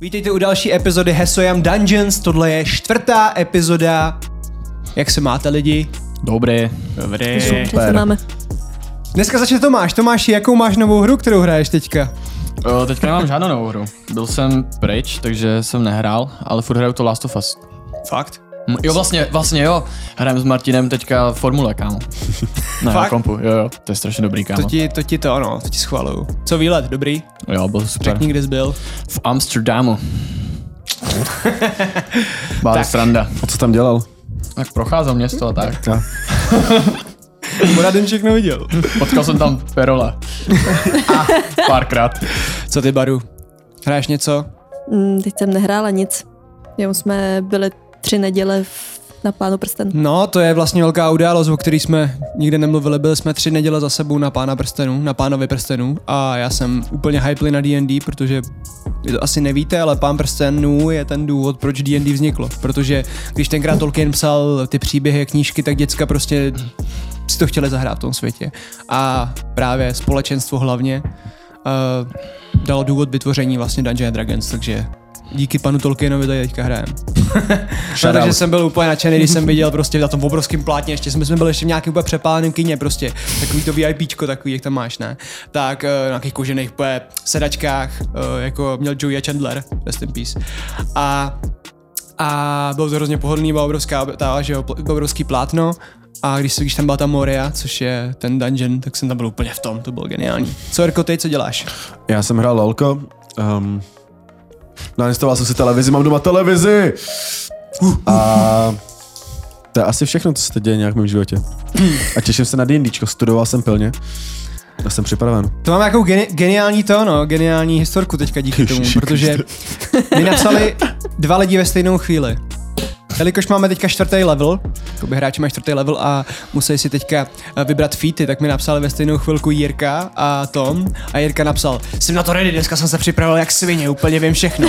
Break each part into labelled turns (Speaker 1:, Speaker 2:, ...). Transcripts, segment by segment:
Speaker 1: Vítejte u další epizody Hesoyam Dungeons, tohle je čtvrtá epizoda. Jak se máte lidi?
Speaker 2: Dobré. Dobré.
Speaker 3: Super. Co máme?
Speaker 1: Dneska začne Tomáš. Tomáši, jakou máš novou hru, kterou hraješ teďka?
Speaker 2: O, teďka nemám žádnou novou hru. Byl jsem pryč, takže jsem nehrál, ale furt hraju to Last of Us.
Speaker 1: Fakt?
Speaker 2: Hm, Jo, vlastně, vlastně jo. Hrajeme s Martinem teďka Formule, kámo. Ne, na
Speaker 1: Fakt?
Speaker 2: kompu, jo, jo. To je strašně dobrý, kámo.
Speaker 1: To ti, to ti to, no, to ti schvaluju. Co výlet, dobrý?
Speaker 2: Jo, byl super.
Speaker 1: Řekni, kde jsi byl.
Speaker 2: V Amsterdamu. Bála stranda.
Speaker 3: A co tam dělal?
Speaker 2: Tak procházel město a tak.
Speaker 1: Moradenček neviděl.
Speaker 2: Potkal jsem tam Perola. A párkrát.
Speaker 1: Co ty, Baru? Hraješ něco?
Speaker 3: Mm, teď jsem nehrála nic. Jenom jsme byli tři neděle v, na Pánu prsten.
Speaker 1: No, to je vlastně velká událost, o který jsme nikde nemluvili. Byli jsme tři neděle za sebou na pána prstenů, na pánovi prstenů a já jsem úplně hypli na D&D, protože vy to asi nevíte, ale pán prstenů je ten důvod, proč D&D vzniklo. Protože když tenkrát Tolkien psal ty příběhy a knížky, tak děcka prostě si to chtěli zahrát v tom světě. A právě společenstvo hlavně uh, dalo důvod vytvoření vlastně Dungeons and Dragons, takže díky panu Tolkienovi tady teďka hrajeme. No, takže jsem byl úplně nadšený, když jsem viděl prostě na tom obrovském plátně, ještě jsme, jsme byli ještě v nějakém úplně přepáleném kyně prostě, takový to VIPčko takový, jak tam máš, ne? Tak eh, na nějakých kožených úplně sedačkách, eh, jako měl Joey Chandler, rest in peace. A a bylo to hrozně pohodlný, byla obrovská, ta, že jo, pl- obrovský plátno a když, se- když tam byla ta Moria, což je ten dungeon, tak jsem tam byl úplně v tom, to bylo geniální. Co Erko, ty, co děláš?
Speaker 4: Já jsem hrál lolko. Um, nainstaloval jsem si televizi, mám doma televizi! A to je asi všechno, co se teď děje nějak v mém životě. A těším se na D&Dčko, studoval jsem pilně. A jsem připraven.
Speaker 1: To mám nějakou geni- geniální to, no, geniální historku teďka díky tomu,
Speaker 4: Ježiši
Speaker 1: protože mi napsali dva lidi ve stejnou chvíli. Jelikož máme teďka čtvrtý level, jakoby hráči mají čtvrtý level a museli si teďka eh, vybrat featy, tak mi napsali ve stejnou chvilku Jirka a Tom a Jirka napsal, jsem na to ready, dneska jsem se připravil jak svině, úplně vím všechno.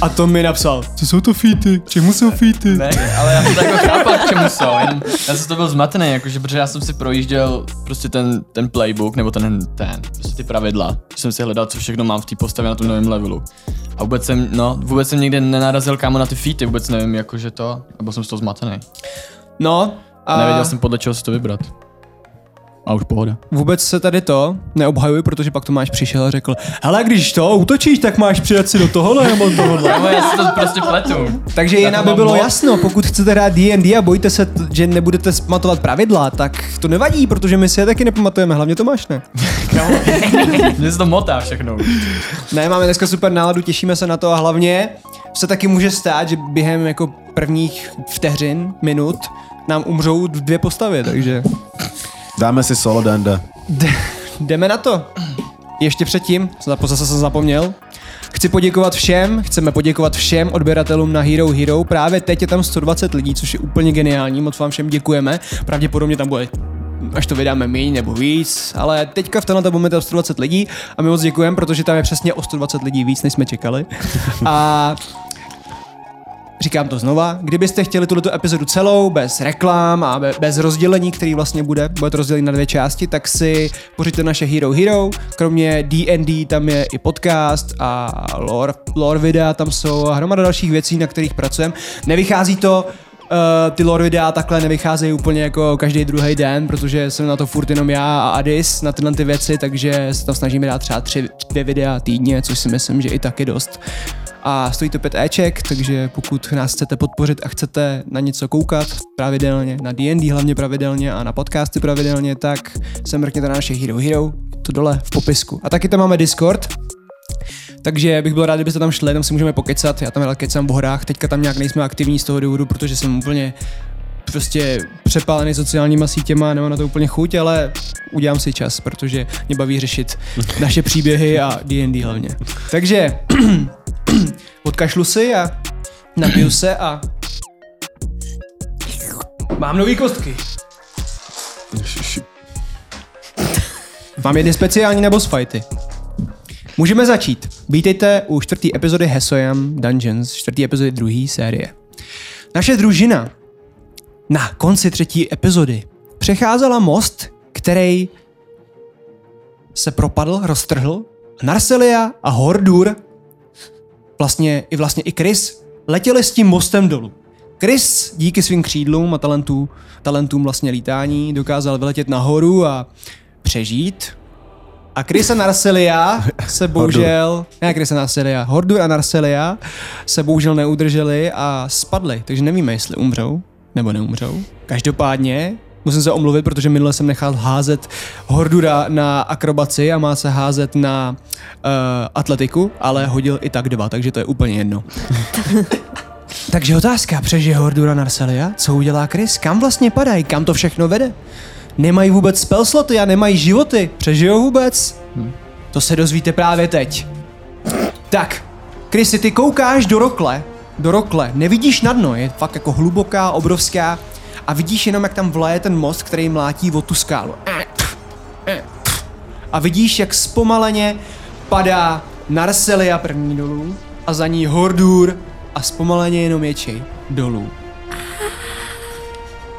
Speaker 1: A Tom mi napsal, co jsou to featy, čemu jsou featy?
Speaker 2: Ne, ale já jsem to jako chápal, k čemu jsou, jenom já jsem to byl zmatený, jakože, protože já jsem si projížděl prostě ten, ten playbook, nebo ten, ten, prostě ty pravidla, že jsem si hledal, co všechno mám v té postavě na tom novém levelu. A vůbec jsem, no, vůbec jsem nikdy nenarazil kámo na ty feety, vůbec nevím, jakože to, a byl jsem z toho zmatený.
Speaker 1: No,
Speaker 2: A...
Speaker 1: a
Speaker 2: Nevěděl jsem podle čeho si to vybrat. A už pohoda.
Speaker 1: vůbec se tady to neobhajuji, protože pak Tomáš přišel a řekl, hele, když to utočíš, tak máš přidat si do tohohle nebo tohohle.
Speaker 2: Kámo, já si to prostě pletu.
Speaker 1: Takže jen
Speaker 2: to
Speaker 1: aby
Speaker 2: mám
Speaker 1: bylo
Speaker 2: moc.
Speaker 1: jasno, pokud chcete hrát D&D a bojíte se, t- že nebudete pamatovat pravidla, tak to nevadí, protože my si je taky nepamatujeme, hlavně Tomáš ne.
Speaker 2: Mně se to motá všechno.
Speaker 1: Ne, máme dneska super náladu, těšíme se na to a hlavně se taky může stát, že během jako prvních vteřin, minut, nám umřou dvě postavy, takže
Speaker 4: Dáme si solo D&D.
Speaker 1: D- jdeme na to. Ještě předtím, zapo- zase jsem zapomněl, chci poděkovat všem, chceme poděkovat všem odběratelům na Hero Hero, právě teď je tam 120 lidí, což je úplně geniální, moc vám všem děkujeme, pravděpodobně tam bude až to vydáme míň nebo víc, ale teďka v tenhle moment je tam 120 lidí a my moc děkujeme, protože tam je přesně o 120 lidí víc, než jsme čekali. A Říkám to znova, kdybyste chtěli tuto epizodu celou, bez reklám a be- bez rozdělení, který vlastně bude, bude to rozdělení na dvě části, tak si pořiďte naše Hero Hero, kromě D&D tam je i podcast a lore, lore videa tam jsou a hromada dalších věcí, na kterých pracujeme. Nevychází to Uh, ty lore videa takhle nevycházejí úplně jako každý druhý den, protože jsem na to furt jenom já a Adis na tyhle ty věci, takže se tam snažíme dát třeba tři, dvě videa týdně, což si myslím, že i tak je dost a stojí to 5 Eček, takže pokud nás chcete podpořit a chcete na něco koukat pravidelně, na D&D hlavně pravidelně a na podcasty pravidelně, tak se mrkněte na naše Hero Hero, je to dole v popisku. A taky tam máme Discord, takže bych byl rád, kdybyste tam šli, tam si můžeme pokecat, já tam rád kecám v horách, teďka tam nějak nejsme aktivní z toho důvodu, protože jsem úplně prostě přepálený sociálníma sítěma, nemám na to úplně chuť, ale udělám si čas, protože mě baví řešit naše příběhy a D&D hlavně. Takže odkašlu si a napiju se a mám nový kostky.
Speaker 4: Ježiši.
Speaker 1: Mám jedny speciální na boss fighty. Můžeme začít. Vítejte u čtvrtý epizody Hesoyam Dungeons, čtvrtý epizody druhé série. Naše družina na konci třetí epizody přecházela most, který se propadl, roztrhl. Narselia a Hordur vlastně i vlastně i Chris letěli s tím mostem dolů. Chris díky svým křídlům a talentů, talentům vlastně lítání dokázal vyletět nahoru a přežít. A Chris a Narselia se bohužel, ne Chris a Narselia, Hordur a Narselia se bohužel neudrželi a spadli, takže nevíme, jestli umřou nebo neumřou. Každopádně musím se omluvit, protože minule jsem nechal házet Hordura na akrobaci a má se házet na uh, atletiku, ale hodil i tak dva, takže to je úplně jedno. takže otázka, přežije Hordura Narselia? Co udělá Chris? Kam vlastně padají? Kam to všechno vede? Nemají vůbec spell sloty a nemají životy. Přežijou vůbec? To se dozvíte právě teď. Tak, Chrisy, ty koukáš do rokle, do rokle, nevidíš na dno, je fakt jako hluboká, obrovská a vidíš jenom, jak tam vlaje ten most, který mlátí o tu skálu. A vidíš, jak zpomaleně padá Narselia první dolů a za ní Hordur a zpomaleně jenom ječej dolů.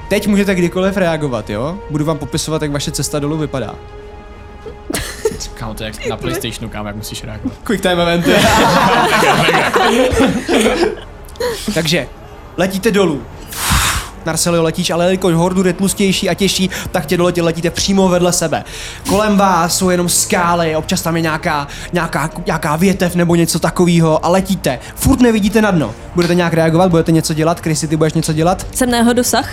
Speaker 1: Teď můžete kdykoliv reagovat, jo? Budu vám popisovat, jak vaše cesta dolů vypadá.
Speaker 2: Kámo, to je jak na Playstationu, kámo, jak musíš reagovat.
Speaker 1: Quick time eventy. Takže, letíte dolů. Narcelio letíš, ale jelikož Hordur je tlustější a těžší, tak tě doletě letíte přímo vedle sebe. Kolem vás jsou jenom skály, občas tam je nějaká, nějaká, nějaká větev nebo něco takového a letíte. Furt nevidíte na dno. Budete nějak reagovat, budete něco dělat, Krysy, ty budeš něco dělat?
Speaker 3: Jsem na jeho dosah,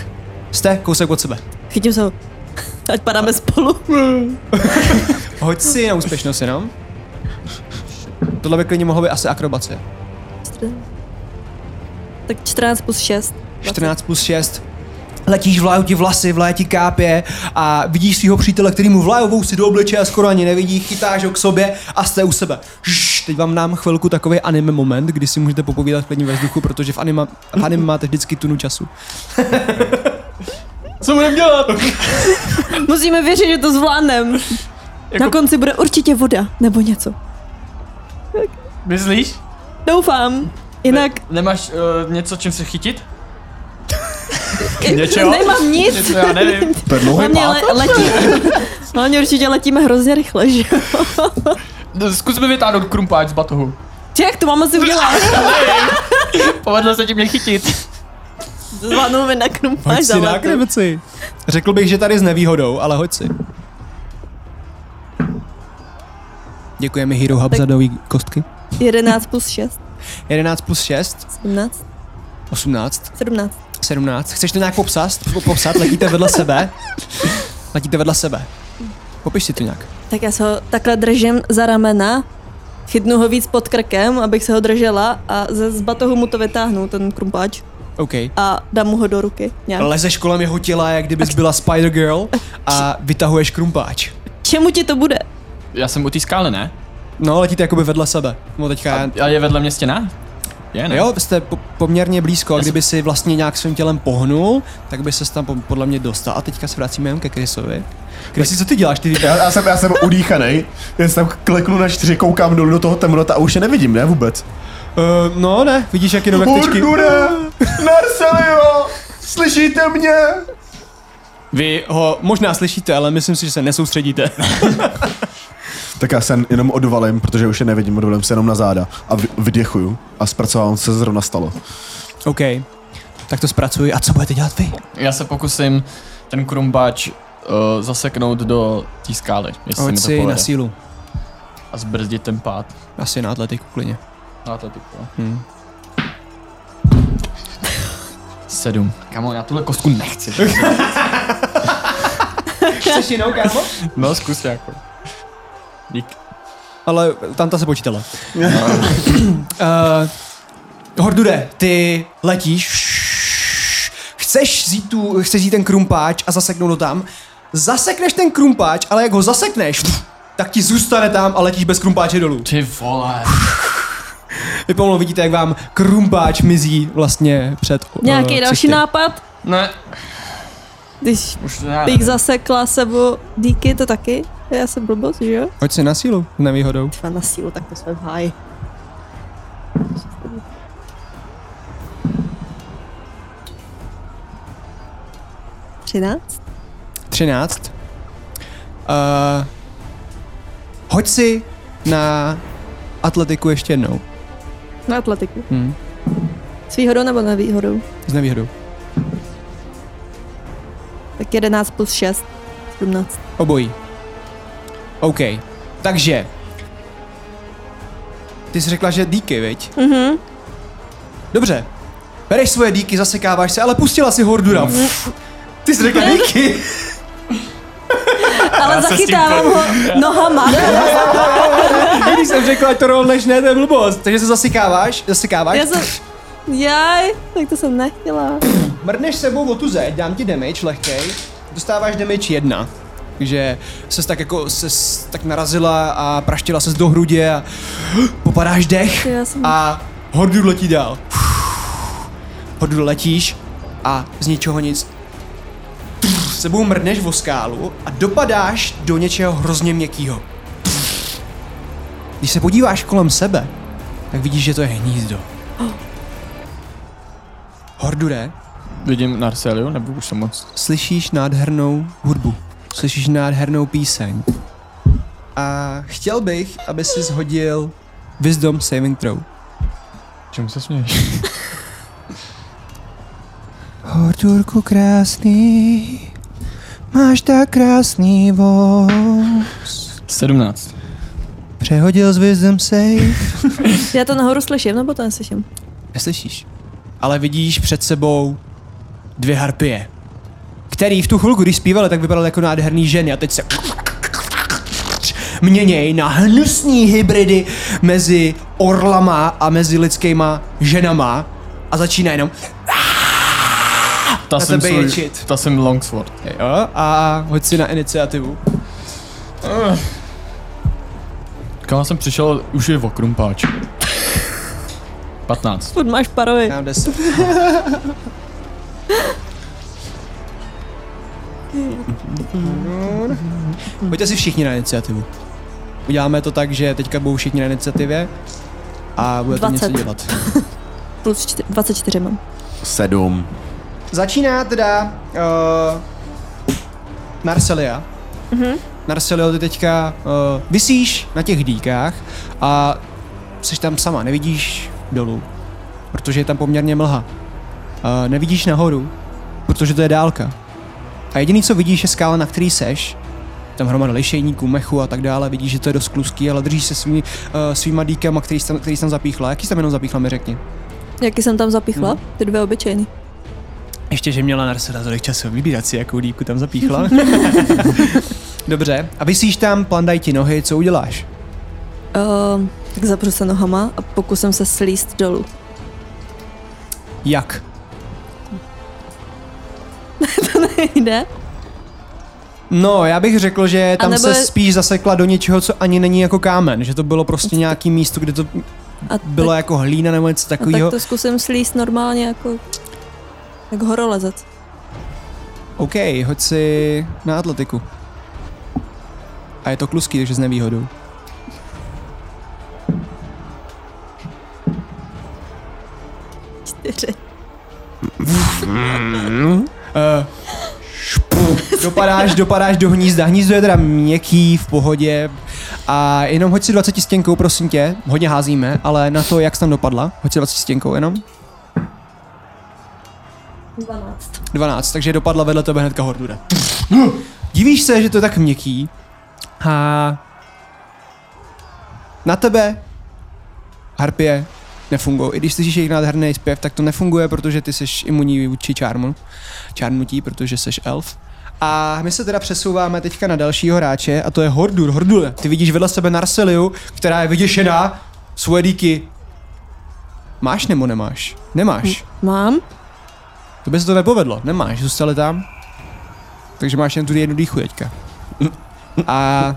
Speaker 1: Jste kousek od sebe.
Speaker 3: chytím se ho. Ať padáme spolu.
Speaker 1: Hoď si na úspěšnost jenom. Tohle by klidně mohlo být asi akrobace.
Speaker 3: Tak 14 plus 6.
Speaker 1: 14 plus 6. Letíš, vlajou ti vlasy, vlaje ti kápě a vidíš svého přítele, který mu vlajou vousy do obličeje a skoro ani nevidí, chytáš ho k sobě a jste u sebe. Žš, teď vám dám chvilku takový anime moment, kdy si můžete popovídat klidně ve vzduchu, protože v anime, v anime máte vždycky tunu času.
Speaker 2: Co budem dělat?
Speaker 3: Musíme věřit, že to zvládnem. Na konci bude určitě voda, nebo něco.
Speaker 2: Myslíš?
Speaker 3: Doufám. Jinak
Speaker 2: Nemáš uh, něco, čím se chytit?
Speaker 3: Něčeho? nemám nic.
Speaker 2: Něco, já nevím.
Speaker 4: Pedlouhej
Speaker 3: Hlavně le- letí. Hlavně určitě letíme hrozně rychle, že jo?
Speaker 2: Zkusme No, vytáhnout krumpáč z batohu.
Speaker 3: Tě, Jak to mám asi udělat?
Speaker 2: Povedlo se ti mě chytit.
Speaker 3: Zvládnu mi na krumpáč
Speaker 1: Hoď
Speaker 3: za
Speaker 1: si na
Speaker 3: letu.
Speaker 1: akrobaci. Řekl bych, že tady s nevýhodou, ale hoď si. Děkujeme Hero Hub
Speaker 3: Tak-
Speaker 1: za nový kostky.
Speaker 3: 11 plus 6,
Speaker 1: 11 plus 6,
Speaker 3: 17,
Speaker 1: 18.
Speaker 3: 17.
Speaker 1: 17. Chceš to nějak popsat? Po- Popsat? Letíte vedle sebe? Letíte vedle sebe. Popiš si to nějak.
Speaker 3: Tak já se ho takhle držím za ramena, chytnu ho víc pod krkem, abych se ho držela a ze z batohu mu to vytáhnu, ten krumpáč,
Speaker 1: OK.
Speaker 3: a dám mu ho do ruky nějak.
Speaker 1: Lezeš kolem jeho těla, jak kdybys byla Spider Girl a vytahuješ krumpáč.
Speaker 3: Čemu ti to bude?
Speaker 2: Já jsem u té skály, ne?
Speaker 1: No, letíte jakoby vedle sebe. No teďka...
Speaker 2: A, a je vedle mě stěna? Je, ne?
Speaker 1: Jo, jste po- poměrně blízko a
Speaker 2: Já jsem-
Speaker 1: kdyby si vlastně nějak svým tělem pohnul, tak by se tam po- podle mě dostal. A teďka se vracíme jen ke Chrisovi. Chrisi, co ty děláš? Ty
Speaker 4: Já, já, jsem, já jsem udýchanej, jen se tam kleknu na čtyři, koukám dolů do toho temnota a už je nevidím, ne vůbec.
Speaker 1: Uh, no ne, vidíš jak jenom jak tečky.
Speaker 4: Hordure! Narcelio! Slyšíte mě?
Speaker 1: Vy ho možná slyšíte, ale myslím si, že se nesoustředíte.
Speaker 4: Tak já se jenom odvalím, protože už je nevidím, odvalím se jenom na záda a vy- vyděchuju a zpracovávám co se zrovna stalo.
Speaker 1: OK. Tak to zpracuji. A co budete dělat vy?
Speaker 2: Já se pokusím ten krumpáč uh, zaseknout do té skály, jestli
Speaker 1: Hoď
Speaker 2: se mi
Speaker 1: si
Speaker 2: to
Speaker 1: na
Speaker 2: povede.
Speaker 1: sílu.
Speaker 2: A zbrzdit ten pád.
Speaker 1: Asi na atletiku klidně.
Speaker 2: Na atletiku. Hmm. Sedm. Kamo, já tuhle kostku nechci.
Speaker 1: Chceš jinou, kámo?
Speaker 2: no, zkus jako. Dík.
Speaker 1: Ale tam ta se počítala. uh, Hordure, ty letíš. Chceš vzít, tu, chceš vzít ten krumpáč a zaseknout ho tam. Zasekneš ten krumpáč, ale jak ho zasekneš, tak ti zůstane tam a letíš bez krumpáče dolů.
Speaker 2: Ty vole.
Speaker 1: Vy pomalu vidíte, jak vám krumpáč mizí vlastně před o-
Speaker 3: Nějaký
Speaker 1: eh,
Speaker 3: další
Speaker 1: cesty.
Speaker 3: nápad?
Speaker 2: Ne,
Speaker 3: Když
Speaker 2: už ne.
Speaker 3: bych zasekla sebo díky, to taky? Já jsem blbost, že jo?
Speaker 1: Hoď si na sílu, s nevýhodou.
Speaker 3: Tva na sílu, tak to jsme v háji. Třináct?
Speaker 1: 13. Uh, hoď si na atletiku ještě jednou.
Speaker 3: Na atletiku.
Speaker 1: Hmm.
Speaker 3: S výhodou nebo nevýhodou?
Speaker 1: S nevýhodou.
Speaker 3: Tak 11 plus 6. 17.
Speaker 1: Obojí. OK. Takže. Ty jsi řekla, že díky, viď?
Speaker 3: Mhm.
Speaker 1: Dobře. Bereš svoje díky, zasekáváš se, ale pustila si Hordura.
Speaker 3: Mhm.
Speaker 1: Pff. Ty jsi řekla díky.
Speaker 3: Ale zachytávám ho nohama.
Speaker 1: Když jsem řekla, ať to rolneš, ne, to je blbost. Takže se zasekáváš, zasekáváš,
Speaker 3: Já jsem... Jaj, tak to jsem nechtěla.
Speaker 1: mrneš sebou o tu zeď, dám ti damage lehkej, dostáváš damage jedna. Takže ses tak jako ses tak narazila a praštila ses do hrudě a popadáš dech
Speaker 3: Já jsem-
Speaker 1: a Hordur letí dál. Hordur letíš a z ničeho nic Trf, sebou mrneš o skálu a dopadáš do něčeho hrozně měkkého. Trf. Když se podíváš kolem sebe, tak vidíš, že to je hnízdo.
Speaker 3: Oh.
Speaker 1: Hordure,
Speaker 2: Vidím Narseliu, nebo už jsem moc.
Speaker 1: slyšíš nádhernou hudbu, slyšíš nádhernou píseň. A chtěl bych, aby si zhodil Wisdom Saving Throw.
Speaker 2: Čemu se směješ?
Speaker 1: Horturku krásný, máš tak krásný voz.
Speaker 2: 17.
Speaker 1: Přehodil s Wisdom Save.
Speaker 3: Já to nahoru slyším, nebo to neslyším?
Speaker 1: Neslyšíš. Ale vidíš před sebou dvě harpie, který v tu chvilku, když zpívali, tak vypadaly jako nádherný ženy a teď se měněj na hnusný hybridy mezi orlama a mezi lidskýma ženama a začíná jenom
Speaker 2: Ta
Speaker 1: Na
Speaker 2: jsem
Speaker 1: tebe
Speaker 2: svůj-
Speaker 1: ječit.
Speaker 2: Ta jsem Longsword.
Speaker 1: jo, a hoď si na iniciativu.
Speaker 2: Kam jsem přišel, už je v okrumpáč. 15.
Speaker 3: Furt máš parovi.
Speaker 1: Já mám 10. Pojďte si všichni na iniciativu. Uděláme to tak, že teďka budou všichni na iniciativě a budete
Speaker 3: 20.
Speaker 1: něco dělat.
Speaker 3: Plus čty- 24 mám.
Speaker 4: Sedm.
Speaker 1: Začíná teda uh, Narselia. Mm-hmm. Narselia, ty teďka uh, vysíš na těch dýkách a jsi tam sama, nevidíš dolů, protože je tam poměrně mlha. Uh, nevidíš nahoru, protože to je dálka. A jediný, co vidíš, je skála, na který seš. Tam hromada lišejníků, mechu a tak dále. Vidíš, že to je dost kluský, ale držíš se svými, uh, svýma dýkama, který jsi tam, který jsi tam zapíchla. Jaký jsi tam jenom zapíchla, mi řekni.
Speaker 3: Jaký jsem tam zapíchla?
Speaker 1: Mhm.
Speaker 3: Ty dvě obyčejný.
Speaker 1: Ještě, že měla Narsela tolik času vybírat si, jakou lípku tam zapíchla. Dobře, a vysíš tam, plandaj ti nohy, co uděláš?
Speaker 3: Ehm, tak zapřu se nohama a pokusím se slíst dolů.
Speaker 1: Jak?
Speaker 3: Jde?
Speaker 1: No, já bych řekl, že tam
Speaker 3: nebo
Speaker 1: se
Speaker 3: je-
Speaker 1: spíš zasekla do něčeho, co ani není jako kámen, že to bylo prostě nějaký místo, kde to
Speaker 3: A
Speaker 1: bylo jako hlína nebo něco
Speaker 3: No, tak, a
Speaker 1: takového.
Speaker 3: tak to zkusím slíst normálně jako... Jak horolezec.
Speaker 1: OK, hoď si na atletiku. A je to kluský, takže s nevýhodou.
Speaker 3: Čtyři.
Speaker 1: Uh, dopadáš, dopadáš do hnízda. Hnízdo je teda měkký, v pohodě. A jenom hoď si 20 stěnkou, prosím tě. Hodně házíme, ale na to, jak jsi tam dopadla. Hoď si 20 stěnkou jenom.
Speaker 3: 12.
Speaker 1: 12, takže dopadla vedle tebe hnedka Hordura. Divíš se, že to je tak měkký. A na tebe harpie nefungují. I když slyšíš jejich nádherný zpěv, tak to nefunguje, protože ty jsi imunní vůči čármu. Čárnutí, protože jsi elf. A my se teda přesouváme teďka na dalšího hráče a to je Hordur. Hordule, ty vidíš vedle sebe Narseliu, která je vyděšená, svoje díky. Máš nebo nemáš? Nemáš.
Speaker 3: Mám?
Speaker 1: To by se to nepovedlo, nemáš, zůstali tam. Takže máš jen tu jednu dýchu teďka. A...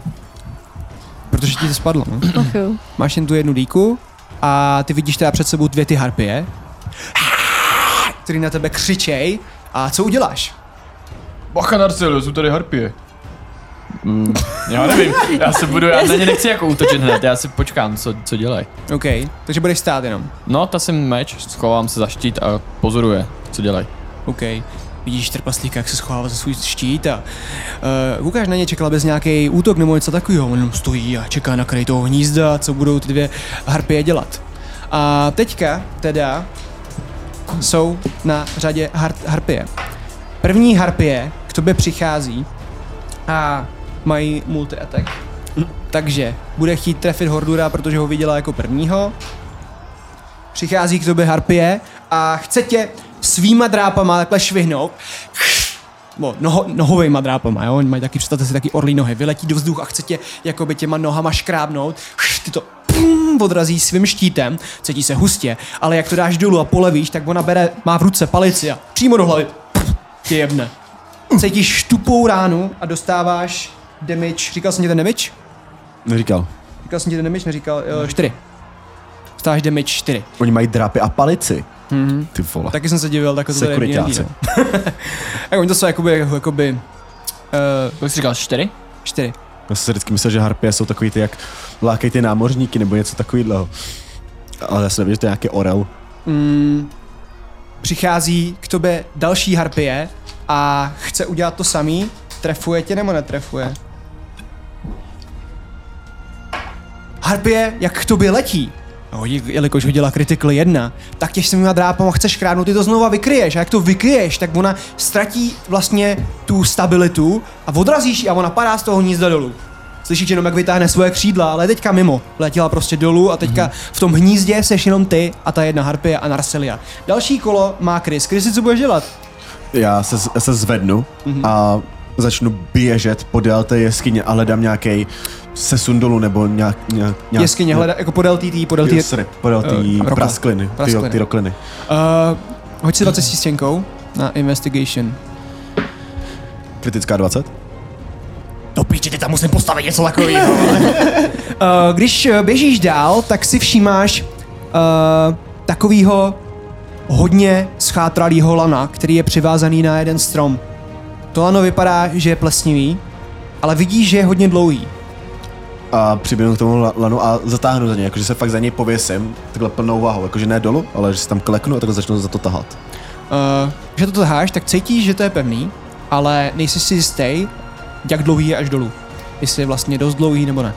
Speaker 1: Protože ti to spadlo, no.
Speaker 3: Ach jo.
Speaker 1: Máš jen tu jednu dýku a ty vidíš teda před sebou dvě ty harpie, který na tebe křičej. A co uděláš?
Speaker 2: Bacha Narcelu, jsou tady harpie. Mm, já nevím, já se budu, já na ně nechci jako útočit hned, já si počkám, co, co dělají.
Speaker 1: OK, takže budeš stát jenom.
Speaker 2: No, ta jsem meč, schovám se za štít a pozoruje, co dělají.
Speaker 1: OK. Vidíš trpaslíka, jak se schovává za svůj štít a uh, koukáš na ně, čekala bys nějaký útok nebo něco takového. On jenom stojí a čeká na kraj toho hnízda, co budou ty dvě harpie dělat. A teďka teda jsou na řadě har- harpie. První harpie k tobě přichází a mají multi-attack. Takže bude chtít trefit Hordura, protože ho viděla jako prvního. Přichází k tobě harpie a chce tě svýma drápama takhle švihnout. No, noho, nohovejma drápama, jo? Oni mají taky, představte si, taky orlí nohy. Vyletí do vzduchu a chce tě jakoby těma nohama škrábnout. Ty to pum, odrazí svým štítem, cítí se hustě, ale jak to dáš dolů a polevíš, tak ona bere, má v ruce palici a přímo do hlavy tě jebne. Cítíš štupou ránu a dostáváš damage, říkal jsem ti ten damage?
Speaker 4: Neříkal.
Speaker 1: Říkal jsem ti ten damage, neříkal, jo, 4. Dostáváš damage 4.
Speaker 4: Oni mají drápy a palici. Mm-hmm. Ty vole. Tak
Speaker 1: Taky jsem se divil, Mhm. tak to tady
Speaker 4: Sekuritáci.
Speaker 1: není, no. Tak oni to jsou jakoby, jakoby, uh,
Speaker 2: Kolik jsi říkal, čtyři?
Speaker 1: 4.
Speaker 4: já jsem si vždycky myslel, že harpie jsou takový ty, jak lákají ty námořníky nebo něco takového. Ale já jsem nevěděl, že to je nějaký orel.
Speaker 1: Přichází k tobě další harpie a chce udělat to samý. Trefuje tě nebo netrefuje? Harpie, jak k tobě letí, No, je- jelikož hodila Critical 1, tak tě s těma drápama chceš krádnout, ty to znova vykryješ a jak to vykryješ, tak ona ztratí vlastně tu stabilitu a odrazíš ji a ona padá z toho hnízda dolů. Slyšíš jenom, jak vytáhne svoje křídla, ale je teďka mimo. Letěla prostě dolů a teďka v tom hnízdě seš jenom ty a ta jedna harpie a Narselia. Další kolo má Chris. Chris, co budeš dělat?
Speaker 4: Já se, já se zvednu
Speaker 1: Mhm.
Speaker 4: mm-hmm. a začnu běžet podél té jeskyně a hledám nějaký sesun dolů nebo nějak... nějak, nějak
Speaker 1: Jeskyně, hledá, jako podél TT, podél
Speaker 4: Ty,
Speaker 1: TT.
Speaker 4: sorry, podél
Speaker 1: eh,
Speaker 4: té
Speaker 1: rokle.
Speaker 4: praskliny,
Speaker 1: Praskliny.
Speaker 4: ty, ty rokliny.
Speaker 1: Uh, hoď si 20 s těnkou na investigation.
Speaker 4: Kritická 20?
Speaker 1: Do píči, ty tam musím postavit něco takového. Když eh, běžíš dál, tak si všímáš uh, takového hodně schátralýho lana, který je přivázaný na jeden strom. To lano vypadá, že je plesnivý, ale vidíš, že je hodně dlouhý.
Speaker 4: A přiběhnu k tomu la- lanu a zatáhnu za něj, jakože se fakt za něj pověsím, takhle plnou váhou, jakože ne dolů, ale že se tam kleknu a takhle začnu za to tahat.
Speaker 1: Uh, že to taháš, tak cítíš, že to je pevný, ale nejsi si jistý, jak dlouhý je až dolů. Jestli je vlastně dost dlouhý nebo ne.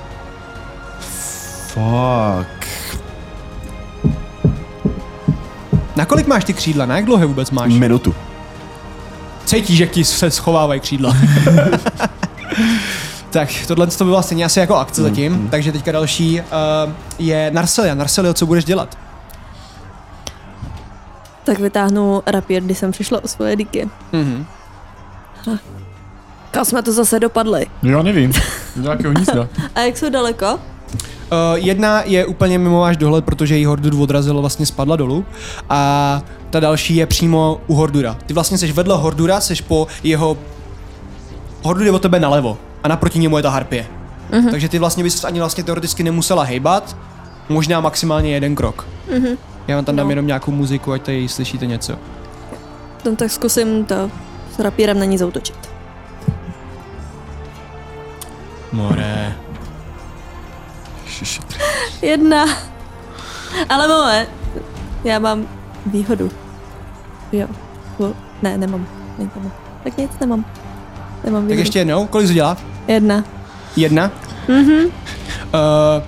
Speaker 4: Fuck.
Speaker 1: Nakolik máš ty křídla? Na jak dlouhé vůbec máš?
Speaker 4: Minutu.
Speaker 1: cítíš, jak ti se schovávají křídla. tak tohle to by byla stejně asi jako akce zatím, takže teďka další uh, je Narselia. Narselia, co budeš dělat?
Speaker 3: Tak vytáhnu rapier, když jsem přišla o svoje díky.
Speaker 1: Mhm.
Speaker 3: Kam jsme to zase dopadli?
Speaker 2: Já nevím. Nějakého hnízda.
Speaker 3: A jak jsou daleko?
Speaker 1: Uh, jedna je úplně mimo váš dohled, protože jí Hordur odrazilo, vlastně spadla dolů. A ta další je přímo u Hordura. Ty vlastně seš vedle Hordura, seš po jeho... Hordur je od tebe nalevo a naproti němu je ta harpie. Mm-hmm. Takže ty vlastně bys ani vlastně teoreticky nemusela hejbat, možná maximálně jeden krok. Mm-hmm. Já vám tam dám
Speaker 3: No.
Speaker 1: jenom nějakou muziku, ať tady slyšíte něco.
Speaker 3: No tak zkusím to s rapírem na ní zautočit.
Speaker 1: More.
Speaker 3: Jedna. Ale moment. Já mám výhodu. Jo. U- Ne, nemám. nemám. Tak nic nemám. Nemám výhodu.
Speaker 1: Tak ještě jednou, kolik jsi dělá?
Speaker 3: Jedna.
Speaker 1: Jedna? Mhm. Uh,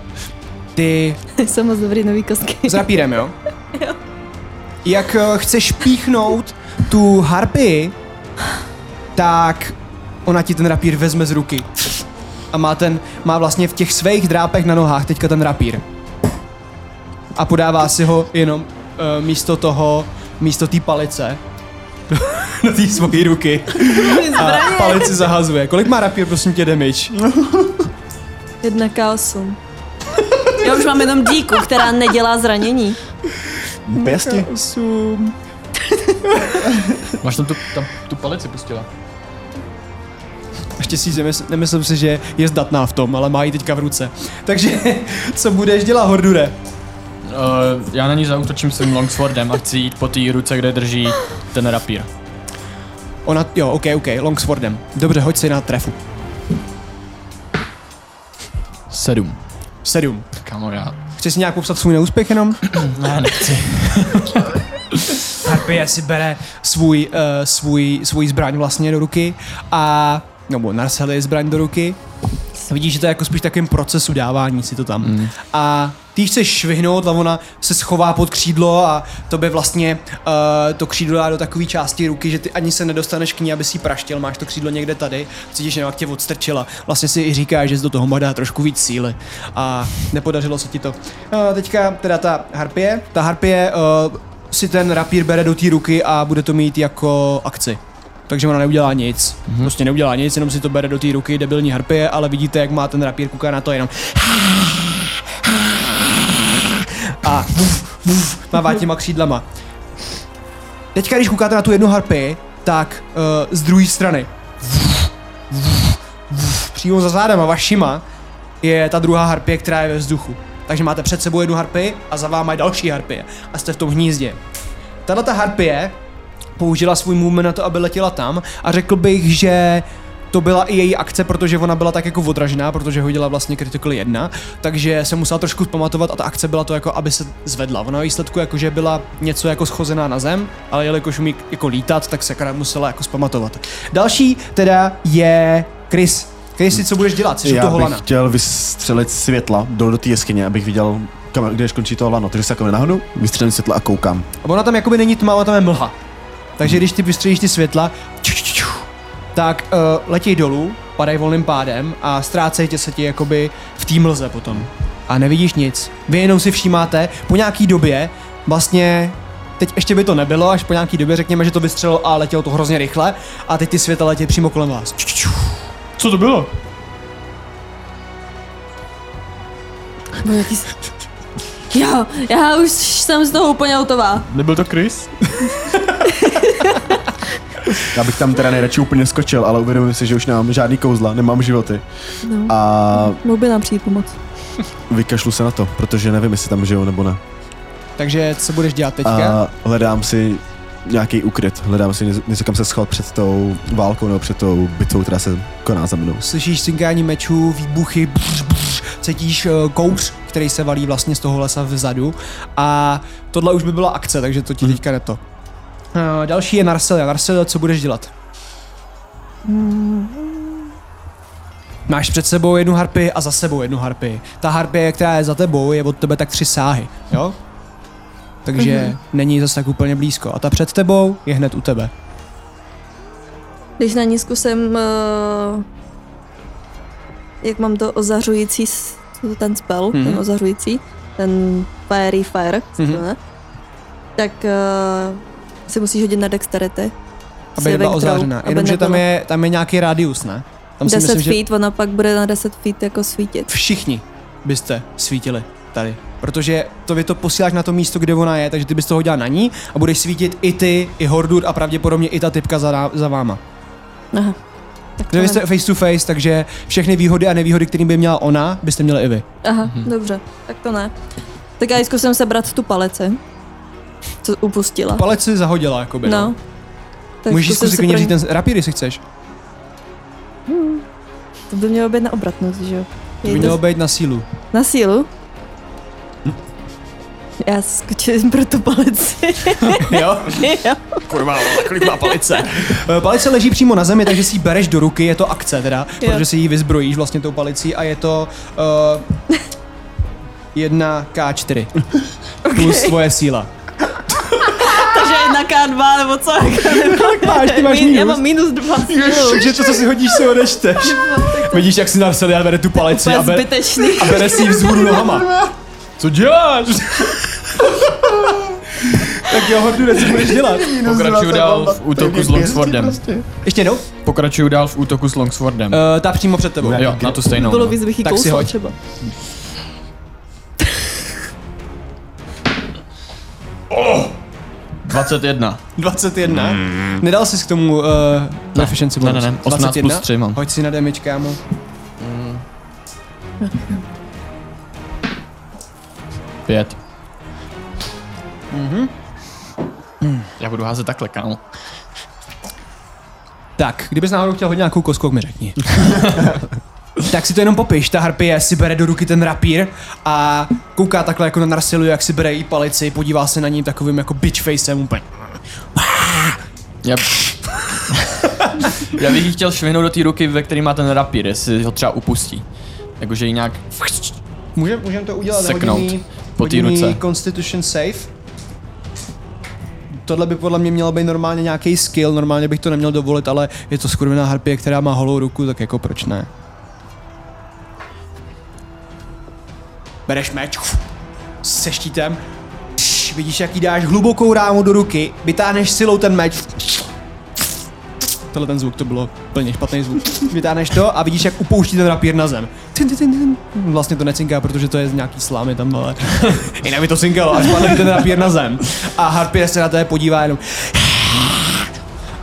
Speaker 1: ty
Speaker 3: Jsem moc dobrý nový kostky.
Speaker 1: s rapírem, jo? Jak eh, chceš píchnout tu harpy, tak ona ti ten rapír vezme z ruky. A má ten, má vlastně v těch svých drápech na nohách teďka ten rapír. A podává si ho jenom eh, místo toho, místo té palice do té svojí ruky. A palici zahazuje. Kolik má rapír, prosím tě, damage?
Speaker 3: Jedna K8. Já už mám jenom díku, která nedělá zranění.
Speaker 4: Pěsti?
Speaker 1: Osm.
Speaker 2: Máš tam tu, tam, tu palici pustila.
Speaker 1: Ještě si nemysl, nemyslím si, že je zdatná v tom, ale má ji teďka v ruce. Takže co budeš dělat, Hordure?
Speaker 2: Uh, já na ní zautočím svým longswordem a chci jít po té ruce, kde drží ten rapír.
Speaker 1: Ona, jo, ok, ok, Longswordem. Dobře, hoď si na trefu.
Speaker 2: Sedm.
Speaker 1: Sedm.
Speaker 2: Kamo, já.
Speaker 1: Chceš si nějak popsat svůj neúspěch jenom?
Speaker 2: Ne, nechci.
Speaker 1: Harpie si bere svůj, uh, svůj, svůj zbraň vlastně do ruky a nebo Narseli zbraň do ruky. Vidíš, že to je jako spíš takovým procesu dávání si to tam. Mm. A Ty chce švihnout, ale ona se schová pod křídlo a to by vlastně uh, to křídlo dá do takové části ruky, že ty ani se nedostaneš k ní, aby si ji praštil. Máš to křídlo někde tady, cítíš, že jak tě odstrčila. Vlastně si i říká, že jsi do toho má dá trošku víc síly a nepodařilo se ti to. Uh, teďka teda ta harpie. Ta harpie uh, si ten rapír bere do té ruky a bude to mít jako akci. Takže ona neudělá nic. Mm-hmm. Prostě neudělá nic, jenom si to bere do té ruky, debilní harpie, ale vidíte, jak má ten rapír, kouká na to jenom. A vuf, vuf, mává těma křídlama. Teďka, když koukáte na tu jednu harpy, tak uh, z druhé strany, vuf, vuf, vuf, přímo za zádama vašima, je ta druhá harpie, která je ve vzduchu. Takže máte před sebou jednu harpy a za váma je další harpie. A jste v tom hnízdě. Tahle ta harpie použila svůj movement na to, aby letěla tam a řekl bych, že to byla i její akce, protože ona byla tak jako odražená, protože hodila vlastně Critical 1, takže se musela trošku pamatovat a ta akce byla to jako, aby se zvedla. Ona ve výsledku jakože byla něco jako schozená na zem, ale jelikož umí jako lítat, tak se krát musela jako spamatovat. Další teda je Chris. Chris, ty co budeš dělat? Jsi u
Speaker 4: Já
Speaker 1: toho
Speaker 4: bych
Speaker 1: lana.
Speaker 4: chtěl vystřelit světla do, do té jeskyně, abych viděl, kam, kde končí to lano. Takže se jako nahnu, vystřelím světla a koukám.
Speaker 1: A ona tam jakoby není tma, ona tam je mlha. Takže když ty vystřelíš ty světla, ču, ču, ču, tak uh, letí dolů, padají volným pádem a ztrácejí tě se ti jakoby v té mlze potom. A nevidíš nic. Vy jenom si všímáte, po nějaký době vlastně Teď ještě by to nebylo, až po nějaký době řekněme, že to vystřelilo a letělo to hrozně rychle a teď ty světla letí přímo kolem vás. Ču, ču, ču. Co to bylo?
Speaker 3: Nebo jaký... s- Jo, já už jsem z toho úplně hotová.
Speaker 2: Nebyl to Chris?
Speaker 4: Já bych tam teda nejradši úplně skočil, ale uvědomuji si, že už nemám žádný kouzla, nemám životy.
Speaker 3: No.
Speaker 4: A
Speaker 3: Mohl by nám přijít pomoc.
Speaker 4: vykašlu se na to, protože nevím, jestli tam žijou nebo ne.
Speaker 1: Takže co budeš dělat teďka?
Speaker 4: A hledám si nějaký ukryt, hledám si něco- něco, kam se schovat před tou válkou nebo před tou bitvou, která se koná za mnou.
Speaker 1: Slyšíš cinkání mečů, výbuchy, brž, brž, cítíš eh, kouř, který se valí vlastně z toho lesa vzadu a tohle už by byla akce, takže to ti teďka neto. Eh, Další je Narselia. Narselia, co budeš dělat? Máš před sebou jednu harpy a za sebou jednu harpy. Ta harpie, která je za tebou, je od tebe tak tři sáhy, jo? Takže není zase tak úplně blízko. A ta před tebou je hned u tebe.
Speaker 3: Když na ní zkusím... Uh, jak mám to ozařující... s- Ten spell,
Speaker 1: Mhm.
Speaker 3: mm-hmm. ten ozařující. Ten Fiery Fire.
Speaker 1: Mhm.
Speaker 3: Mm-hmm. Tak uh, si musíš hodit na dexterity.
Speaker 1: Aby nebyla
Speaker 3: Saving throw,
Speaker 1: ozářená.
Speaker 3: aby
Speaker 1: Jenomže tam
Speaker 3: nebylo-
Speaker 1: je, tam je nějaký radius, ne? Tam
Speaker 3: 10 feet, ona pak bude na 10 feet jako svítit.
Speaker 1: všichni byste svítili tady. Protože to vy to posíláš na to místo, kde ona je, takže ty bys toho dělal na ní a budeš svítit i ty, i Hordur a pravděpodobně i ta typka za, ná- za váma.
Speaker 3: Aha. Tak
Speaker 1: Protože vy
Speaker 3: to
Speaker 1: jste face to face, takže všechny výhody a nevýhody, které by měla ona, byste měli i vy.
Speaker 3: ne. Aha,
Speaker 1: Mhm.
Speaker 3: mm-hmm. dobře, tak to ne. Tak já jí zkusím sebrat tu palici, co upustila.
Speaker 1: Palec si zahodila, jakoby.
Speaker 3: No. Tak
Speaker 1: Můžeš jí
Speaker 3: zkusím
Speaker 1: zkusit
Speaker 3: se
Speaker 1: klidně
Speaker 3: pro
Speaker 1: vzít
Speaker 3: ní-
Speaker 1: ten rapír, jestli chceš.
Speaker 3: To by mělo být na obratnost, že jo?
Speaker 1: To by
Speaker 3: Jej
Speaker 1: mělo Hm? být na sílu.
Speaker 3: Na sílu? Já skočím pro tu palici.
Speaker 1: jo?
Speaker 3: jo.
Speaker 1: Kurva, kolik má palice? Palice Eh, leží přímo na zemi, takže si ji bereš do ruky, je to akce teda,
Speaker 3: Jo.
Speaker 1: protože si ji vyzbrojíš vlastně tou palicí a je to uh, 1K4 plus tvoje síla.
Speaker 3: Takže jedna K2 nebo co? Kolik
Speaker 1: máš? Ty máš
Speaker 3: Já
Speaker 1: mínus?
Speaker 3: mám minus dva sílu.
Speaker 1: Takže to, co si hodíš, se odečteš. Vidíš, jak si narsel, já bere tu palici
Speaker 3: To
Speaker 1: a,
Speaker 3: je
Speaker 1: be,
Speaker 3: zbytečný.
Speaker 1: a bere si ji vzhůru nohama.
Speaker 2: Co děláš?
Speaker 1: Tak jo, Hordure, co budeš dělat?
Speaker 2: Pokračuju dál v útoku s Longswordem.
Speaker 1: Ještě jednou?
Speaker 2: Pokračuju dál v útoku s Longswordem.
Speaker 1: Uh, ta přímo před tebou.
Speaker 2: Jo, na tu stejnou. no.
Speaker 3: Bylo víc bych jí
Speaker 1: No, Tak si
Speaker 3: kousla
Speaker 1: hoď.
Speaker 3: třeba.
Speaker 2: Oh! 21.
Speaker 1: 21. Nedal jsi k tomu uh, proficiency
Speaker 2: ne,
Speaker 1: bonus?
Speaker 2: ne, ne, 18 plus
Speaker 1: 21?
Speaker 2: tři mám.
Speaker 1: Hoď si na damage, kámo.
Speaker 2: Pět. Mhm. Já budu házet takhle, kámo.
Speaker 1: Tak, kdybys náhodou chtěl hodit nějakou kosku, tak mi řekni. tak si to jenom popiš, ta harpie si bere do ruky ten rapír a kouká takhle jako na Narsilu, jak si bere jí palici, podívá se na ní takovým jako bitch facem úplně.
Speaker 2: Já... Já bych jí chtěl švihnout do té ruky, ve které má ten rapír, jestli ho třeba upustí. Jakože ji nějak
Speaker 1: Můžeme můžem to udělat.
Speaker 2: Seknout
Speaker 1: Hodí mi-
Speaker 2: po
Speaker 1: hodí
Speaker 2: té
Speaker 1: mi
Speaker 2: ruce.
Speaker 1: Constitution save. Tohle by podle mě mělo být normálně nějaký skill, normálně bych to neměl dovolit, ale je to skurvená harpie, která má holou ruku, tak jako proč ne? Bereš meč uf, se štítem, pš, vidíš, jak jí dáš hlubokou rámu do ruky, vytáhneš silou ten meč, tenhle ten zvuk, to bylo plně špatný zvuk. Vytáhneš to a vidíš, jak upouští ten rapír na zem. Tin, tin, tin, tin. Vlastně to necinká, protože to je z nějaký slámy tam, ale jinak by to cinkalo, až padne ten rapír na zem. A harpie se na tebe podívá jenom.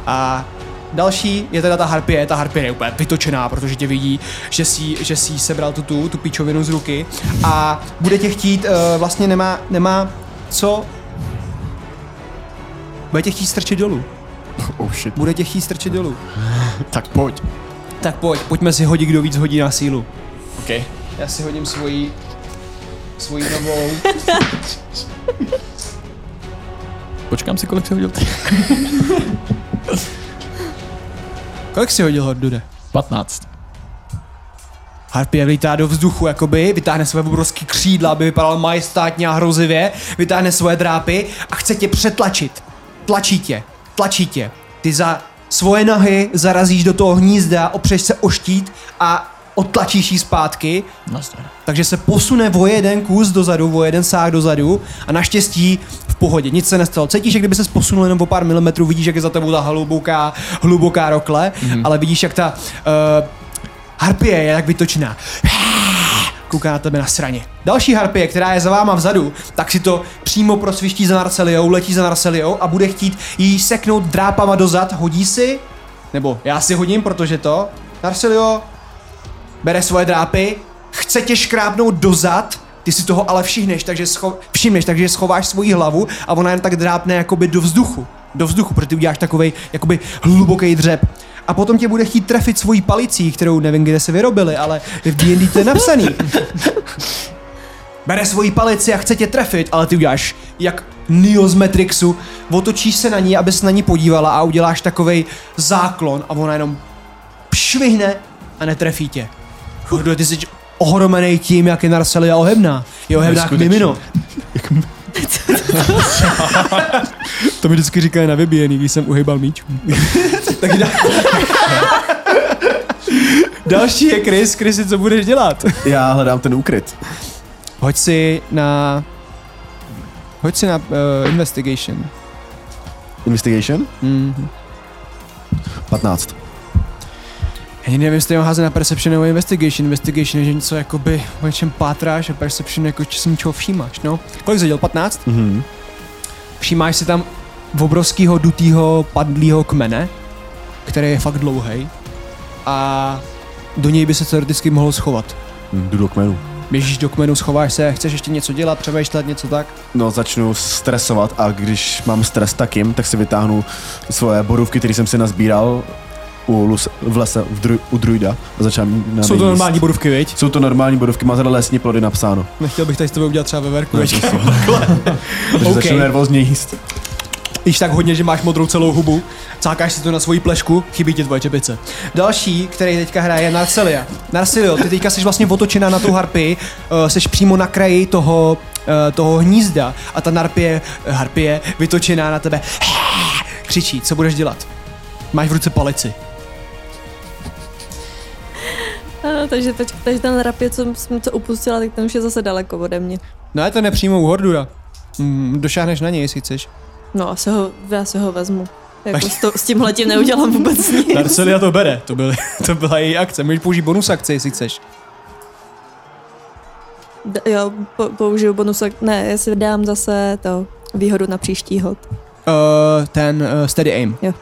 Speaker 1: A další je teda ta harpie, ta harpie je úplně vytočená, protože tě vidí, že si že si sebral tu, tu, tu píčovinu z ruky a bude tě chtít, eh, vlastně nemá, nemá co, bude tě chtít strčit dolů,
Speaker 2: Oh shit.
Speaker 1: bude tě chtít strčit dolů.
Speaker 2: Tak pojď.
Speaker 1: Tak pojď, pojďme si hodit, kdo víc hodí na sílu.
Speaker 2: OK.
Speaker 1: Já si hodím svoji, svoji novou.
Speaker 2: Počkám si, kolik jsi hodil ty.
Speaker 1: Kolik si hodil Hordude?
Speaker 2: 15.
Speaker 1: Harpie vlítá do vzduchu, jakoby, vytáhne své obrovské křídla, aby vypadal majestátně a hrozivě, vytáhne svoje drápy a chce tě přetlačit. Tlačí tě, tlačí tě. Ty za svoje nohy zarazíš do toho hnízda, opřeš se o štít a odtlačíš jí zpátky,
Speaker 2: Nazdar.
Speaker 1: takže se posune o jeden kus dozadu, o jeden sáh dozadu a naštěstí v pohodě, nic se nestalo. Cítíš, jak kdyby se posunul jenom o pár milimetrů, vidíš, jak je za tebou ta hluboká, hluboká rokle, mm-hmm. ale vidíš, jak ta uh, harpie je tak vytočená. Kouká na tebe na straně. Další harpie, která je za váma vzadu, tak si to přímo prosviští za Narceliou, letí za Narceliou a bude chtít jí seknout drápama dozad, hodí si, nebo já si hodím, protože to. Narcelio bere svoje drápy, chce tě škrábnout dozad, ty si toho ale všimneš, takže, scho- všimneš, takže schováš svoji hlavu a ona jen tak drápne jakoby do vzduchu. Do vzduchu, protože ty uděláš takovej jakoby hluboký dřep. A potom tě bude chtít trefit svojí palicí, kterou nevím, kde se vyrobili, ale v D&D to je napsaný. Bere svoji palici a chce tě trefit, ale ty uděláš jak Neo z Matrixu, otočíš se na ní, abys na ní podívala a uděláš takovej záklon a ona jenom švihne a netrefí tě. Hordo, ty jsi ohromený tím, jak je Narcelia ohebná. Je ohebná jak
Speaker 2: Neskutečný.
Speaker 1: mimino. to mi vždycky říkají na vybíjený, když jsem uhybal míč. tak dá... Další je Chris. Chrisi, co budeš dělat?
Speaker 4: Já hledám ten úkryt.
Speaker 1: Hoď si na... Hoď si na uh, investigation.
Speaker 4: Investigation?
Speaker 1: Mm-hmm.
Speaker 4: 15.
Speaker 1: Ani nevím, jestli mám házet na perception nebo investigation. Investigation je, že něco jakoby o něčem pátráš a perception jako že si něčeho všímáš, no. Kolik jsi dělal? 15?
Speaker 4: Mhm.
Speaker 1: Všímáš si tam obrovského dutýho padlýho kmene, který je fakt dlouhý a do něj by se teoreticky mohlo schovat.
Speaker 4: Mm, Jdu do kmenu.
Speaker 1: Běžíš do kmenu, schováš se, chceš ještě něco dělat, přemýšlet, něco tak.
Speaker 4: No, začnu stresovat a když mám stres takým, tak si vytáhnu svoje borůvky, které jsem si nazbíral u lus, v lese v dru, u druida a začám na jíst.
Speaker 1: borůvky, viď?
Speaker 4: Jsou to normální borůvky, má zada lesní plody napsáno.
Speaker 1: Nechtěl bych tady s tebou udělat třeba veverku,
Speaker 4: No,
Speaker 1: viď?
Speaker 4: to jsou- Takže
Speaker 1: OK.
Speaker 4: začnu nervózně jíst.
Speaker 1: Když tak hodně, že máš modrou celou hubu, cákáš si to na svoji plešku, chybí ti tvoje čepice. Další, který teďka hraje, je Narcelia. Narcelio, ty teďka jsi vlastně otočená na tu harpy, eh, jsi přímo na kraji toho, eh, toho hnízda a ta narpie, eh, harpie vytočená na tebe křičí, co budeš dělat? Máš v ruce palici.
Speaker 3: Ano, takže, teď, takže ten rap je, co jsem co upustila, tak ten už je zase daleko ode mě.
Speaker 1: No je to nepřímo u Hordura. Mm, došáhneš na něj, jestli chceš.
Speaker 3: No, já se ho, já se ho vezmu. Jako s, to, s tímhletím neudělám vůbec nic.
Speaker 1: Narcelia to bere, to, byl, to byla její akce. Můžeš použít bonus akci, jestli chceš.
Speaker 3: D- jo, po, použiju bonus, ak- ne, já si dám zase to výhodu na příští hod.
Speaker 1: Uh, ten uh, steady aim.
Speaker 3: Jo.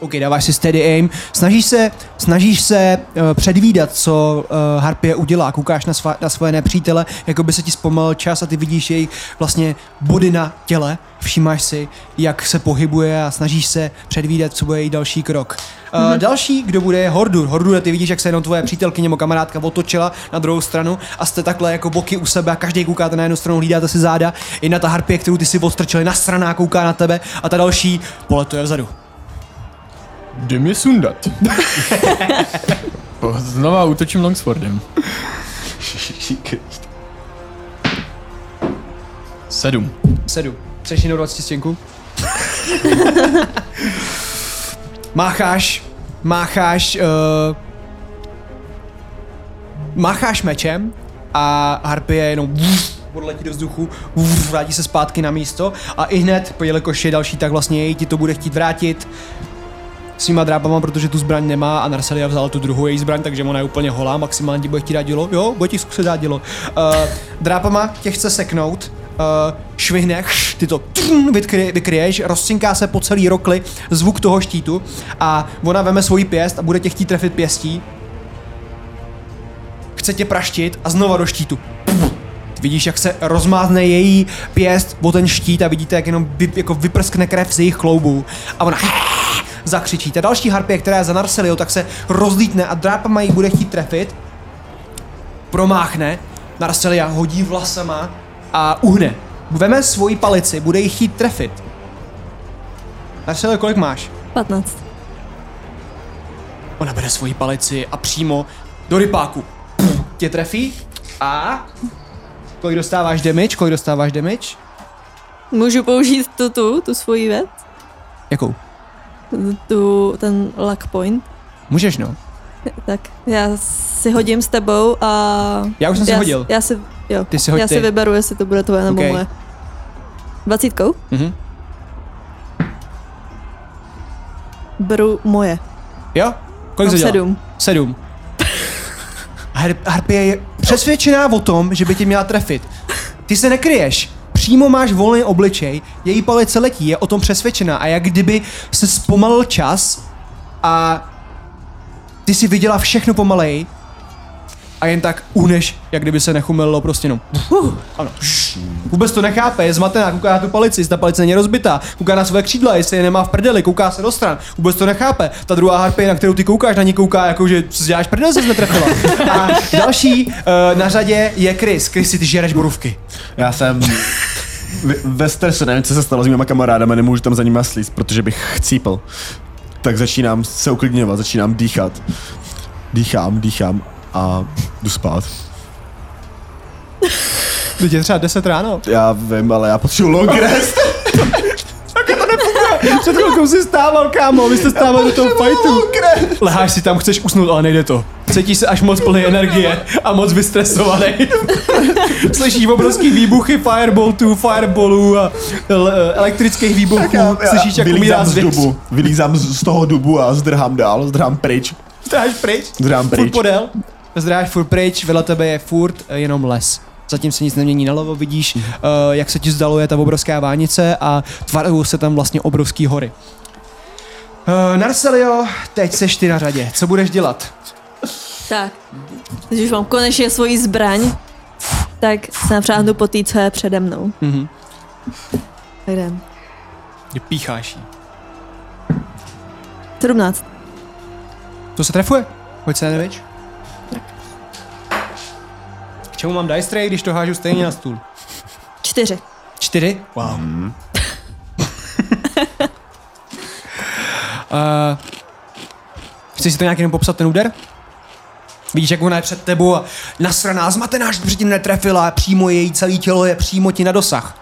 Speaker 1: OK, dáváš si steady aim. Snažíš se, snažíš se uh, předvídat, co uh, Harpie udělá. Koukáš na, svá, na svoje nepřítele, jako by se ti zpomalil čas a ty vidíš její vlastně body na těle. Všímáš si, jak se pohybuje a snažíš se předvídat, co bude její další krok. Uh, mm-hmm. Další, kdo bude, je Hordur. Hordur, ty vidíš, jak se jenom tvoje přítelkyně nebo kamarádka otočila na druhou stranu a jste takhle jako boky u sebe a každý koukáte na jednu stranu, hlídáte si záda. Jedna ta harpie, kterou ty si odstrčili na straná, kouká na tebe a ta další poletuje vzadu.
Speaker 2: Jde mě sundat. Znova útočím Longswordem. Sedm.
Speaker 1: Sedu. Chceš jinou dvací stěnku? mácháš, mácháš, uh, mácháš mečem a harpie jenom odletí do vzduchu, vuf, vrátí se zpátky na místo a i hned, jelikož je další, tak vlastně jej ti to bude chtít vrátit svýma drábama, protože tu zbraň nemá a Narselia vzala tu druhou její zbraň, takže ona je úplně holá, maximálně ti bude chtít dát dílo. Jo, bude ti zkusit dát dílo. Uh, drábama tě chce seknout, uh, švihne, chš, ty to tchn, vykry, vykryješ, rozcinká se po celý rokli zvuk toho štítu a ona veme svoji pěst a bude tě chtít trefit pěstí. Chce tě praštit a znova do štítu. Vidíš, jak se rozmázne její pěst o ten štít a vidíte, jak jenom vy, jako vyprskne krev z jejich kloubů. A ona zakřičí. Ta další harpie, která je za Narsilio, tak se rozlítne a drápama ji bude chtít trefit. Promáchne, Narsilia hodí vlasama a uhne. Veme svoji palici, bude ji chtít trefit. Narsilio, kolik máš?
Speaker 3: 15.
Speaker 1: Ona bere svoji palici a přímo do rypáku. Pum, Tě trefí a... Kolik dostáváš damage? Kolik dostáváš damage?
Speaker 3: Můžu použít tu, tu, tu svoji věc?
Speaker 1: Jakou?
Speaker 3: Tu, ten luck point?
Speaker 1: Můžeš no.
Speaker 3: Tak, já si hodím s tebou a...
Speaker 1: Já už jsem si
Speaker 3: já,
Speaker 1: hodil.
Speaker 3: Já si, jo,
Speaker 1: Ty si hoď
Speaker 3: já
Speaker 1: ty.
Speaker 3: si vyberu, jestli to bude tvoje nebo
Speaker 1: Okej.
Speaker 3: moje. Dvacítkou?
Speaker 1: Mhm.
Speaker 3: Beru moje.
Speaker 1: Jo? Kolik
Speaker 3: Mám
Speaker 1: jsi udělal?
Speaker 3: sedm.
Speaker 1: Sedm. Har- Harpie je přesvědčená o tom, že by tě měla trefit. Ty se nekryješ. Přímo máš volný obličej, její palice letí, je o tom přesvědčená a jak kdyby se zpomalil čas a ty si viděla všechno pomalej a jen tak uneš, jak kdyby se nechumelilo prostě jenom. Uh, ano. Vůbec to nechápe, je zmatená, kouká na tu palici, jestli ta palice není rozbitá, kouká na své křídla, jestli je nemá v prdeli, kouká se do stran, vůbec to nechápe. Ta druhá harpie, na kterou ty koukáš, na ní kouká, jako že co si děláš prdel, se netrefila. A další uh, na řadě je Chris. Chris, si ty žereš borůvky.
Speaker 4: Já jsem v- ve stresu, nevím, co se stalo s mýma kamarádama, nemůžu tam za nima slíst, protože bych chcípl. Tak začínám se uklidňovat, začínám dýchat. Dýchám, dýchám a jdu spát.
Speaker 1: Teď je třeba 10 ráno.
Speaker 4: Já vím, ale já potřebuji long rest.
Speaker 1: Před chvilkou si stával, kámo, vy jste stával do toho fightu. Leháš si tam, chceš usnout, ale nejde to. Cítíš se až moc plný energie a moc vystresovaný. Slyšíš obrovský výbuchy fireboltů, fireballů a le- elektrických výbuchů.
Speaker 4: Já,
Speaker 1: Slyšíš, jak umírá
Speaker 4: vylízám z
Speaker 1: zvěř.
Speaker 4: dubu, vylízám z, z toho dubu a zdrhám dál, zdrhám pryč.
Speaker 1: Zdráš pryč?
Speaker 4: Zdrhám
Speaker 1: Furt
Speaker 4: pryč.
Speaker 1: podél. Zdráš furt pryč, vedle tebe je furt eh, jenom les. Zatím se nic nemění na levo, vidíš, uh, jak se ti zdaluje ta obrovská vánice a tvarou se tam vlastně obrovský hory. Uh, Narcelio, teď seš ty na řadě. Co budeš dělat?
Speaker 3: Tak, když už mám konečně svoji zbraň, tak se napřáhnu po té, co je přede mnou.
Speaker 1: Mhm.
Speaker 3: Tak jdem.
Speaker 1: Pícháš jí.
Speaker 3: 17.
Speaker 1: To se trefuje? Hoď se damage. K čemu mám dice tray, když to hážu stejně na stůl?
Speaker 3: 4.
Speaker 1: Čtyři? Wow. Mm. uh, chceš si to nějak jenom popsat ten úder? Vidíš, jak ona je před tebou a nasraná, zmatená, že předtím netrefila, přímo její celé tělo je přímo ti na dosah.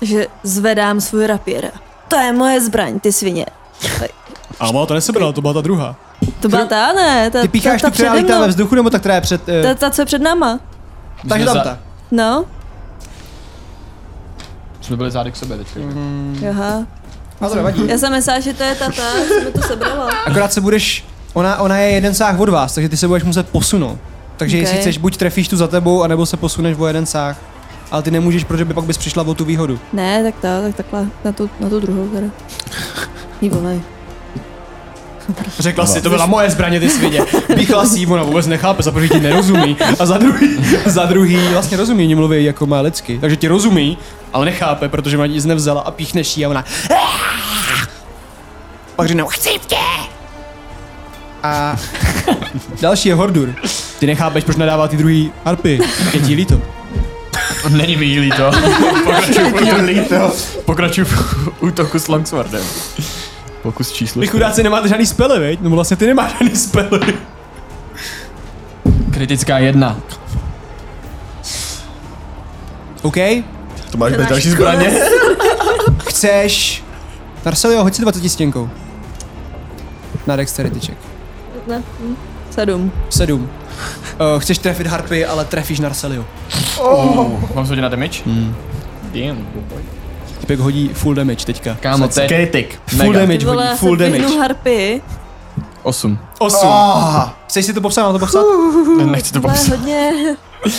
Speaker 3: Že zvedám svůj rapír. To je moje zbraň, ty svině.
Speaker 1: A má to nesebrala, to byla ta druhá.
Speaker 3: To byla ta, ne? Ta,
Speaker 1: Ty pícháš tu,
Speaker 3: ta, ta
Speaker 1: která
Speaker 3: přede
Speaker 1: lítá
Speaker 3: mnou.
Speaker 1: ve vzduchu, nebo ta, která je před... Uh,
Speaker 3: Ta, ta, co je před náma.
Speaker 1: takže tam
Speaker 2: Za-
Speaker 1: ta.
Speaker 3: No,
Speaker 2: Jsme byli zády k sobě teďka. Mm.
Speaker 1: Mhm.
Speaker 3: Aha. No,
Speaker 1: A to nevadí.
Speaker 3: Já jsem myslela, že to je tata, já jsem mi to sebrala.
Speaker 1: Mhm. Akorát se budeš... Ona, ona je jeden sáh od vás, takže ty se budeš muset posunout. Takže okay. jestli
Speaker 3: Ok.
Speaker 1: chceš, buď trefíš tu za tebou, anebo se posuneš o jeden sáh. Ale ty nemůžeš, protože by pak bys přišla o tu výhodu.
Speaker 3: Ne, tak to, tak takhle, na tu, na tu druhou teda. Ní volej.
Speaker 1: Řekla si, to byla moje zbraně, ty svině. Píchla si ji, ona vůbec nechápe, za první ti nerozumí. A za druhý, za druhý vlastně rozumí, oni mluví jako má lidsky. Takže ti rozumí, ale nechápe, protože má nic nevzala a píchneš jí a ona... Pak řekne, "No, chci v tě! A další je Hordur. Ty nechápeš, proč nadává ty druhý harpy. Je ti líto.
Speaker 2: Není mi jí líto.
Speaker 4: Líto.
Speaker 2: Pokračuju v útoku s Longswordem. Pokus číslo.
Speaker 1: Vy chudáci nemáte žádný spely, veď? No vlastně ty nemáš žádný spely.
Speaker 2: Kritická jedna.
Speaker 1: OK?
Speaker 4: To máš
Speaker 3: máš
Speaker 4: další
Speaker 3: kus.
Speaker 4: zbraně?
Speaker 1: Chceš... Narselio, hoď si 20 stěnkou. Na dexterity check.
Speaker 3: Ne. hm, Sedm.
Speaker 1: Sedm. Uh, chceš trefit harpy, ale trefíš Narselio.
Speaker 2: Mám se na damage? Hmm. Damn.
Speaker 1: Typek hodí full damage teďka.
Speaker 2: Kámo, to je
Speaker 4: Kritik.
Speaker 1: Full
Speaker 2: mega.
Speaker 1: damage hodí, full
Speaker 3: se
Speaker 1: damage.
Speaker 3: harpy.
Speaker 2: Osm.
Speaker 1: 8. Chceš si to popsat, mám to popsat?
Speaker 2: Nechci to
Speaker 3: To je
Speaker 2: popsat.
Speaker 3: hodně na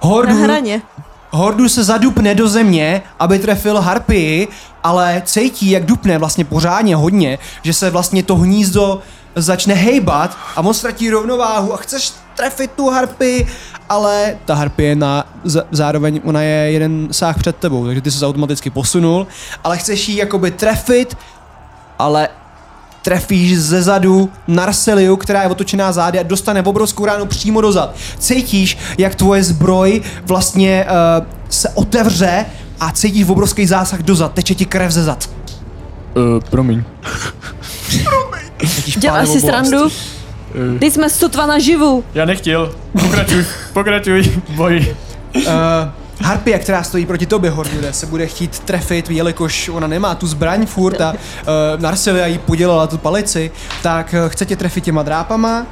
Speaker 1: Hordu,
Speaker 3: hraně.
Speaker 1: hordu se zadupne do země, aby trefil harpy, ale cítí, jak dupne vlastně pořádně hodně, že se vlastně to hnízdo začne hejbat a on ztratí rovnováhu a chceš trefit tu harpy, ale ta harpy je na, za- zároveň ona je jeden sáh před tebou, takže ty se automaticky posunul, ale chceš ji jakoby trefit, ale trefíš ze zadu Narseliu, která je otočená zády a dostane obrovskou ránu přímo do zad. Cítíš, jak tvoje zbroj vlastně uh, se otevře a cítíš obrovský zásah do zad. Teče ti krev ze zad.
Speaker 2: Uh, promiň.
Speaker 1: Cítíš
Speaker 3: Děláš
Speaker 1: pálivou
Speaker 3: si
Speaker 1: bolest.
Speaker 3: srandu? Teď jsme sotva naživu.
Speaker 2: Já nechtěl. Pokračuj, pokračuj, boj.
Speaker 1: Uh, Harpie, která stojí proti tobě, Hornude, se bude chtít trefit, jelikož ona nemá tu zbraň furt a uh, Narsilia jí podělala tu palici, tak uh, chce tě trefit těma drápama.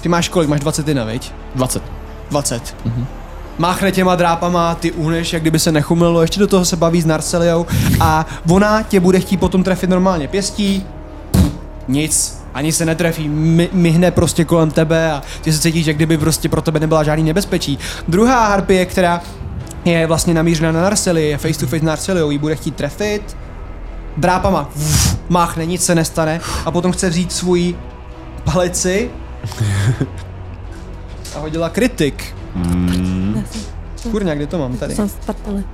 Speaker 1: Ty máš kolik? Máš 21, viď?
Speaker 2: 20.
Speaker 1: 20. Mm-hmm. Máchne těma drápama, ty uhneš, jak kdyby se nechumlilo, ještě do toho se baví s Narceliou a ona tě bude chtít potom trefit normálně pěstí. Nic, ani se netrefí, My, myhne prostě kolem tebe a ty se cítíš, jak kdyby prostě pro tebe nebyla žádný nebezpečí. Druhá harpie, která je vlastně namířena na Narceli, je face to face s Narceliou, ji bude chtít trefit. Drápama Vf, máchne, nic se nestane a potom chce vzít svůj palici a hodila kritik. Kurňa, kde to mám tady?
Speaker 3: Jsem v prdeli.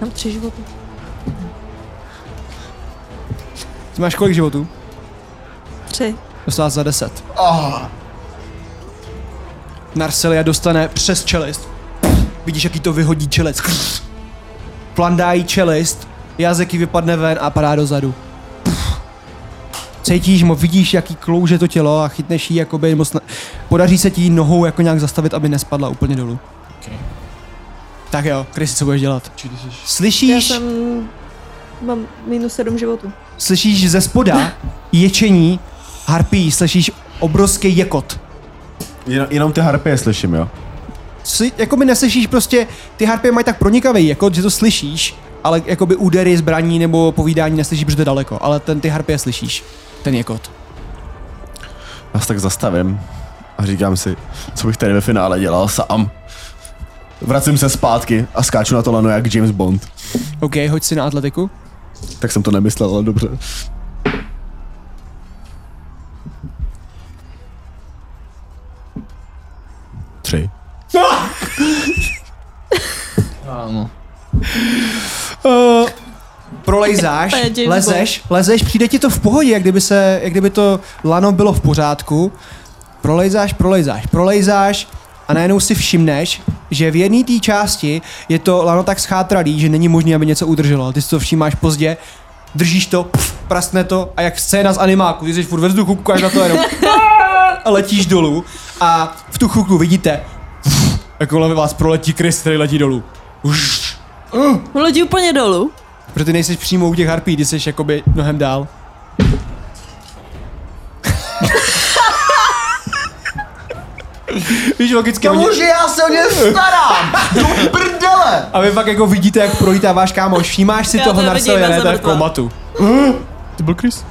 Speaker 3: Mám tři životy.
Speaker 1: Ty máš kolik životů?
Speaker 3: Tři.
Speaker 1: Dostala za 10. Oh. Narcelia dostane přes čelist. Vidíš, jaký to vyhodí čelist. Plandá jí čelist, jazyk jí vypadne ven a padá dozadu. Cítíš mu, vidíš, jaký klouže to tělo a chytneš jí jakoby, moc na... podaří se ti jí nohou jako nějak zastavit, aby nespadla úplně dolů.
Speaker 2: Okay.
Speaker 1: Tak jo, Krysy, co budeš dělat?
Speaker 2: Či ty jsi...
Speaker 3: Já
Speaker 1: Slyšíš?
Speaker 3: jsem... Mám minus sedm životů.
Speaker 1: slyšíš ze spoda ječení harpí, slyšíš obrovský jekot.
Speaker 4: Jen, jenom ty harpy slyším, jo?
Speaker 1: Sly, jakoby neslyšíš prostě, ty harpy mají tak pronikavý jekot, že to slyšíš, ale jakoby údery, zbraní nebo povídání neslyšíš, protože to je daleko, ale ten ty harpy slyšíš, ten jekot.
Speaker 4: Já se tak zastavím a říkám si, co bych tady ve finále dělal sám. Vracím se zpátky a skáču na to lano jak James Bond.
Speaker 1: OK, hoď si na atletiku.
Speaker 4: Tak jsem to nemyslel, ale dobře. Tři.
Speaker 2: Ano.
Speaker 1: Uh, prolejzáš,
Speaker 3: To je James Bond.
Speaker 1: lezeš, lezeš, přijde ti to v pohodě, jak kdyby, se, jak kdyby to lano bylo v pořádku. Prolejzáš, prolejzáš, prolejzáš a najednou si všimneš, že v jedné té části je to lano tak schátralý, že není možné, aby něco udrželo. Ty si to všímáš pozdě, držíš to, pf, prasne to a jak scéna z animáku, ty jsi furt ve vzduchu, koukáš na to a jenom a letíš dolů a v tu chvilku vidíte, pf, jak kolem vás proletí Chris, který letí dolů. Už,
Speaker 3: Lodi úplně dolů.
Speaker 1: Protože ty nejsi přímo u těch harpí, ty jsi jakoby mnohem dál. Víš, logicky oni...
Speaker 5: Bože, já se o ně starám! Do prdele!
Speaker 1: A vy pak jako vidíte, jak prolítá váš kámoš. Všímáš si
Speaker 3: Já
Speaker 1: toho
Speaker 3: to
Speaker 1: na
Speaker 3: vidím, já
Speaker 1: ne,
Speaker 3: jsem
Speaker 1: to je v
Speaker 3: mrtvá.
Speaker 1: komatu.
Speaker 2: Ty byl Chris?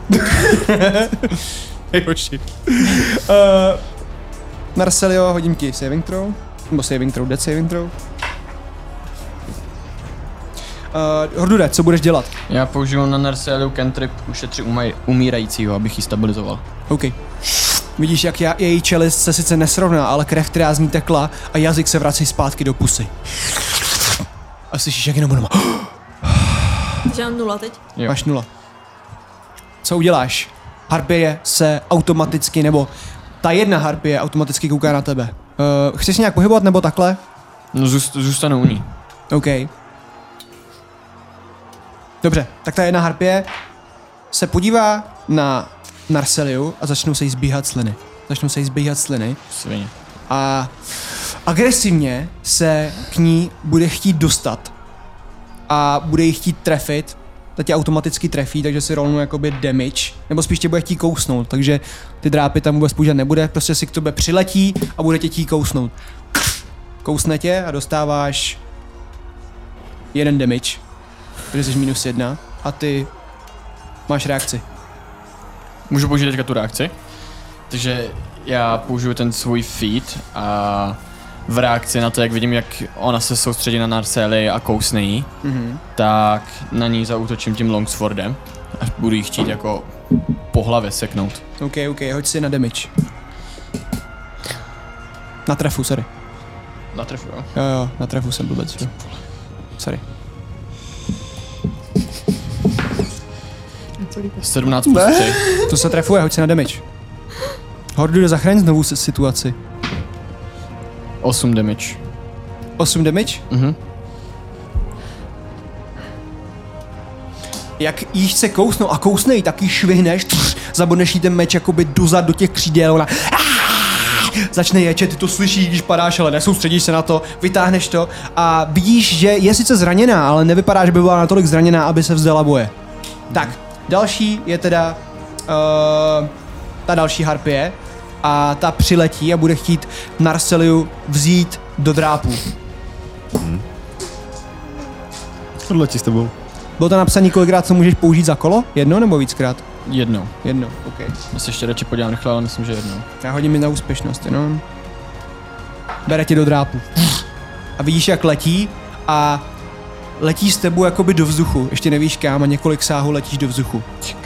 Speaker 1: Hej, hoši. Uh, Marcelio, hodím ti saving throw. Nebo saving throw, dead saving throw. Uh, Hordude, co budeš dělat?
Speaker 2: Já použiju na Narcialu cantrip ušetři umaj, umírajícího, abych ji stabilizoval.
Speaker 1: OK. Vidíš, jak já, její čelist se sice nesrovná, ale krev, která z ní tekla a jazyk se vrací zpátky do pusy. A slyšíš, jak jenom ona má.
Speaker 3: Že mám nula teď.
Speaker 2: Jo.
Speaker 1: Máš nula. Co uděláš? Harpie se automaticky, nebo ta jedna harpie automaticky kouká na tebe. Uh, chceš se nějak pohybovat, nebo takhle?
Speaker 2: No zůst, zůstanu u ní.
Speaker 1: OK. Dobře, tak ta jedna harpie se podívá na Narseliu a začnou se jí zbíhat sliny. začnou se jí zbíhat sliny
Speaker 2: Svině.
Speaker 1: a agresivně se k ní bude chtít dostat a bude ji chtít trefit, ta tě automaticky trefí, takže si rolnu jakoby damage, nebo spíš tě bude chtít kousnout, takže ty drápy tam vůbec použít nebude, prostě si k tobě přiletí a bude tě chtít kousnout. Kousne tě a dostáváš jeden damage, protože jsi minus jedna a ty máš reakci.
Speaker 2: Můžu použít teďka tu reakci. Takže já použiju ten svůj feed a v reakci na to, jak vidím, jak ona se soustředí na Narceli a kousne jí,
Speaker 1: Mhm.
Speaker 2: tak na ní zaútočím tím Longswordem a budu jí chtít jako po hlavě seknout.
Speaker 1: OK, OK, hoď si na damage. Na trefu, sorry.
Speaker 2: Natrefu, jo?
Speaker 1: Jo, jo, na trefu jsem blbec, jo. Sorry.
Speaker 2: 17 plus 3.
Speaker 1: To se trefuje, hoď se na damage. Hordu, zachraň znovu si- situaci.
Speaker 2: 8 damage.
Speaker 1: 8 damage?
Speaker 2: Mhm.
Speaker 1: Jak jí chce kousnout a kousne jí, tak jí švihneš, tř, zabodneš jí ten meč jakoby dozad do těch křídel, ona "Ah!" začne ječet, ty to slyšíš, když padáš, ale nesoustředíš se na to, vytáhneš to a vidíš, že je sice zraněná, ale nevypadá, že by byla natolik zraněná, aby se vzdala boje. Tak, další je teda uh, ta další harpie a ta přiletí a bude chtít Narceliu vzít do drápu.
Speaker 4: Odletí s tebou.
Speaker 1: Bylo to napsané kolikrát, co můžeš použít za kolo? Jedno nebo víckrát?
Speaker 2: Jednou.
Speaker 1: Jedno, OK.
Speaker 2: Já se ještě radši podívám rychle, ale myslím, že jednou.
Speaker 1: Já hodím mi na úspěšnost, jenom. Bere tě do drápu. A vidíš, jak letí a letí s tebou jakoby do vzduchu. Ještě nevíš kam a několik sáhů letíš do vzduchu.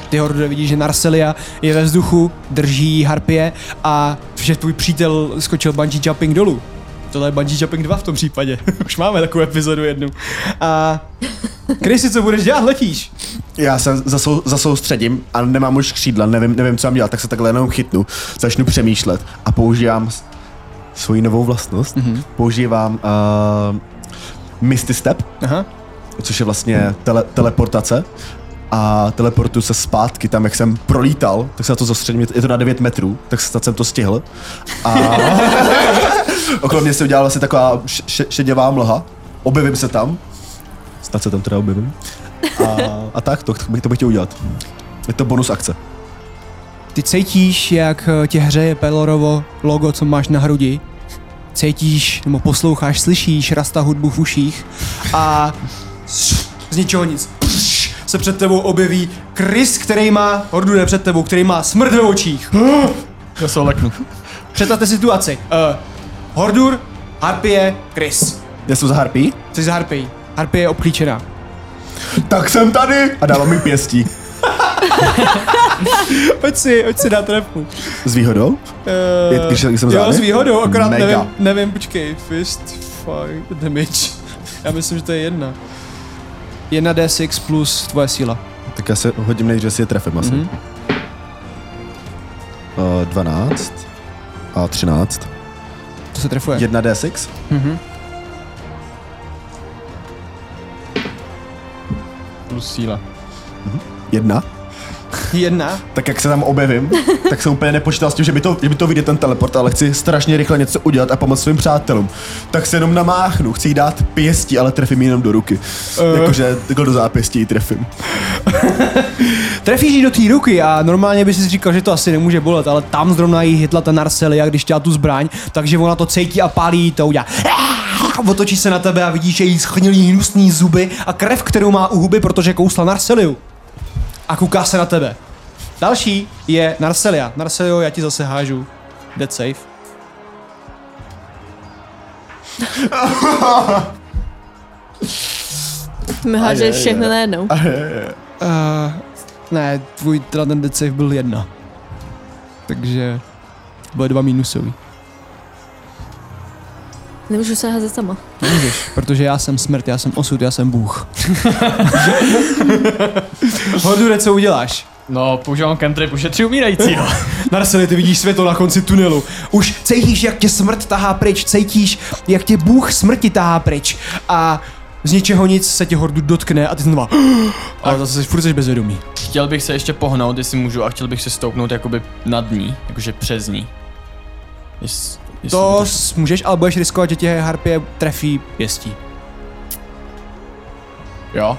Speaker 1: Ty hordo vidíš, že Narselia je ve vzduchu, drží jí harpie a že tvůj přítel skočil bungee jumping dolů. Tohle je bungee jumping 2 v tom případě. Už máme takovou epizodu jednu. A Krysy, co budeš dělat? Letíš.
Speaker 4: Já se zasou, zasoustředím a nemám už křídla, nevím, nevím, co mám dělat, tak se takhle jenom chytnu, začnu přemýšlet a používám s- svoji novou vlastnost. Mm-hmm. Používám uh, Misty Step,
Speaker 1: Aha.
Speaker 4: což je vlastně tele, teleportace a teleportu se zpátky tam, jak jsem prolítal, tak se na to zostředím, je to- je to na 9 metrů, tak snad jsem to stihl. A okolo mě se udělala vlastně taková š- š- šedivá mlha, objevím se tam, snad se tam teda objevím. A, a tak, to, to, bych, to bych chtěl udělat. Je to bonus akce.
Speaker 1: Ty cítíš, jak eh, tě hřeje Pelorovo logo, co máš na hrudi. Cítíš, nebo posloucháš, slyšíš rasta hudbu v uších a s- z ničeho nic pš, se před tebou objeví Chris, který má, hordu jde před tebou, který má smrt ve očích.
Speaker 2: Já se oleknu.
Speaker 1: Představte situaci. Uh, Hordur, Harpie, Chris.
Speaker 4: Já jsem za harpí?
Speaker 1: Jsi za Harpie. Harpie je obklíčená.
Speaker 4: Tak jsem tady! A dávám mi pěstí.
Speaker 1: Pojď si, pojď si na trefu.
Speaker 4: S výhodou?
Speaker 1: Eh,
Speaker 4: Je- když jsem- když jsem
Speaker 1: jo,
Speaker 4: zády?
Speaker 1: s výhodou, akorát
Speaker 4: Mega.
Speaker 1: nevím, nevím, počkej, fist, fuck, damage. Já myslím, že to je jedna. Jedna D6 plus tvoje síla.
Speaker 4: Tak já se hodím nejdřív, si je trefím asi.
Speaker 1: Mhm.
Speaker 4: Mm-hmm. Uh, 12 a 13.
Speaker 1: To se trefuje.
Speaker 4: 1d6?
Speaker 1: Mhm.
Speaker 2: Plus síla.
Speaker 4: Jedna.
Speaker 1: Jedna.
Speaker 4: Tak jak se tam objevím, tak jsem úplně nepočítal s tím, že mi to, že mi to vyjde ten teleport, ale chci strašně rychle něco udělat a pomoct svým přátelům. Tak se jenom namáchnu, chci jí dát pěstí, ale trefím jí jenom do ruky. Uh. Jakože takhle do zápěstí ji trefím.
Speaker 1: Trefíš jí do té ruky a normálně bys si říkal, že to asi nemůže bolet, ale tam zrovna jí hitla ta Narselia, když chtěla tu zbraň, takže ona to cítí a pálí jí to udělá. Ah, Otočí se na tebe a vidíš, že jí schnilý hnusný zuby a krev, kterou má u huby, protože kousla Narseliu. A kouká se na tebe. Další je Narselia. Narselio, já ti zase hážu. Dead safe.
Speaker 3: Mi háže všechno najednou.
Speaker 1: Uh, ne, tvůj teda ten dead save byl jedna. Takže bude dva minusový.
Speaker 3: Nemůžu se házet sama.
Speaker 1: Nemůžeš, protože já jsem smrt, já jsem osud, já jsem Bůh. Hodure, co uděláš?
Speaker 2: No, používám cantrip, ušetří umírajícího.
Speaker 1: Narseli, ty vidíš světlo na konci tunelu. Už cítíš, jak tě smrt tahá pryč, cítíš, jak tě Bůh smrti tahá pryč. A z ničeho nic se tě hordu dotkne a ty znova... Ale zase jsi- furt jsi bezvědomý.
Speaker 2: Chtěl bych se ještě pohnout, jestli můžu, a chtěl bych se stoupnout jakoby nad ní, jakože přes ní. Jest, jest
Speaker 1: To s- můžeš, ale budeš riskovat, že tě harpie trefí pěstí.
Speaker 2: Jo.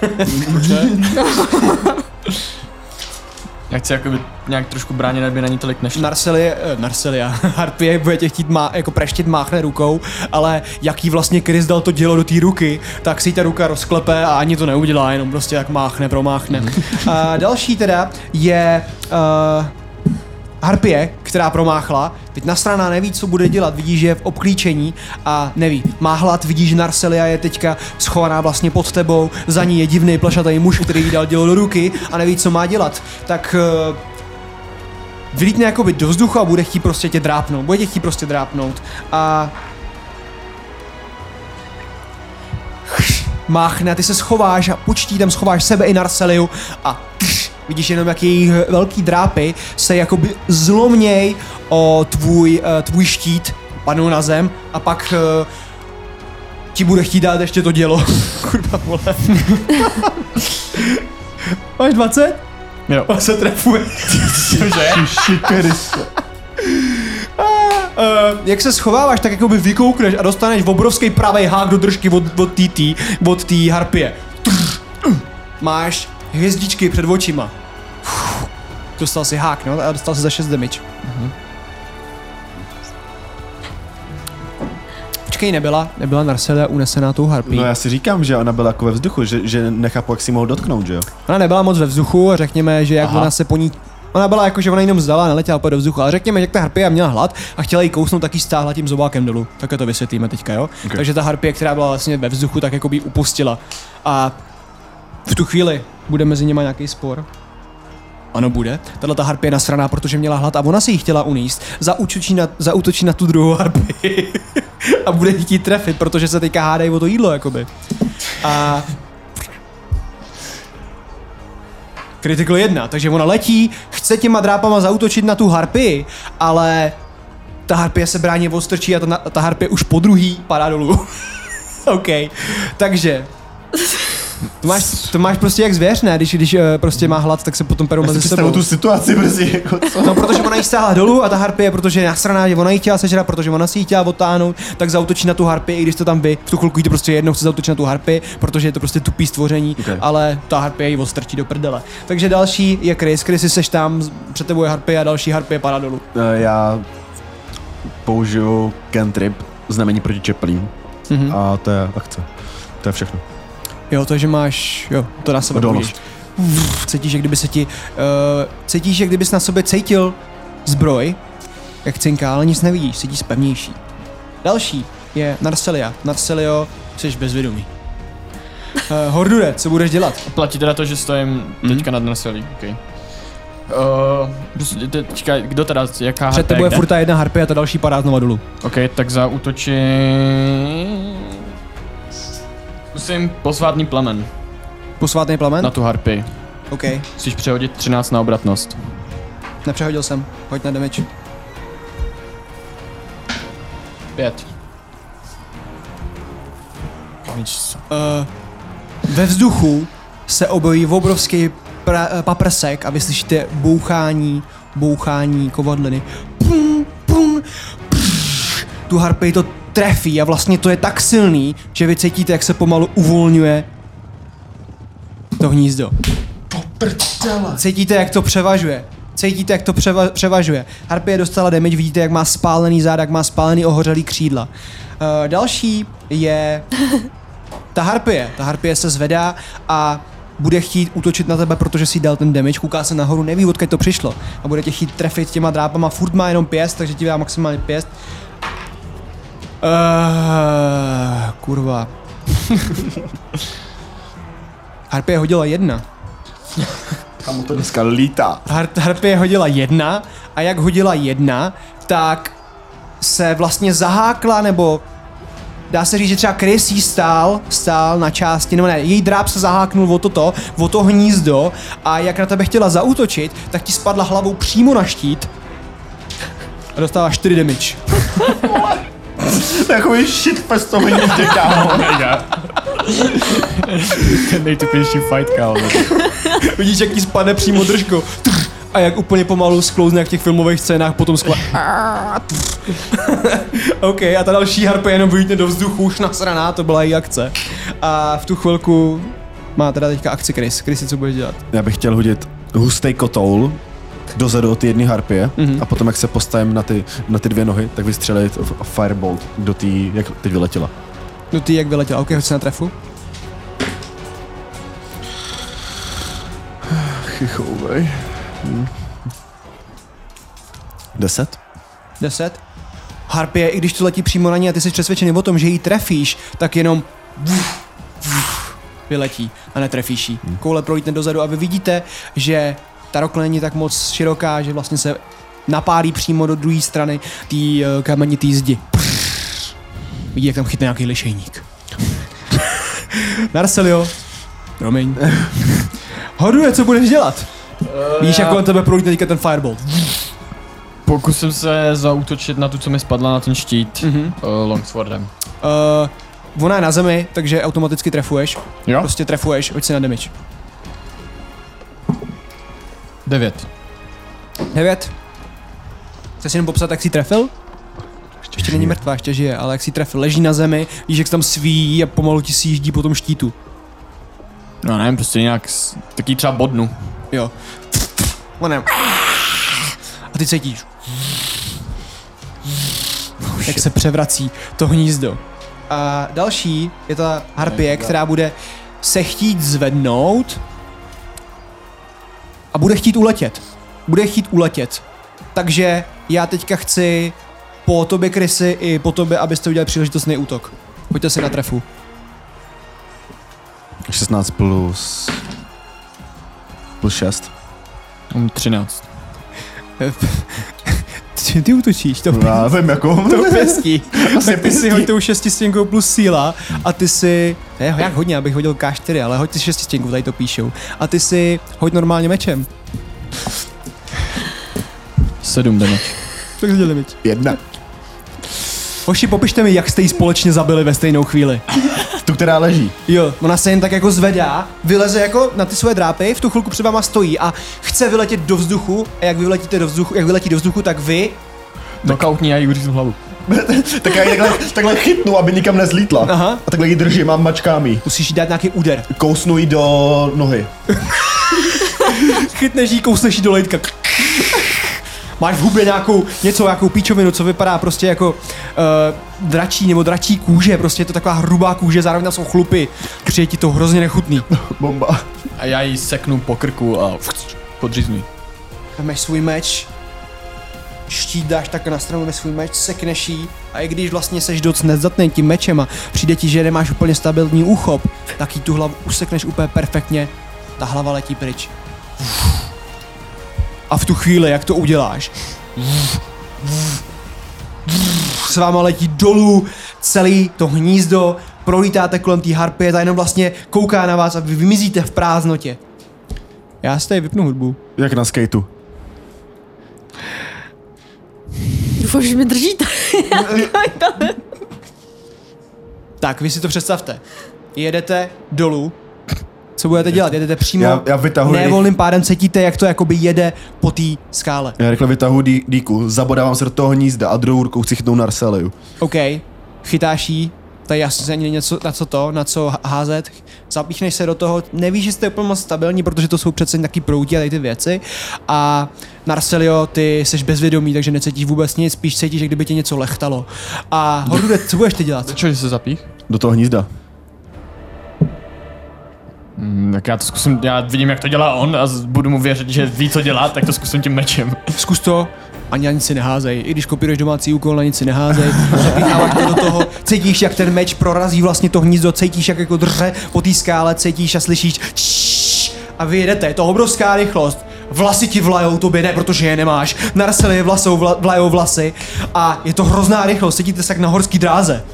Speaker 2: Já chci jakoby nějak trošku bránit, aby na ní tolik nešlo.
Speaker 1: Narselie, eh, Narselia, harpie bude tě chtít má, jako preštit, máchne rukou, ale jaký vlastně Chris dal to dělo do té ruky, tak si ta ruka rozklepe a ani to neudělá, jenom prostě tak máchne, promáchne. A další teda je uh, harpie, která promáchla, teď nasraná neví, co bude dělat, vidí, že je v obklíčení a neví. Má hlad, vidí, že Narselia je teďka schovaná vlastně pod tebou, za ní je divný plašatý muž, který jí dal dělo do ruky a neví, co má dělat. Tak eh, vylítne jakoby do vzduchu a bude chtít prostě tě drápnout. Bude tě chtít prostě drápnout. A... Máchne a ty se schováš a počtí tam schováš sebe i Narseliu a kš, vidíš jenom, jak její velký drápy se jakoby zlomněj o tvůj, eh, tvůj štít, padnou na zem a pak eh, ti bude chtít dát ještě to dělo. Kurva vole. Máš 20?
Speaker 2: Jo.
Speaker 1: A se trefuje. Uh, jak se schováváš, tak jakoby vykoukneš a dostaneš obrovský pravý hák do držky od, od TT, od té harpie. Trr. Máš hvězdičky před očima. Fuh. Dostal si hák, no, a dostal si za 6 damage. Mhm. Počkej, nebyla, nebyla Narselia unesená tou harpí.
Speaker 4: No já si říkám, že ona byla jako ve vzduchu, že, že nechápu, jak si ji mohl dotknout, že jo?
Speaker 1: Ona nebyla moc ve vzduchu, řekněme, že jak Aha.
Speaker 2: Aha.
Speaker 1: ona se po ní Ona byla jako, že ona jenom vzdala, neletěla úplně do vzduchu, ale řekněme, že ta harpie měla hlad a chtěla jí kousnout, tak jí stáhla tím zobákem dolů. Takhle to vysvětlíme teďka, jo? Okay. Takže ta harpie, která byla vlastně ve vzduchu, tak jako by ji upustila. A v tu chvíli bude mezi nimi nějaký spor. Ano, bude. Tahle ta harpie je nasraná, protože měla hlad a ona si ji chtěla uníst. Zaučučí na, zautočí na tu druhou harpii a bude ji chtít trefit, protože se teďka hádají o to jídlo, jakoby. A Critical 1, takže ona letí, chce těma drápama zautočit na tu harpy, ale ta harpie se bráně odstrčí a ta, na- ta harpie už po druhý padá dolů. OK, takže... To máš, to máš prostě jak zvěř, ne? Když, když eh, prostě má hlad, tak se potom perou mezi sebou.
Speaker 4: situaci prostě, jako co?
Speaker 1: No, protože ona jí stáhla dolů a ta harpie, protože je nasraná, že ona jí chtěla sežrat, protože ona si ji chtěla otáhnout, tak zautočí na tu harpii, i když to tam vy, v tu chvilku jí to prostě jednou chce zautočit na tu harpii, protože je to prostě tupý stvoření, okay.
Speaker 4: Ok.
Speaker 1: ale ta harpie ji odstrčí do prdele. Takže další je Chris, Chris si seš tam, z- před tebou je harpie a další harpie padá dolů.
Speaker 4: Eh, Já použiju cantrip, znamení proti čeplím.
Speaker 1: Mhm.
Speaker 4: A to je akce. To je všechno.
Speaker 1: Jo, to, že máš, jo, to na sebe
Speaker 4: Odolnost.
Speaker 1: použiješ. Vf, Cítíš, že kdyby se ti, uh, cítíš, že kdybys na sobě cítil zbroj, jak cinká, ale nic nevidíš, cítíš pevnější. Další je Narselia. Narselio, jsi bezvědomý. Uh, Hordure, co budeš dělat?
Speaker 2: Platí teda to, že stojím
Speaker 1: Mhm.
Speaker 2: teďka nad Narselí, okej. Uh, prostě teďka, kdo teda, jaká
Speaker 1: Před
Speaker 2: harpie,
Speaker 1: tebou je
Speaker 2: kde?
Speaker 1: furt ta jedna harpy a ta další padá znova dolů.
Speaker 2: OK, tak zaútočí... Musím posvátný plamen
Speaker 1: Posvátný plamen?
Speaker 2: na tu harpy.
Speaker 1: OK,
Speaker 2: Musíš přehodit 13 na obratnost.
Speaker 1: nepřehodil jsem. Pojď na damage.
Speaker 2: 5. Nic.
Speaker 1: Eh, ve vzduchu se objeví obrovský pra, eh, paprsek a vy slyšíte bouchání, bouchání kovadliny. Pum, pum, pš. tu harpy to trefí a vlastně to je tak silný, že vy cítíte, jak se pomalu uvolňuje to hnízdo. Cítíte, jak to převažuje. Cítíte, jak to převa- převažuje. Harpie dostala damage, vidíte, jak má spálený záda, jak má spálený ohořelý křídla. Eh, další je ta harpie, ta harpie se zvedá a bude chtít útočit na tebe, protože si dal ten damage, kouká se nahoru, neví odkud to přišlo a bude tě chtít trefit těma drápama, furt má jenom pěst, takže ti dá maximálně pěst. Uh, kurva. harpie hodila jedna.
Speaker 4: Tam to dneska lítá.
Speaker 1: Har- harpie hodila jedna a jak hodila jedna, tak se vlastně zahákla nebo dá se říct, že třeba Chris jí stál, stál na části, nebo ne, její dráp se zaháknul o toto, o to hnízdo a jak na tebe chtěla zautočit, tak ti spadla hlavou přímo na štít a dostala 4 damage.
Speaker 4: Takový shitfest toho hnízdě, kámo.
Speaker 2: Nejtupější fight, kámo.
Speaker 1: Vidíš, jak ti spadne přímo držko. Trr. a jak úplně pomalu sklouzne jak v těch filmových scénách potom skla... OK, a ta další harpa jenom vylítne do vzduchu, už nasraná, to byla její akce. A v tu chvilku má teda teďka akci Chris. Chris, co budeš dělat?
Speaker 4: Já bych chtěl hodit hustý kotoul dozadu od té jedné harpie mm-hmm. a potom, jak se postavím na ty, na ty dvě nohy, tak vystřelit f- firebolt do té, jak teď vyletěla.
Speaker 1: No ty jak vyletěla, OK, hoď se na trefu.
Speaker 4: Chichovej. Deset?
Speaker 1: 10. Harpie, i když to letí přímo na ní a ty jsi přesvědčený o tom, že ji trefíš, tak jenom vuf, vuf, vyletí a netrefíš ji. Koule projítne dozadu a vy vidíte, že ta rokle není tak moc široká, že vlastně se napálí přímo do druhé strany té eh, kamenité zdi. Prrr. Vidí, jak tam chytne nějaký lišejník. Narcelio, promiň. Hoduje, co budeš dělat.
Speaker 2: Eh,
Speaker 1: Víš,
Speaker 2: jako-
Speaker 1: jak kolem tebe projítne teďka ten fireball.
Speaker 2: Pokusím se zautočit na tu, co mi spadla na ten štít mm-hmm. uh, Longswordem.
Speaker 1: Uh, ona je na zemi, takže automaticky trefuješ.
Speaker 2: Jo?
Speaker 1: Prostě trefuješ, hoď si na damage.
Speaker 2: Devět.
Speaker 1: 9. Chceš si jenom popsat, jak jsi trefil? Ještě není mrtvá, ještě žije, ale jak si trefil, leží na zemi, víš, jak se tam svíjí a pomalu ti sjíždí po tom štítu.
Speaker 2: No nevím, prostě nějak, s- taky třeba bodnu.
Speaker 1: Jo. Onem. A ty cítíš. Jak se převrací to hnízdo. A další je ta harpie, která bude se chtít zvednout a bude chtít uletět. Bude chtít uletět. Takže já teďka chci po tobě, Krysy, i po tobě, abyste udělali příležitostný útok. Pojďte si na trefu.
Speaker 4: 16 plus... Plus 6.
Speaker 2: Mám třináct.
Speaker 1: Ty, ty útočíš, to
Speaker 4: Já vím, jako...
Speaker 1: to pěstí. Asi ty si
Speaker 4: pěstí.
Speaker 1: hoď tou šestistěnkou plus síla a ty si, ne, jak hodně, abych hodil K4, ale hoď ty šestistěnku, tady to píšou. A ty si hoď normálně mečem.
Speaker 2: Sedm damage.
Speaker 1: Tak jsi limit.
Speaker 4: Jedna.
Speaker 1: Hoši, popište mi, jak jste ji společně zabili ve stejnou chvíli.
Speaker 4: Tu, která leží.
Speaker 1: Jo, ona se jen tak jako zvedá, vyleze jako na ty svoje drápy, v tu chvilku před váma stojí a chce vyletět do vzduchu a jak vy vyletíte do vzduchu, jak vyletí do vzduchu, tak vy
Speaker 2: Knockoutní a jí uříznu hlavu.
Speaker 4: Tak já ji takhle, takhle chytnu, aby nikam nezlítla.
Speaker 1: Aha.
Speaker 4: A takhle ji držím a mačkám jí.
Speaker 1: musíš jí dát nějaký úder.
Speaker 4: Kousnu jí do nohy.
Speaker 1: chytneš jí, kousneš jí do lejtka. Máš v hubě nějakou, něco, nějakou píčovinu, co vypadá prostě jako uh, dračí nebo dračí kůže, prostě je to taková hrubá kůže, zároveň tam jsou chlupy, přijde ti to hrozně nechutný.
Speaker 4: Bomba.
Speaker 2: A já ji seknu po krku a podříznu jí.
Speaker 1: Vemeš svůj meč, štít dáš tak na stranu, vemeš svůj meč, sekneš jí a i když vlastně seš dost nezdatný tím mečem a přijde ti, že nemáš úplně stabilní úchop, tak jí tu hlavu usekneš úplně perfektně, ta hlava letí pryč. A v tu chvíli, jak to uděláš, s váma letí dolů, celý to hnízdo, prolítáte kolem té harpy, ta jenom vlastně kouká na vás a vy vymizíte v prázdnotě. Já si tady vypnu hudbu.
Speaker 4: Jak na skateu.
Speaker 3: Doufám, že mi držíte.
Speaker 1: Tak, vy si to představte. Jedete dolů. Co budete dělat? Jedete přímo.
Speaker 4: Já- já vytahuji-
Speaker 1: Nevolným pádem cítíte, jak to jakoby jede po té skále.
Speaker 4: Já rychle vytahu dí, díku, zabodávám se do toho hnízda a druhou rukou chci chytnout Narseliu.
Speaker 1: OK, chytáš jí, tady jasně ani není něco, na co to, na co h- házet, zapíchneš se do toho, nevíš, že jste úplně moc stabilní, protože to jsou přece taky proudí a tady ty věci a Narcelio, ty jsi bezvědomý, takže necítíš vůbec nic, spíš cítíš, že kdyby tě něco lechtalo. A Hordude, co budeš ty dělat?
Speaker 2: Čože se zapích?
Speaker 4: Do toho hnízda.
Speaker 2: Mm, tak já to zkusím, já vidím, jak to dělá on a z- budu mu věřit, že ví, co dělá, tak to zkusím tím mečem.
Speaker 1: Zkus to a na nic si neházej. I když kopíruješ domácí úkol, na nic si neházej. Zapícháváš to do toho, cítíš, jak ten meč prorazí vlastně to hnízdo, cítíš, jak jako dře po té skále, cítíš a slyšíš "Čšš" a vy jedete, je to obrovská rychlost. Vlasy ti vlajou tobě, ne, protože je nemáš. Narseli je vlasou, vla, vlajou vlasy a je to hrozná rychlost, cítíte se jak na horský dráze.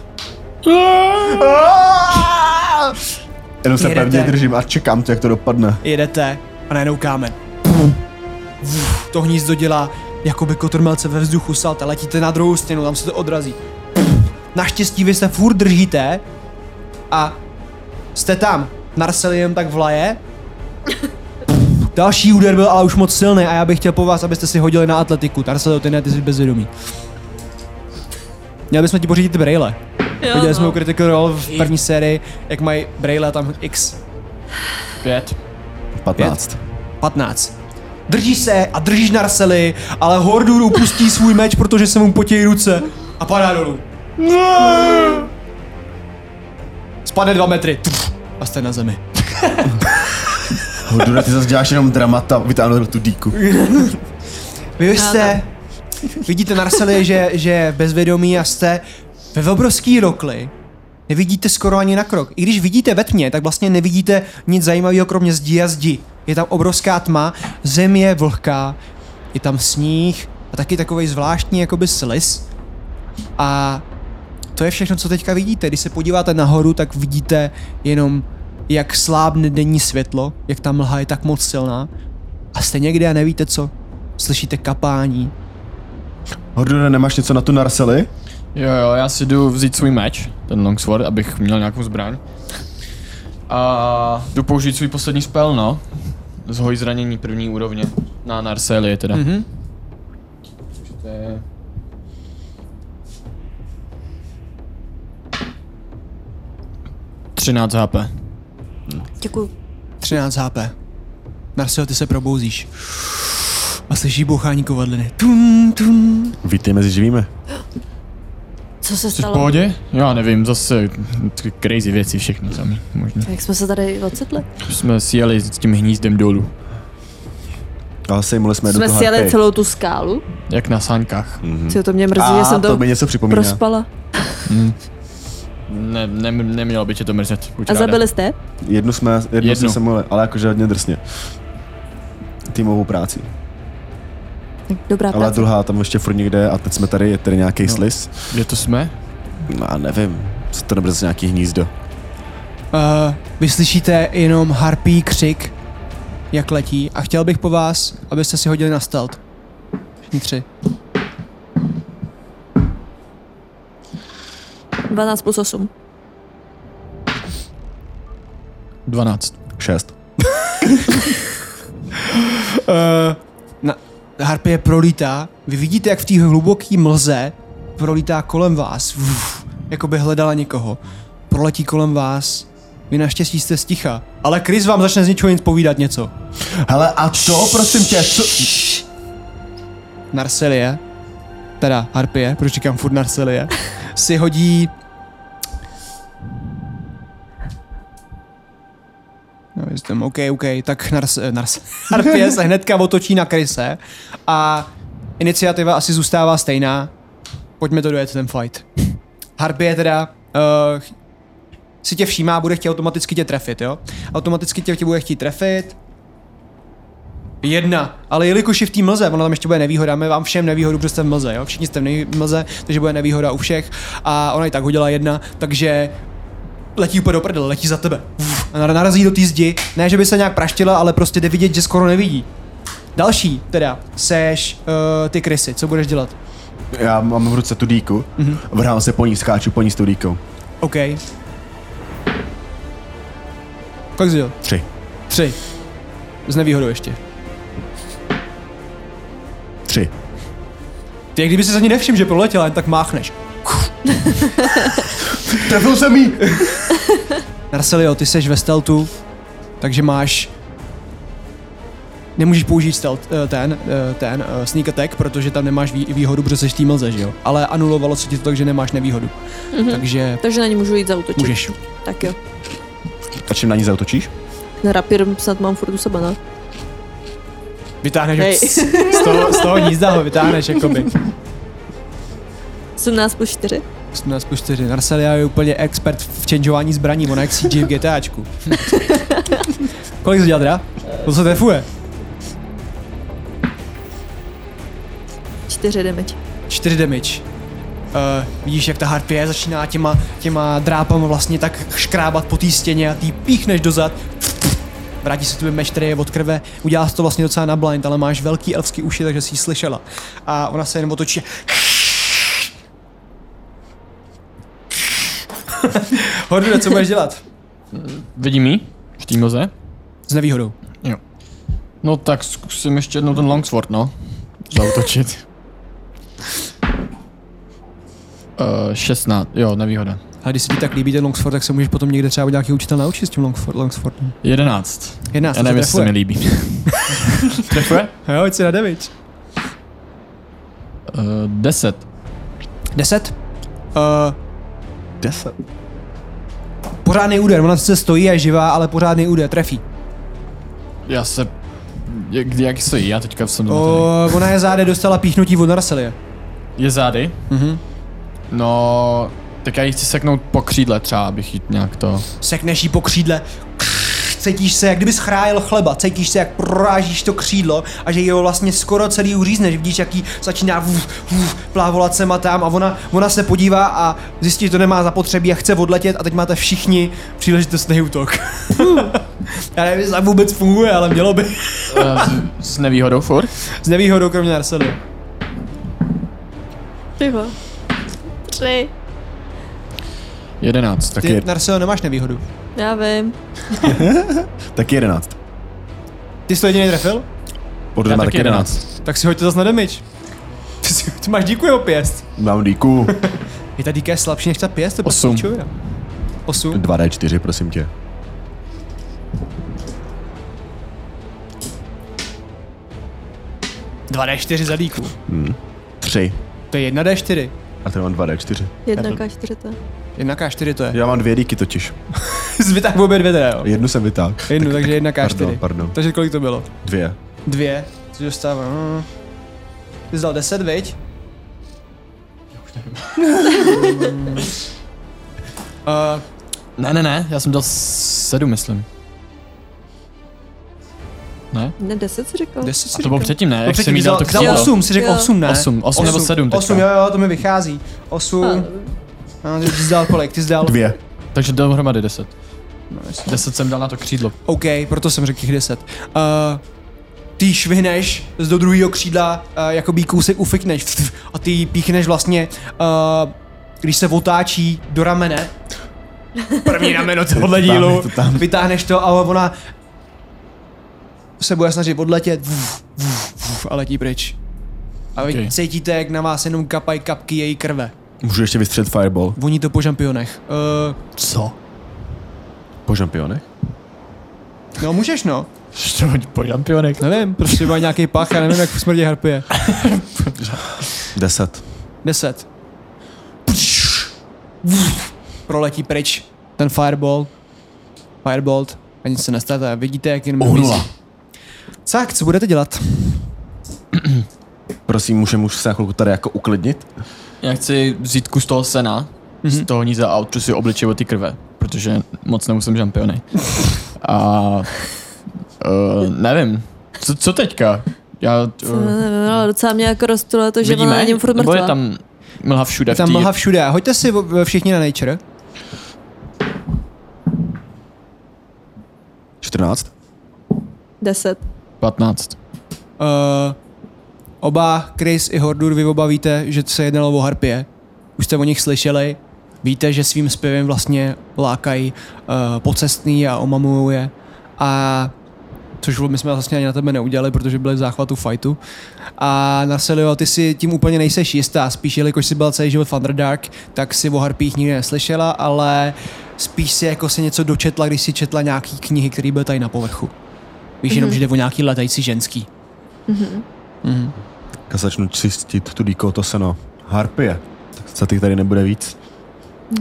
Speaker 4: Jenom se
Speaker 1: Jedete.
Speaker 4: pevně držím a čekám to, jak to dopadne.
Speaker 1: jedete a najednou kámen. Vuf, To hnízdo dělá jako jakoby kotrmelce ve vzduchu salte, letíte na druhou stěnu, tam se to odrazí. Naštěstí vy se furt držíte a jste tam. Narcel jen tak vlaje Další úder byl ale už moc silný a já bych chtěl po vás, abyste si hodili na atletiku. Tarsilo, ty ne, ty jsi bezvědomý. Měli bychom ti pořídit brejle.
Speaker 3: Jo,
Speaker 1: Viděli jsme u
Speaker 3: no.
Speaker 1: Critical Role v první sérii, jak mají brejle tam X
Speaker 2: Pět.
Speaker 4: 15.
Speaker 1: 15. Drží se a držíš Narsely, ale Hordur upustí svůj meč, protože se mu potějí ruce a padá dolů. Spadne dva metry Tuf, a jste na zemi.
Speaker 4: Hodura, ty zase děláš jenom dramata, vytáhnu tu díku.
Speaker 1: Vy už
Speaker 3: Já
Speaker 1: jste, vidíte Narsely, že, že bezvědomí a jste ve obrovský rokli. Nevidíte skoro ani na krok. I když vidíte ve tmě, tak vlastně nevidíte nic zajímavého, kromě zdí a zdi. Je tam obrovská tma, zem je vlhká, je tam sníh a taky takový zvláštní jakoby slis. A to je všechno, co teďka vidíte. Když se podíváte nahoru, tak vidíte jenom, jak slábne denní světlo, jak ta mlha je tak moc silná. A jste někde a nevíte co. Slyšíte kapání.
Speaker 4: Hodura, nemáš něco na tu Narsely?
Speaker 2: Jo, jo, já si jdu vzít svůj meč, ten longsword, abych měl nějakou zbraň. A jdu použít svůj poslední spell, no. Zhoj zranění první úrovně. Na Narselie teda. Mm-hmm. To je... Třináct HP.
Speaker 3: Děkuju.
Speaker 1: 13 HP. Marcel, ty se probouzíš. A slyší bouchání kovadliny. Tum, tum.
Speaker 4: Vítej mezi živými.
Speaker 3: Co se
Speaker 2: Jsi v
Speaker 3: stalo?
Speaker 2: pohodě? Já nevím, zase ty crazy věci všechny sami, možná.
Speaker 3: Jak jsme se tady ocitli?
Speaker 2: Jsme si jeli s tím hnízdem dolů,
Speaker 4: Ale sejmuli jsme
Speaker 3: Jsme
Speaker 4: jednu tu
Speaker 3: si jeli
Speaker 4: harpy.
Speaker 3: celou tu skálu.
Speaker 2: jak na sánkách.
Speaker 3: Co to mě mrzí, že
Speaker 4: A
Speaker 3: jsem
Speaker 4: to,
Speaker 3: to
Speaker 4: mi něco připomíná.
Speaker 3: prospala.
Speaker 2: Ne, ne, nemělo by tě to mrzet. buď
Speaker 3: A
Speaker 2: ráda.
Speaker 3: zabili jste?
Speaker 4: Jednu jsme, jednu, jednu.
Speaker 2: Jednu.
Speaker 4: jsme mluvili, ale jakože hodně drsně. Týmovou práci.
Speaker 3: Tak Dobrá
Speaker 4: Ale
Speaker 3: práce.
Speaker 4: druhá tam ještě furt někde a teď jsme tady, je tady nějaký no. slis.
Speaker 2: Kde to jsme?
Speaker 4: No a nevím, co to nebude za nějaký hnízdo.
Speaker 1: Uh, vy slyšíte jenom harpí křik, jak letí. A chtěl bych po vás, abyste si hodili na stealth. Všichni tři.
Speaker 3: 12 plus 8.
Speaker 2: 12.
Speaker 4: Šest.
Speaker 1: Na, harpie prolítá. Vy vidíte, jak v té hluboké mlze prolítá kolem vás. Uf, jako by hledala někoho. Proletí kolem vás. Vy naštěstí jste sticha. Ale Chris vám začne z ničeho nic povídat něco.
Speaker 4: Hele, a to, prosím tě, co...
Speaker 1: Narselie, teda Harpie, proč říkám furt Narselie, si hodí... No, jestem, OK, OK, tak Nars, eh, Nars, Harpie se hnedka otočí na Krise a iniciativa asi zůstává stejná. Pojďme to dojet, ten fight. Harpie teda uh, si tě všímá, bude chtít automaticky tě trefit, jo? Automaticky tě, tě bude chtít trefit, Jedna. Ale jelikož je v té mlze, ona tam ještě bude nevýhoda, my vám všem nevýhodu, protože jste v mlze, jo? Všichni jste v nej- mlze, takže bude nevýhoda u všech. A ona i tak hodila jedna, takže letí úplně do prdele, letí za tebe. Uf, A nar- narazí do té zdi, ne, že by se nějak praštila, ale prostě jde vidět, že skoro nevidí. Další, teda, seš uh, ty krysy, co budeš dělat?
Speaker 4: Já mám v ruce tu dýku, mm-hmm. vrhám se po ní, skáču po ní s tou dýkou.
Speaker 1: OK. Kolik jsi dělal?
Speaker 4: Tři.
Speaker 1: Tři. S nevýhodou ještě.
Speaker 4: Tři.
Speaker 1: Ty, jak kdyby se za ní nevšiml, že proletěla, jen tak máchneš.
Speaker 4: Trefil jsem jí!
Speaker 1: Narcelio, ty seš ve steltu, takže máš... Nemůžeš použít stealth, eh, ten, eh, ten eh, sneak attack, protože tam nemáš vý- výhodu, protože seš tým lze, že jo? Ale anulovalo se ti to tak, že nemáš nevýhodu. Mm-hmm. Takže
Speaker 3: Takže na ní můžu jít zautočit.
Speaker 1: můžeš.
Speaker 3: Tak jo.
Speaker 4: A čím na ní zautočíš?
Speaker 3: Na rapír snad mám furt u sebe, no. ne?
Speaker 1: Vytáhneš ho
Speaker 3: Hej.
Speaker 1: z toho, z toho hnízda ho vytáhneš, jakoby.
Speaker 3: 17 plus 4.
Speaker 1: 18 plus 4. Narcelia je úplně expert v changeování zbraní, ona jak CG v GTAčku. Kolik jsi dělal teda? To se trefuje.
Speaker 3: 4 damage.
Speaker 1: 4 damage. Uh, vidíš, jak ta harpie začíná těma, těma drápama vlastně tak škrábat po té stěně a ty jí píchneš dozad. Vrátí se tobě meč, který je od krve. Udělá se to vlastně docela na blind, ale máš velký elfský uši, takže jsi ji slyšela. A ona se jen otočí. Hordude, co budeš dělat?
Speaker 2: Vidím jí? V té mlze?
Speaker 1: S nevýhodou.
Speaker 2: Jo. No tak zkusím ještě jednou ten longsword, no. Zautočit. uh, 16, jo, nevýhoda.
Speaker 1: A když se ti tak líbí ten longsword, tak se můžeš potom někde třeba u nějaký učitel naučit s tím longsword, longswordem.
Speaker 2: 11.
Speaker 1: Jedná se
Speaker 2: Já nevím, jestli se mi
Speaker 1: trefuje.
Speaker 2: líbí. Trefuje?
Speaker 1: Jo, hoď si na damage.
Speaker 2: Uh, 10.
Speaker 1: Deset. Uh,
Speaker 4: Deset.
Speaker 1: pořádný úder, ona sice stojí a je živá, ale pořádný úder, trefí.
Speaker 2: Já se... Jak, jak stojí? Já teďka jsem
Speaker 1: No
Speaker 2: zmatený.
Speaker 1: O, ona je záde dostala píchnutí od Narselie.
Speaker 2: Je zády?
Speaker 1: Mhm.
Speaker 2: No... Tak já ji chci seknout po křídle třeba, abych jí nějak to...
Speaker 1: Sekneš jí po křídle, křš, cítíš se, jak kdybys chrájel chleba, cítíš se, jak prorážíš to křídlo a že ji ho vlastně skoro celý uřízneš, vidíš, jak jí začíná vuf, vuf, plávolat sem a tam a ona, ona se podívá a zjistí, že to nemá zapotřebí a chce odletět a teď máte všichni příležitostný útok. Já nevím, jestli to vůbec funguje, ale mělo by.
Speaker 2: Eh, s, s nevýhodou furt?
Speaker 1: S nevýhodou kromě Narselie.
Speaker 3: Tyho. Tři.
Speaker 2: 11. Tak
Speaker 1: Ty, Narselio, nemáš nevýhodu.
Speaker 3: Já vím.
Speaker 4: Taky jedenáct.
Speaker 1: Ty jsi to jediný trefil?
Speaker 4: Pod
Speaker 2: já
Speaker 4: dvěma
Speaker 2: taky
Speaker 4: taky
Speaker 2: 11.
Speaker 4: jedenáct.
Speaker 1: Tak si hoďte zase na damage. Ty, si, ty máš díku jeho pěst.
Speaker 4: Mám díku.
Speaker 1: Je ta díka je slabší než ta pěst? To
Speaker 2: Osm.
Speaker 1: postačuje. Osm.
Speaker 4: 2D4, prosím tě.
Speaker 1: Dva D4 za díku.
Speaker 4: 3.
Speaker 1: To je jedna D4.
Speaker 4: A tady mám 2D4.
Speaker 3: Jedna K4.
Speaker 1: Jedna K4 to je.
Speaker 4: Já mám dvě díky totiž.
Speaker 1: Zvyták obě dvě teda, jo.
Speaker 4: Jednu jsem vytáhl.
Speaker 1: Jednu, takže jedna K4.
Speaker 4: Pardon, pardon.
Speaker 1: Takže kolik to bylo?
Speaker 4: Dvě.
Speaker 1: Dvě. Což dostávám. no, Ty jsi dal 10, viď? No, Já už nevím.
Speaker 2: Ne, ne, ne, já jsem dal 7, myslím. Ne?
Speaker 3: Ne, deset jsi říkal?
Speaker 1: uh, 10 si
Speaker 2: A to bylo
Speaker 1: říkal.
Speaker 2: předtím, ne? Jak jsem
Speaker 1: předtím
Speaker 2: jí
Speaker 1: jsi
Speaker 2: dal to
Speaker 1: dal
Speaker 2: křídlo.
Speaker 1: 8, si řekl
Speaker 3: Jo.
Speaker 1: 8, ne?
Speaker 2: Osm, osm nebo sedm teďka.
Speaker 1: 8, jo, jo, to mi vychází. 8. No, ty jsi dal kolik, ty jsi dal.
Speaker 4: Dvě.
Speaker 2: Takže dohromady 10. 10 jsem dal na to křídlo.
Speaker 1: OK, proto jsem řekl těch 10. Uh, ty ji švihneš z do druhého křídla, uh, jako by kousek ufikneš ftf, a ty ji píchneš vlastně, uh, když se otáčí do ramene. První rameno tohohle dílu.
Speaker 4: to tam.
Speaker 1: Vytáhneš to a ona se bude snažit odletět vuf, vuf, vuf, a letí pryč. A vy
Speaker 2: OK.
Speaker 1: cítíte, jak na vás jenom kapají kapky její krve.
Speaker 4: Můžu ještě vystřelit fireball.
Speaker 1: Voní to po žampionech. Uh,
Speaker 2: Co?
Speaker 4: Po žampionech?
Speaker 1: no můžeš no.
Speaker 2: Ještě hoď po šampionek.
Speaker 1: Nevím, prostě má nějaký pach, já nevím, jak v smrdě harpie.
Speaker 4: Deset.
Speaker 1: Deset. Proletí pryč ten fireball. Firebolt. A nic se nestane. Vidíte, jak jenom
Speaker 4: Uhnula.
Speaker 1: mizí. Tak, co budete dělat?
Speaker 4: Prosím, můžeme už se na chvilku tady jako uklidnit?
Speaker 2: Já chci vzít kus toho sena, z toho níze a otřu si obličej od ty krve, protože moc nemusím šampiony. A... Uh, nevím. Co, co teďka? Já... Uh,
Speaker 3: Nevím, No, ale docela mě jako rozptilo to, že ona na něm furt
Speaker 2: Nebo je
Speaker 3: mrtvá.
Speaker 2: tam mlha všude
Speaker 1: Je tam
Speaker 2: v tý...
Speaker 1: mlha všude. Hoďte si v- všichni na nature.
Speaker 4: 14.
Speaker 3: Deset.
Speaker 2: 15.
Speaker 1: Uh, oba, Chris i Hordur, vy oba víte, že se jednalo o harpie. Už jste o nich slyšeli. Víte, že svým zpěvem vlastně lákají uh, pocestný a omamují je. A což my jsme vlastně ani na tebe neudělali, protože byli v záchvatu fightu. A Narcelio, ty si tím úplně nejseš jistá, spíš jelikož jsi byla celý život v Underdark, tak si o harpích nikdy neslyšela, ale spíš si jako si něco dočetla, když si četla nějaký knihy, které byly tady na povrchu. Víš, jenom, že jde o nějaký letající ženský.
Speaker 4: Já začnu čistit tu díko, to seno. Harpie. Tak za těch tady nebude víc.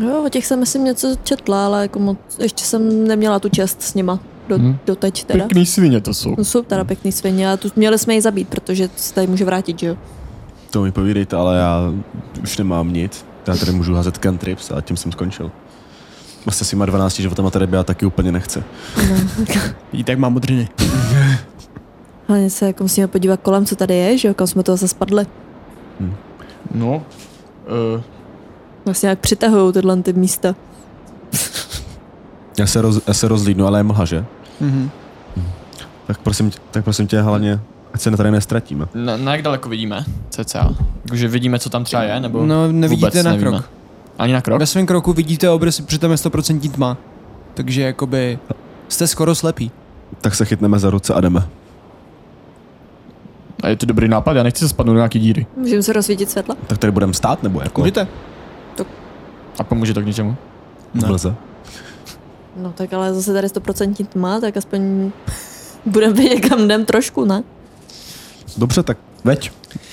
Speaker 3: Jo, o těch jsem myslím něco četla, ale jako moc, ještě jsem neměla tu čest s nima. Do,
Speaker 2: Mhm.
Speaker 3: hmm. Doteď teda. Pěkný.
Speaker 2: svině to jsou.
Speaker 3: No jsou teda pěkný svině, ale tu měli jsme ji zabít, protože se tady může vrátit, že jo?
Speaker 4: To mi povídejte, ale já už nemám nic. Já tady můžu házet cantrips a tím jsem skončil. Vlastně si má 12 životama tady já taky úplně nechce.
Speaker 1: Vidíte, jak mám modřiny.
Speaker 3: Hlavně se jako musíme podívat kolem, co tady je, že jo? Kam jsme toho zase spadli.
Speaker 2: No. Uh,
Speaker 3: Vlastně jak přitahují tyhle ty místa.
Speaker 4: Já se, roz, já se rozlídnu, ale je mlha, že?
Speaker 1: Mhm.
Speaker 4: Tak prosím, tě- tak prosím tě, hlavně, ať se tady nestratíme.
Speaker 2: na, na jak daleko vidíme? CCA. Jakože vidíme, co tam třeba je, nebo
Speaker 1: No, nevidíte
Speaker 2: vůbec
Speaker 1: na
Speaker 2: nevíme?
Speaker 1: krok.
Speaker 2: Ani na krok?
Speaker 1: Ve svém kroku vidíte obrys, přitom je 100% tma. Takže jakoby jste skoro slepí.
Speaker 4: Tak se chytneme za ruce a jdeme.
Speaker 2: A je to dobrý nápad, já nechci se spadnout do nějaký díry.
Speaker 3: Můžeme se rozsvítit světla?
Speaker 4: Tak tady budeme stát, nebo jako?
Speaker 1: Můžete?
Speaker 2: A pomůže to k něčemu?
Speaker 4: Ne. Blze.
Speaker 3: No tak ale zase tady 100% tma, tak aspoň budeme vědět, kam jdem trošku, ne?
Speaker 4: Dobře, tak veď.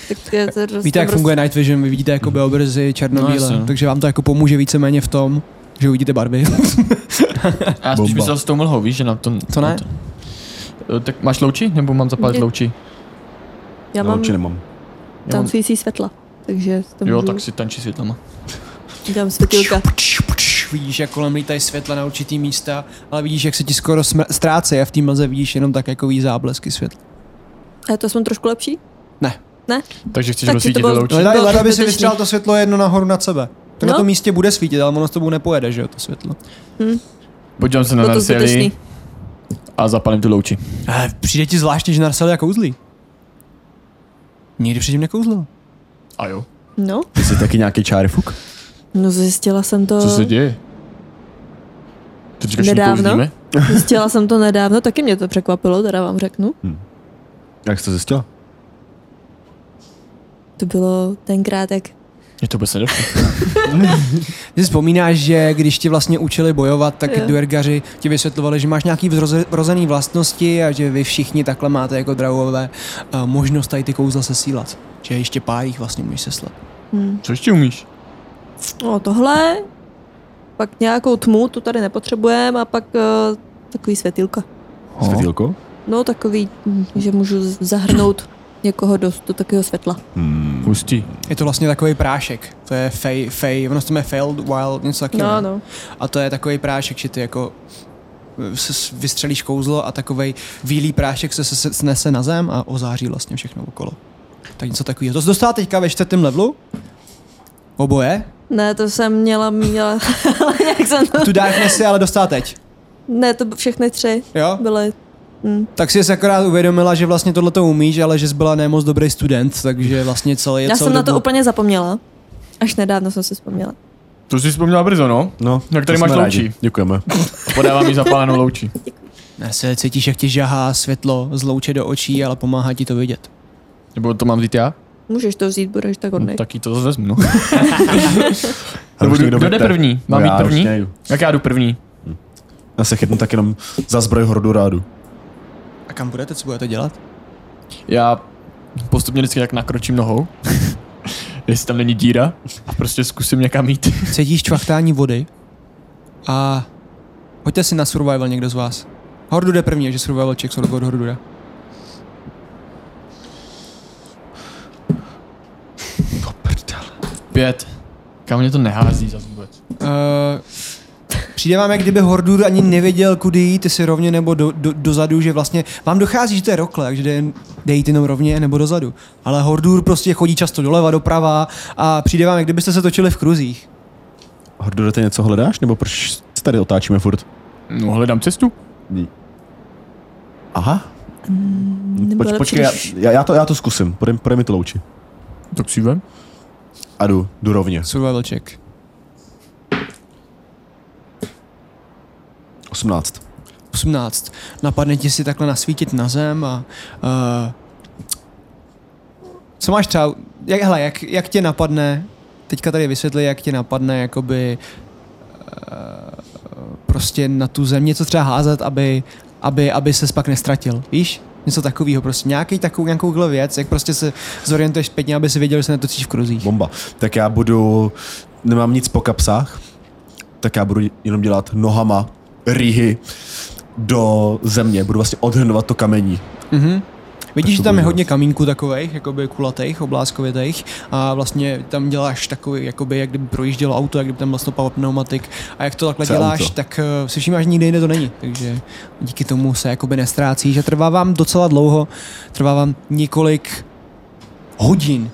Speaker 3: Tak je to prostě
Speaker 1: Víte, jak funguje Night Vision, vy vidíte jako obrazy černobílé,
Speaker 2: Mhm. No,
Speaker 1: no,
Speaker 2: jasně.
Speaker 1: takže vám to jako pomůže víceméně v tom, že uvidíte barvy.
Speaker 2: A já spíš
Speaker 4: Bomba.
Speaker 2: myslel s tou mlhou, víš, že na tom...
Speaker 1: Co ne?
Speaker 2: na tom- Eh, Tak máš louči, nebo mám zapálit
Speaker 3: Ne.
Speaker 2: louči?
Speaker 3: prostě- Já
Speaker 4: No,
Speaker 3: mám
Speaker 4: určitě nemám.
Speaker 2: Já mám-
Speaker 3: tancující světla, takže to
Speaker 2: Jo,
Speaker 3: můžu,
Speaker 2: tak si tančí světlama.
Speaker 3: dělám světilka.
Speaker 1: Vidíš, jak kolem lítají světla na určitý místa, ale vidíš, jak se ti skoro smr- ztrácí a v té mlze vidíš jenom tak jako ví záblesky světla.
Speaker 3: A je to aspoň trošku lepší?
Speaker 1: Ne.
Speaker 3: Ne?
Speaker 2: Takže chceš
Speaker 3: Tak si to
Speaker 2: rozsvítit
Speaker 3: bylo-
Speaker 2: louči?
Speaker 1: No, ale
Speaker 3: bylo
Speaker 1: aby si
Speaker 3: zbytečný.
Speaker 1: vystřelil to světlo jedno nahoru nad sebe. To no. na
Speaker 3: No.
Speaker 1: tom místě bude svítit, ale ono s tobou nepojede, že jo, to světlo.
Speaker 2: Podívám se No, na
Speaker 3: Bylo to
Speaker 2: Narsieli
Speaker 3: zbytečný.
Speaker 2: a zapalím tu louči.
Speaker 1: Ale přijde ti zvláštně, že Narcelia kouzlí. Nikdy předtím nekouzlil.
Speaker 2: A jo.
Speaker 3: No?
Speaker 4: Ty jsi taky nějaký čárifuk?
Speaker 3: No zjistila jsem to...
Speaker 2: Co se děje? Ty říkáš, že
Speaker 3: Nedávno?
Speaker 2: nepouzdíme?
Speaker 3: Zjistila jsem to nedávno, taky mě to překvapilo, teda vám řeknu.
Speaker 2: Hm.
Speaker 4: Jak jsi to zjistila?
Speaker 3: To bylo tenkrát, jak...
Speaker 2: Mě to vůbec nedošlo.
Speaker 1: Ty si vzpomínáš, že když ti vlastně učili bojovat, tak
Speaker 3: Jo.
Speaker 1: duergaři ti vysvětlovali, že máš nějaký vzroze- vrozený vlastnosti a že vy všichni takhle máte jako drahové možnost tady ty kouzla sesílat. Že ještě pár jich vlastně můžeš seslat.
Speaker 2: Co ještě umíš?
Speaker 3: No tohle, pak nějakou tmu, tu tady nepotřebujeme, a pak eh, takový světilka.
Speaker 4: Světýlko?
Speaker 3: No takový, hm, že můžu z- zahrnout někoho do, do takového světla.
Speaker 2: Hustý.
Speaker 1: Je to vlastně takový prášek. To je fej, fej, ono se to jmenuje failed wild, něco takového.
Speaker 3: No, no.
Speaker 1: A to je takový prášek, že ty jako s- s- vystřelíš kouzlo a takový bílý prášek se, se, se snese na zem a ozáří vlastně všechno okolo. Tak něco takového. To se dostává teďka ve čtvrtém levelu. Oboje.
Speaker 3: Ne, to jsem měla, měla, ale jak jsem to...
Speaker 1: Tu darkness si ale dostala teď.
Speaker 3: Ne, to všechny tři
Speaker 1: Jo?
Speaker 3: byly.
Speaker 1: Tak si jsi akorát uvědomila, že vlastně tohle to umíš, ale že jsi byla nemoc dobrý student, takže vlastně celý je
Speaker 3: Já
Speaker 1: celou
Speaker 3: jsem na
Speaker 1: dobu...
Speaker 3: to úplně zapomněla. Až nedávno jsem si vzpomněla.
Speaker 2: To jsi vzpomněla brzo, no?
Speaker 4: No,
Speaker 2: Tak tady
Speaker 4: to
Speaker 2: máš
Speaker 4: jsme rádi.
Speaker 2: loučí.
Speaker 4: Děkujeme.
Speaker 2: Podávám jí zapálenou louči.
Speaker 1: Ne, se cítíš, jak tě žahá světlo zlouče do očí, ale pomáhá ti to vidět.
Speaker 2: Nebo to mám vzít já?
Speaker 3: Můžeš to vzít, budeš tak
Speaker 2: No,
Speaker 3: hodnej.
Speaker 2: tak jí to zase vezmu, no.
Speaker 4: A
Speaker 2: Nebo
Speaker 4: už
Speaker 2: kdo
Speaker 4: někdo
Speaker 2: kdo jde
Speaker 4: berte.
Speaker 2: první? Mám
Speaker 4: No
Speaker 2: být
Speaker 4: já už
Speaker 2: první?
Speaker 4: nejdu.
Speaker 2: Jak já jdu první?
Speaker 4: Já se chytnu tak jenom za zbroj hordu rádu.
Speaker 1: A kam budete, co budete dělat?
Speaker 2: Já postupně vždycky tak nakročím nohou. Jestli tam není díra. A prostě zkusím někam jít.
Speaker 1: Cítíš čvachtání vody a hoďte si na survival někdo z vás. Hordu jde první, že survival check jsou od Hordu jde.
Speaker 2: Pět. Kam mě to nehází zase vůbec?
Speaker 1: Uh, přijde vám, jak kdyby Hordur ani nevěděl, kudy jít, jestli rovně nebo do, do, dozadu, že vlastně vám dochází, že to je rokle, takže jde, jen- jde jít jenom rovně nebo dozadu. Ale Hordur prostě chodí často doleva, doprava a přijde vám, jak kdybyste se točili v kruzích.
Speaker 4: Hordu, ty něco hledáš? Nebo proč se tady otáčíme furt?
Speaker 2: No, hledám cestu.
Speaker 4: Aha. Poč,
Speaker 3: Nebylo
Speaker 4: počkej, já,
Speaker 3: příliš-
Speaker 4: já, já, to, já to zkusím. Podej, podej mi to louči.
Speaker 2: Tak si vem.
Speaker 4: A jdu, jdu rovně.
Speaker 1: Survival check.
Speaker 4: 18.
Speaker 1: 18. Napadne ti si takhle nasvítit na zem a... Uh, co máš třeba... Jak, hele, jak, jak tě napadne... Teďka tady vysvětli, jak tě napadne jakoby... Uh, prostě na tu zem něco třeba házet, aby, aby, aby se pak nestratil. Víš? Něco takového, prostě nějaký takovou, nějakou věc, jak prostě se zorientuješ zpětně, aby si věděl, že se netočíš v kruzích.
Speaker 4: Bomba. Tak já budu... Nemám nic po kapsách. Tak já budu jenom dělat nohama rýhy do země. Budu vlastně odhrnovat to kamení.
Speaker 1: Vidíš, že
Speaker 4: to
Speaker 1: tam
Speaker 4: bude
Speaker 1: je
Speaker 4: dělat.
Speaker 1: hodně kamínků takových, jakoby kulatých, oblázkovitých a vlastně tam děláš takový, jakoby, jak kdyby projíždělo auto, jak kdyby tam vlastně pal pneumatik a jak to takhle
Speaker 4: Co je
Speaker 1: děláš,
Speaker 4: auto?
Speaker 1: tak uh, si všímáš, že nikde jinde to není, takže díky tomu se jakoby nestrácíš a trvá vám docela dlouho, trvá vám několik hodin,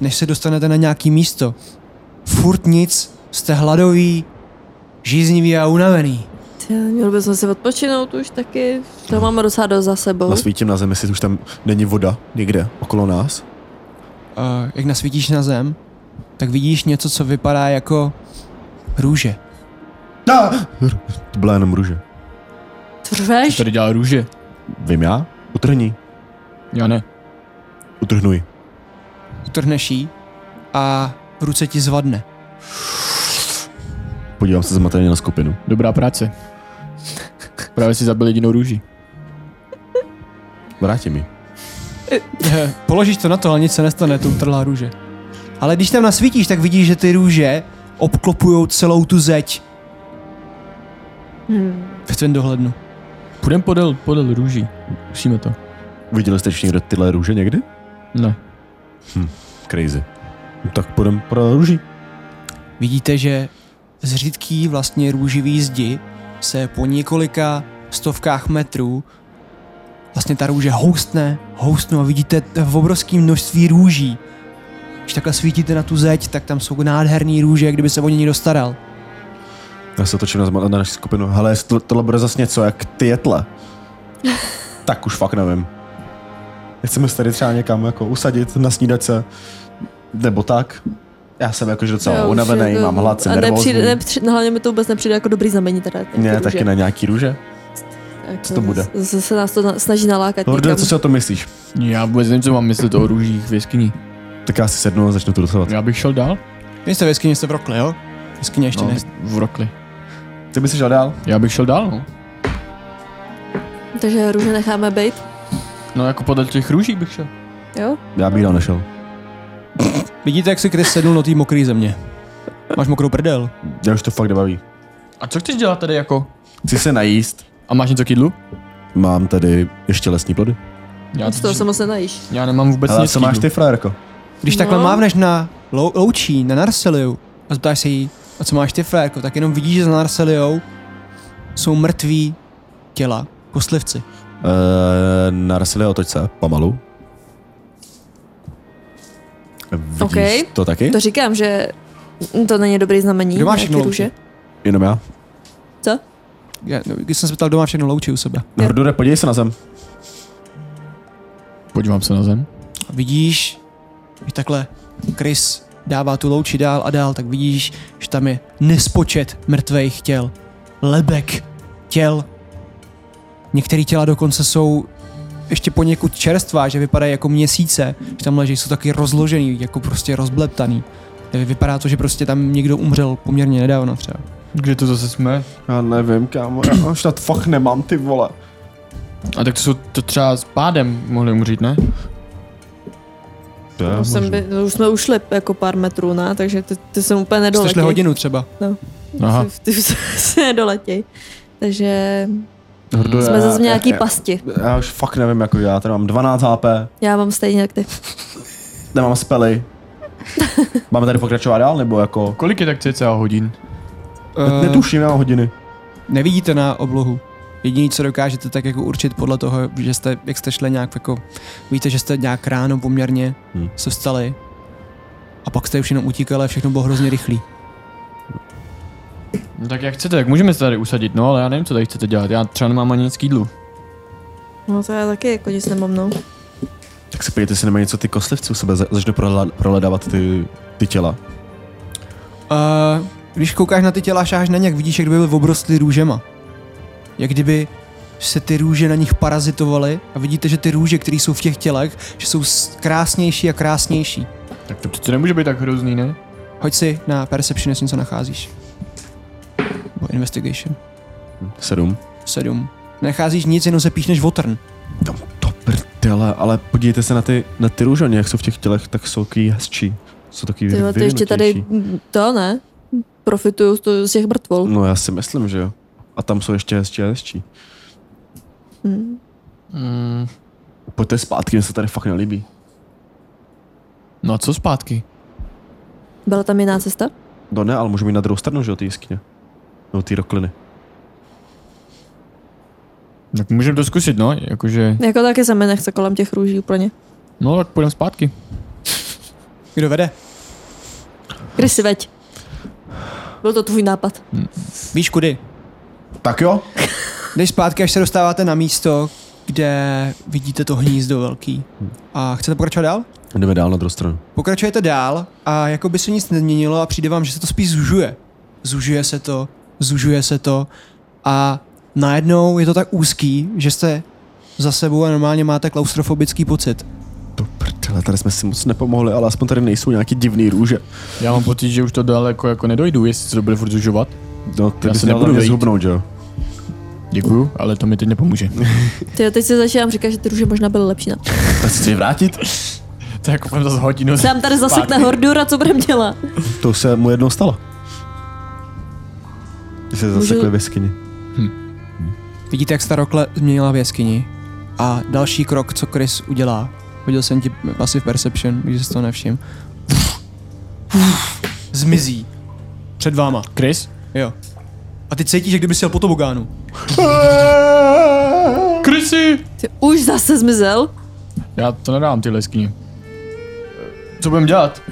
Speaker 1: než se dostanete na nějaký místo. Furt nic, jste hladový, žíznivý a unavený.
Speaker 3: Ty, Měl bychom si odpočinout už taky. To máme docela dost za sebou.
Speaker 4: Nasvítím na zemi, jestli už tam není voda někde okolo nás.
Speaker 1: uh, jak nasvítíš na zem, tak vidíš něco, co vypadá jako růže.
Speaker 4: To byla jenom růže.
Speaker 3: Trveš?
Speaker 2: Tady dělá růže.
Speaker 4: Vím já? Utrhní.
Speaker 2: Já ne.
Speaker 4: Utrhnuj.
Speaker 1: utrhneš jí a v ruce ti zvadne.
Speaker 4: Podívám se zmateně na skupinu.
Speaker 2: Dobrá práce. Právě si zabil jedinou růži.
Speaker 4: Vrátí mi.
Speaker 1: Eh, Položíš to na to, ale nic se nestane, to utrhla růže. Ale když tam nasvítíš, tak vidíš, že ty růže obklopují celou tu zeď. Hmm. V tvém dohlednu.
Speaker 2: Půjdem podél, podél růží. Musíme to.
Speaker 4: Viděli jste ještě někde tyhle růže někdy?
Speaker 2: Ne.
Speaker 4: Crazy. No tak půjdem pro růží.
Speaker 1: Vidíte, že z řídký vlastně růživý zdi se po několika stovkách metrů vlastně ta růže houstne, houstnou a vidíte t- v obrovském množství růží. Když takhle svítíte na tu zeď, tak tam jsou nádherný růže, kdyby se o ně někdo staral.
Speaker 4: Já se točím na, zma- na naši skupinu. Hele, jestli to, tohle bude zase něco, jak ty jetle. tak už fakt nevím. Chceme se tady třeba někam jako usadit na snídačce. Nebo tak. Já jsem jakože docela
Speaker 3: Jo, už
Speaker 4: unavený,
Speaker 3: jako-
Speaker 4: mám hlad, jsem
Speaker 3: A
Speaker 4: nervózní.
Speaker 3: nepřijde, nepři, no, hlavně mi to vůbec nepřijde jako dobrý znamení teda. ty-
Speaker 4: Ne,
Speaker 3: ty
Speaker 4: taky
Speaker 3: růže.
Speaker 4: na nějaký růže.
Speaker 3: Jako
Speaker 4: co to bude?
Speaker 3: z- Zase nás to na, snaží nalákat
Speaker 4: Lorde,
Speaker 3: někam.
Speaker 4: co si o tom myslíš?
Speaker 2: Já vůbec nevím, co mám myslet o růžích v jeskyni.
Speaker 4: Tak já si sednu a začnu to docovat.
Speaker 2: Já bych šel dál?
Speaker 1: Vy jste v jeskyni jste vrokli, jo? Jeskyně ještě
Speaker 2: No,
Speaker 1: no, ne.
Speaker 2: v rokli.
Speaker 4: Ty bys šel dál?
Speaker 2: Já bych šel dál, no.
Speaker 3: Takže růže necháme být,
Speaker 2: No jako podle těch růží bych šel.
Speaker 3: jo?
Speaker 4: Já bych dál nešel.
Speaker 1: Vidíte, jak si Chris sednul do té mokré země. Máš mokrou prdel.
Speaker 4: Já už to fakt nebaví.
Speaker 2: A co chceš dělat tady jako?
Speaker 4: Chci se najíst.
Speaker 2: A máš něco k jídlu?
Speaker 4: Mám tady ještě lesní plody.
Speaker 2: Já,
Speaker 3: Z toho se moc nenajíš.
Speaker 2: já nemám vůbec
Speaker 4: Ale
Speaker 2: nic
Speaker 4: co
Speaker 2: k
Speaker 4: máš
Speaker 2: jídlu.
Speaker 4: ty, frajerko?
Speaker 1: Když takhle
Speaker 3: No.
Speaker 1: mávneš na lou, loučí, na Narseliu a zeptáš se jí, a co máš ty frérko, tak jenom vidíš, že za Narseliou jsou mrtví těla, kostlivci.
Speaker 4: Uh, Narsili, otoč se. Pomalu. Vidíš
Speaker 3: Okej.
Speaker 4: to taky?
Speaker 3: To říkám, že to není dobrý znamení.
Speaker 1: Kdo má
Speaker 3: na ty
Speaker 1: všechno
Speaker 3: růže.
Speaker 4: Jenom já.
Speaker 3: Co?
Speaker 1: Já, no, když jsem se ptal, doma všechno loučí u sebe.
Speaker 4: Hordure, podívej se na zem.
Speaker 2: Podívám se na zem.
Speaker 1: A vidíš, že takhle Chris dává tu louči dál a dál, tak vidíš, že tam je nespočet mrtvých těl. Lebek těl. Některé těla dokonce jsou ještě poněkud čerstvá, že vypadají jako měsíce, že tam leží, jsou taky rozložený, jako prostě rozbleptaný. Takže Vypadá to, že prostě tam někdo umřel poměrně nedávno třeba.
Speaker 2: Kde to zase jsme?
Speaker 4: Já nevím, kámo. Já už tak fakt nemám, ty vole.
Speaker 2: A tak to jsou to třeba s pádem mohli umřít, ne?
Speaker 4: To je
Speaker 3: Už, jsem by, no, už jsme ušli jako pár metrů, na, takže ty, ty jsem úplně
Speaker 1: Jste
Speaker 3: nedoletěj.
Speaker 1: šli hodinu třeba.
Speaker 2: Aha.
Speaker 3: Ty, ty se nedoletěj. Takže
Speaker 4: Hordure,
Speaker 3: jsme zase v nějaký
Speaker 4: já,
Speaker 3: pasti.
Speaker 4: já, já, už fakt nevím, jako já tady mám 12 HP,
Speaker 3: Já mám stejně jak ty.
Speaker 4: nemám spely. Máme tady pokračovat dál, nebo jako...
Speaker 2: Kolik je tak cca hodin?
Speaker 1: Eh,
Speaker 4: Netuším, já mám hodiny.
Speaker 1: Nevidíte na oblohu. Jediný, co dokážete tak jako určit podle toho, že jste, jak jste šli nějak jako, víte, že jste nějak ráno poměrně
Speaker 4: Hmm.
Speaker 1: hmm. se vstali a pak jste už jenom utíkali a všechno bylo hrozně rychlý.
Speaker 2: No tak jak chcete, tak můžeme se tady usadit, no ale já nevím, co tady chcete dělat. Já třeba nemám ani nic k jídlu.
Speaker 3: No to já taky jako nic nemám, no.
Speaker 4: Tak se pějte, jestli nemají něco ty kostlivci u sebe, za- začnu prohla- prohledávat ty, ty těla.
Speaker 1: Uh, když koukáš na ty těla, šáháš na ně, jak vidíš, jak kdyby byly obrostlý růžema. Jak kdyby se ty růže na nich parazitovaly a vidíte, že ty růže, které jsou v těch tělech, že jsou s- krásnější a krásnější.
Speaker 2: Tak to přece nemůže být tak hrozný, ne?
Speaker 1: Hoď si na Perception, jestli něco nacházíš. Nebo Investigation.
Speaker 4: Sedm.
Speaker 1: 7. Nacházíš nic, jenom se píchneš votrn.
Speaker 4: Tam to prdele, ale podívejte se na ty, na ty růže, oni jak jsou v těch tělech, tak jsou takový hezčí. Jsou takový
Speaker 3: Ty, vole, ty ještě tady,
Speaker 4: vyvinutější.
Speaker 3: mm, to ne, profituju z to- z těch mrtvol.
Speaker 1: Mm.
Speaker 4: No já si myslím, že jo. A tam jsou ještě hezčí a hezčí.
Speaker 3: Mm.
Speaker 2: Mm,
Speaker 4: Pojďte zpátky, mně se tady fakt nelíbí.
Speaker 2: no a co zpátky?
Speaker 3: Byla tam jiná cesta?
Speaker 4: No ne, ale můžeme jít na druhou stranu, že jo, ty jeskyně. Nebo ty rokliny.
Speaker 2: Tak můžeme to zkusit, no, jakože...
Speaker 3: Jako taky se mi nechce kolem těch růží úplně.
Speaker 2: No tak půjdeme zpátky.
Speaker 1: Kdo vede?
Speaker 3: Kdy si veď? Byl to tvůj nápad.
Speaker 1: Víš kudy?
Speaker 4: Tak jo?
Speaker 1: Jdeš zpátky, až se dostáváte na místo, kde vidíte to hnízdo velký. A chcete pokračovat dál?
Speaker 4: Jdeme dál na druhou stranu.
Speaker 1: Pokračujete dál a jako by se nic nezměnilo a přijde vám, že se to spíš zužuje. Zužuje se to, zužuje se to a najednou je to tak úzký, že jste za sebou a normálně máte klaustrofobický pocit.
Speaker 4: To prdele. Hele, tady jsme si moc nepomohli, ale aspoň tady nejsou nějaký divný růže.
Speaker 2: Já mám pocit, že už to daleko jako nedojdu, jestli se to bude furt zužovat.
Speaker 4: No, ty
Speaker 2: Já
Speaker 4: bys
Speaker 2: se nedám
Speaker 4: nebudu
Speaker 2: dojít.
Speaker 4: vyzhubnout, že jo?
Speaker 2: Děkuju, ale to mi teď nepomůže.
Speaker 3: Ty jo, teď se začínám říkat, že ty růže možná byly lepší. No.
Speaker 4: Tak si tě vrátit?
Speaker 2: to je jako půjdem zase hodinu.
Speaker 3: Sám tady zasekne hordur a co budem dělat?
Speaker 4: To už se mu jednou stalo. Když se zasekli v jeskyni.
Speaker 1: Vidíte, jak se ta rokle změnila v jeskyni? A další krok, co Chris udělá. Hodil jsem ti asi v Perception, když jsi to nevšim. Zmizí. Před váma.
Speaker 2: Chris?
Speaker 1: Jo. A ty cítíš, že kdyby jsi jel po tobogánu.
Speaker 2: Chrissy!
Speaker 3: Ty už zase zmizel?
Speaker 2: Já to nedám ty leskyně. Co budem dělat?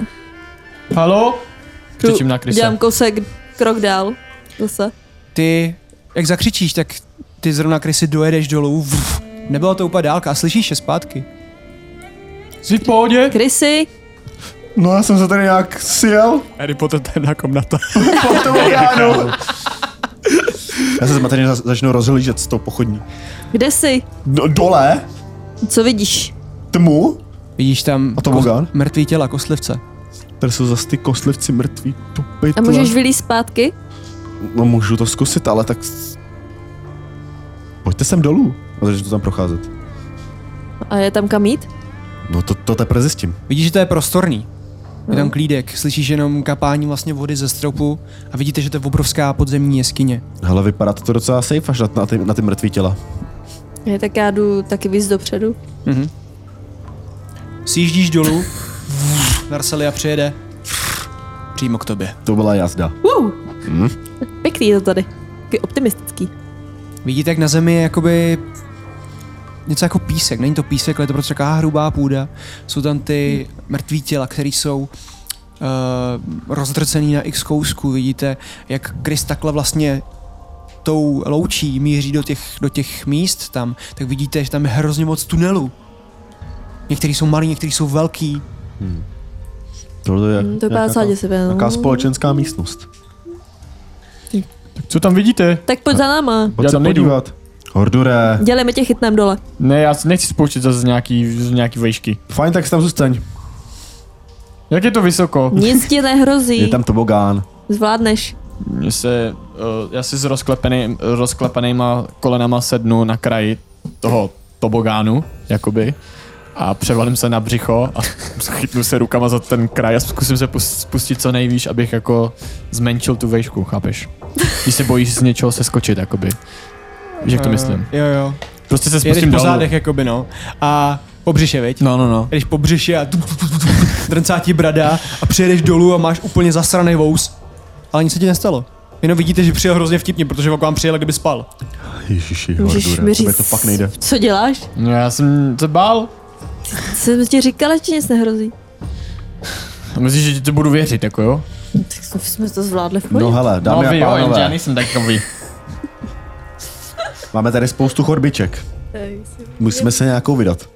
Speaker 2: Halo? Křičím na Krise.
Speaker 3: Dělám kousek, krok dál. Zase.
Speaker 1: Ty, jak zakřičíš, tak ty zrovna Chrisy dojedeš dolů. Vf. Nebyla to úplně dálka a slyšíš je zpátky.
Speaker 2: Jsi v pohodě?
Speaker 3: Krysy,
Speaker 4: No já jsem se tady nějak sjel.
Speaker 2: Harry Potter tajná komnata.
Speaker 4: Já se zmateně za- začnu rozhlížet s tou pochodní.
Speaker 3: kde jsi?
Speaker 4: No, dole?
Speaker 3: Co vidíš?
Speaker 4: Tmu?
Speaker 1: Vidíš tam
Speaker 4: A tobogán?
Speaker 1: kos- mrtvý těla, koslivce.
Speaker 4: Tady jsou zase ty kostlivci mrtví, to
Speaker 3: A můžeš vylít zpátky?
Speaker 4: No můžu to zkusit, ale tak... s- Pojďte sem dolů. A začnu to tam procházet.
Speaker 3: A je tam kam jít?
Speaker 4: No to, to teprve zjistím.
Speaker 1: Vidíš, že to je prostorný. Je tam klídek, slyšíš jenom kapání vlastně vody ze stropu a vidíte, že to je obrovská podzemní jeskyně.
Speaker 4: Hele, vypadá to docela safe až na, na, ty, na ty mrtvý těla.
Speaker 3: Je, tak já jdu taky víc dopředu.
Speaker 1: Sjíždíš dolů, Narselia přijede, přímo k tobě.
Speaker 4: To byla jazda.
Speaker 3: Uh!
Speaker 4: Mhm.
Speaker 3: Pěkný je to tady. Taky optimistický.
Speaker 1: Vidíte, jak na zemi je jakoby něco jako písek. Není to písek, ale je to prostě taková hrubá půda. Jsou tam ty mrtví těla, které jsou uh, rozdrcený na x kousku. Vidíte, jak Chris takhle vlastně tou loučí míří do těch, do těch míst tam, tak vidíte, že tam je hrozně moc tunelů. Některý jsou malý, některý jsou velký.
Speaker 4: Tohle je
Speaker 3: Hmm, to vypadá
Speaker 4: nějaká
Speaker 3: docela
Speaker 4: ta-
Speaker 3: děsivě.
Speaker 4: Nějaká
Speaker 3: No.
Speaker 4: společenská místnost.
Speaker 2: Co tam vidíte?
Speaker 3: Tak pojď za náma.
Speaker 4: Pojď
Speaker 2: Já
Speaker 4: se
Speaker 2: tam nejdu.
Speaker 4: podívat. Hordure.
Speaker 3: Dělejme tě chytném dole.
Speaker 2: Ne, já se nechci spouštět zase z nějaký, z nějaký vejšky.
Speaker 4: Fajn, tak si tam zůstaň.
Speaker 2: Jak je to vysoko?
Speaker 3: Nic ti
Speaker 4: Je
Speaker 3: nehrozí.
Speaker 4: tam tobogán.
Speaker 3: Zvládneš.
Speaker 2: Mně se, uh, já si s rozklepeným, rozklepenýma kolenama sednu na kraji toho tobogánu, jakoby, a převalím se na břicho a chytnu se rukama za ten kraj a zkusím se pus- spustit co nejvíš, abych jako zmenšil tu vejšku, chápeš? Když se bojíš z něčeho seskočit, jakoby. Víš, jak to
Speaker 4: Eh,
Speaker 2: myslím?
Speaker 1: Eh, Jo, jo.
Speaker 2: Prostě se
Speaker 1: Jedeš
Speaker 2: spustím
Speaker 1: po
Speaker 2: dolů.
Speaker 1: zádech, jakoby, no. A po břiše, viď?
Speaker 2: No, no, no.
Speaker 1: Jdeš po břiši a tu- tu- tu- tu- tu- drncá ti brada a přijedeš dolů a máš úplně zasraný vous. Ale nic se ti nestalo. Jenom vidíte, že přijel hrozně vtipně, protože k vám přijel, kdyby spal.
Speaker 4: Ježiši,
Speaker 3: Můžeš mi
Speaker 4: hordure.
Speaker 3: říct,
Speaker 4: Tobě to fakt nejde.
Speaker 3: co děláš?
Speaker 2: No, já jsem se bál.
Speaker 3: Jsem ti říkala, že ti nic nehrozí.
Speaker 2: A Myslíš, že ti to budu věřit, jako jo?
Speaker 3: Tak jsme to zvládli v pohodě.
Speaker 4: No hele, dámy
Speaker 2: no, vy
Speaker 4: a
Speaker 2: jo, jenže já
Speaker 4: pánové,
Speaker 2: nejsem takový.
Speaker 4: máme tady spoustu chorbiček. Musíme se nějakou vydat.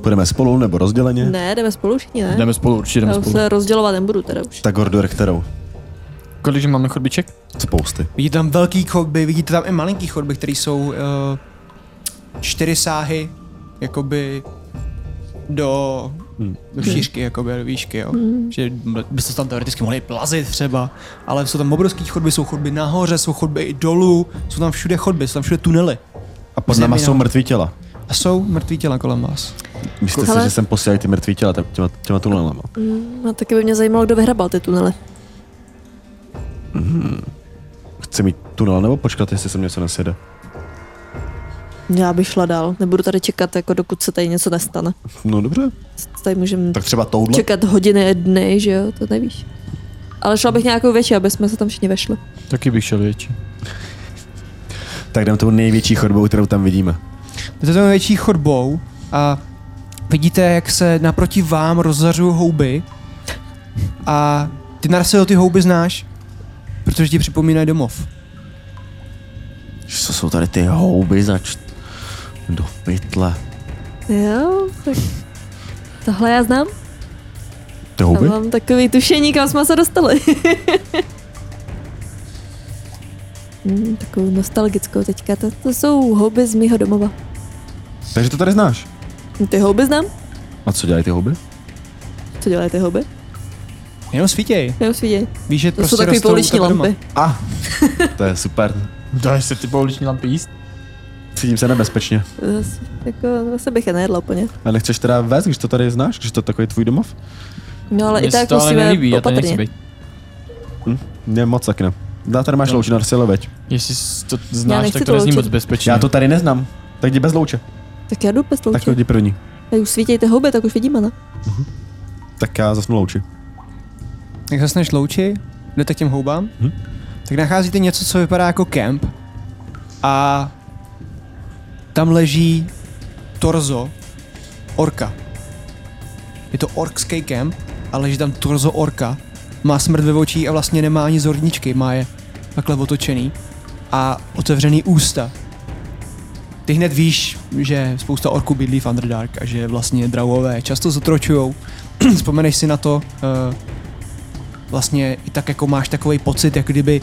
Speaker 4: Půjdeme spolu nebo rozděleně?
Speaker 3: Ne, jdeme spolu všichni, ne?
Speaker 2: Jdeme spolu, určitě jdeme
Speaker 3: Já už
Speaker 2: spolu.
Speaker 3: se rozdělovat nebudu teda už.
Speaker 4: Tak Hordure, kterou?
Speaker 2: Kolik že máme chodbiček?
Speaker 4: Spousty.
Speaker 1: Vidíte tam velký chodby, vidíte tam i malinký chodby, které jsou uh, čtyři sáhy, jakoby do, do šířky, jakoby, do výšky, jo. Že byste tam teoreticky mohli plazit třeba, ale jsou tam obrovský chodby, jsou chodby nahoře, jsou chodby i dolů, jsou tam všude chodby, jsou tam všude tunely.
Speaker 4: A pod náma
Speaker 1: Zemi,
Speaker 4: jsou
Speaker 1: no.
Speaker 4: mrtví těla.
Speaker 1: A jsou mrtví těla kolem vás.
Speaker 4: Myslíte si,
Speaker 3: Hele.
Speaker 4: že jsem posílal ty mrtví těla těm- těma, těma tunelama?
Speaker 3: No taky by mě zajímalo, kdo vyhrabal ty tunely.
Speaker 4: Chci mít tunel nebo počkat, jestli se mě něco nesjede?
Speaker 3: Já bych šla dál. Nebudu tady čekat, jako dokud se tady něco nestane.
Speaker 4: No dobře.
Speaker 3: Tady můžeme
Speaker 4: Tak třeba touhle?
Speaker 3: čekat hodiny a dny, že jo, to nevíš. Ale šla bych nějakou větší, aby jsme se tam všichni vešli.
Speaker 2: Taky bych šel větší.
Speaker 4: Tak jdeme tou největší chodbou, kterou tam vidíme.
Speaker 1: Jdete tou největší chodbou a vidíte, jak se naproti vám rozzařují houby a ty Narsil ty houby znáš, protože ti připomínají domov.
Speaker 4: Co jsou tady ty houby zač... Do pytle.
Speaker 3: Jo, tak tohle já znám.
Speaker 4: Ty
Speaker 3: Já
Speaker 4: houby?
Speaker 3: mám takový tušení, kam jsme se dostali. Hmm, takovou nostalgickou teďka. To, to jsou houby z mýho domova.
Speaker 4: Takže to tady znáš.
Speaker 3: Ty houby znám?
Speaker 4: A co dělají ty houby?
Speaker 3: Co dělají ty houby?
Speaker 1: Jenom svítěj.
Speaker 3: Neusvíděj.
Speaker 1: Víš, že
Speaker 3: To
Speaker 1: prostě
Speaker 3: jsou takový
Speaker 1: rostou u
Speaker 3: pouliční
Speaker 1: tebe doma.
Speaker 3: lampy.
Speaker 4: A, to je super.
Speaker 2: Dáš si ty pouliční lampy jíst?
Speaker 4: Cítím se nebezpečně.
Speaker 3: Zas, jako, zase bych je nejedla úplně.
Speaker 4: A nechceš teda vést, když to tady znáš, když to je takový tvůj domov?
Speaker 3: No ale
Speaker 2: Mně
Speaker 3: i
Speaker 2: se
Speaker 3: tak
Speaker 2: to ale
Speaker 3: musíme
Speaker 2: nelíbí, já to nechci
Speaker 3: opatrně.
Speaker 2: být.
Speaker 4: Ne, moc tak ne. Dá, tady máš
Speaker 2: No.
Speaker 4: loučinu, silo, veď.
Speaker 2: Jestli s- to
Speaker 3: Já
Speaker 2: znáš,
Speaker 3: nechci
Speaker 2: tak
Speaker 3: to
Speaker 2: to nezní
Speaker 3: loučit.
Speaker 2: moc bezpečně.
Speaker 4: Já to tady neznám. Tak jdi bez louče.
Speaker 3: Tak já jdu bez
Speaker 4: Tak
Speaker 3: louče.
Speaker 4: jdi první.
Speaker 3: Tak už svítějte houby, tak už vidíme, no. ne?
Speaker 4: Tak já zasnu louči.
Speaker 1: Jak zasneš louči, jdete k těm houbám,
Speaker 4: Mhm.
Speaker 1: tak nacházíte něco, co vypadá jako kemp a tam leží torzo orka. Je to orkský kemp a leží tam torzo orka. Má smrt ve očí a vlastně nemá ani zorničky, má je takhle otočený a otevřený ústa. Ty hned víš, že spousta orků bydlí v Underdark a že vlastně drahové často zotročujou. Vzpomeneš si na to, eh, vlastně i tak jako máš takový pocit, jak kdyby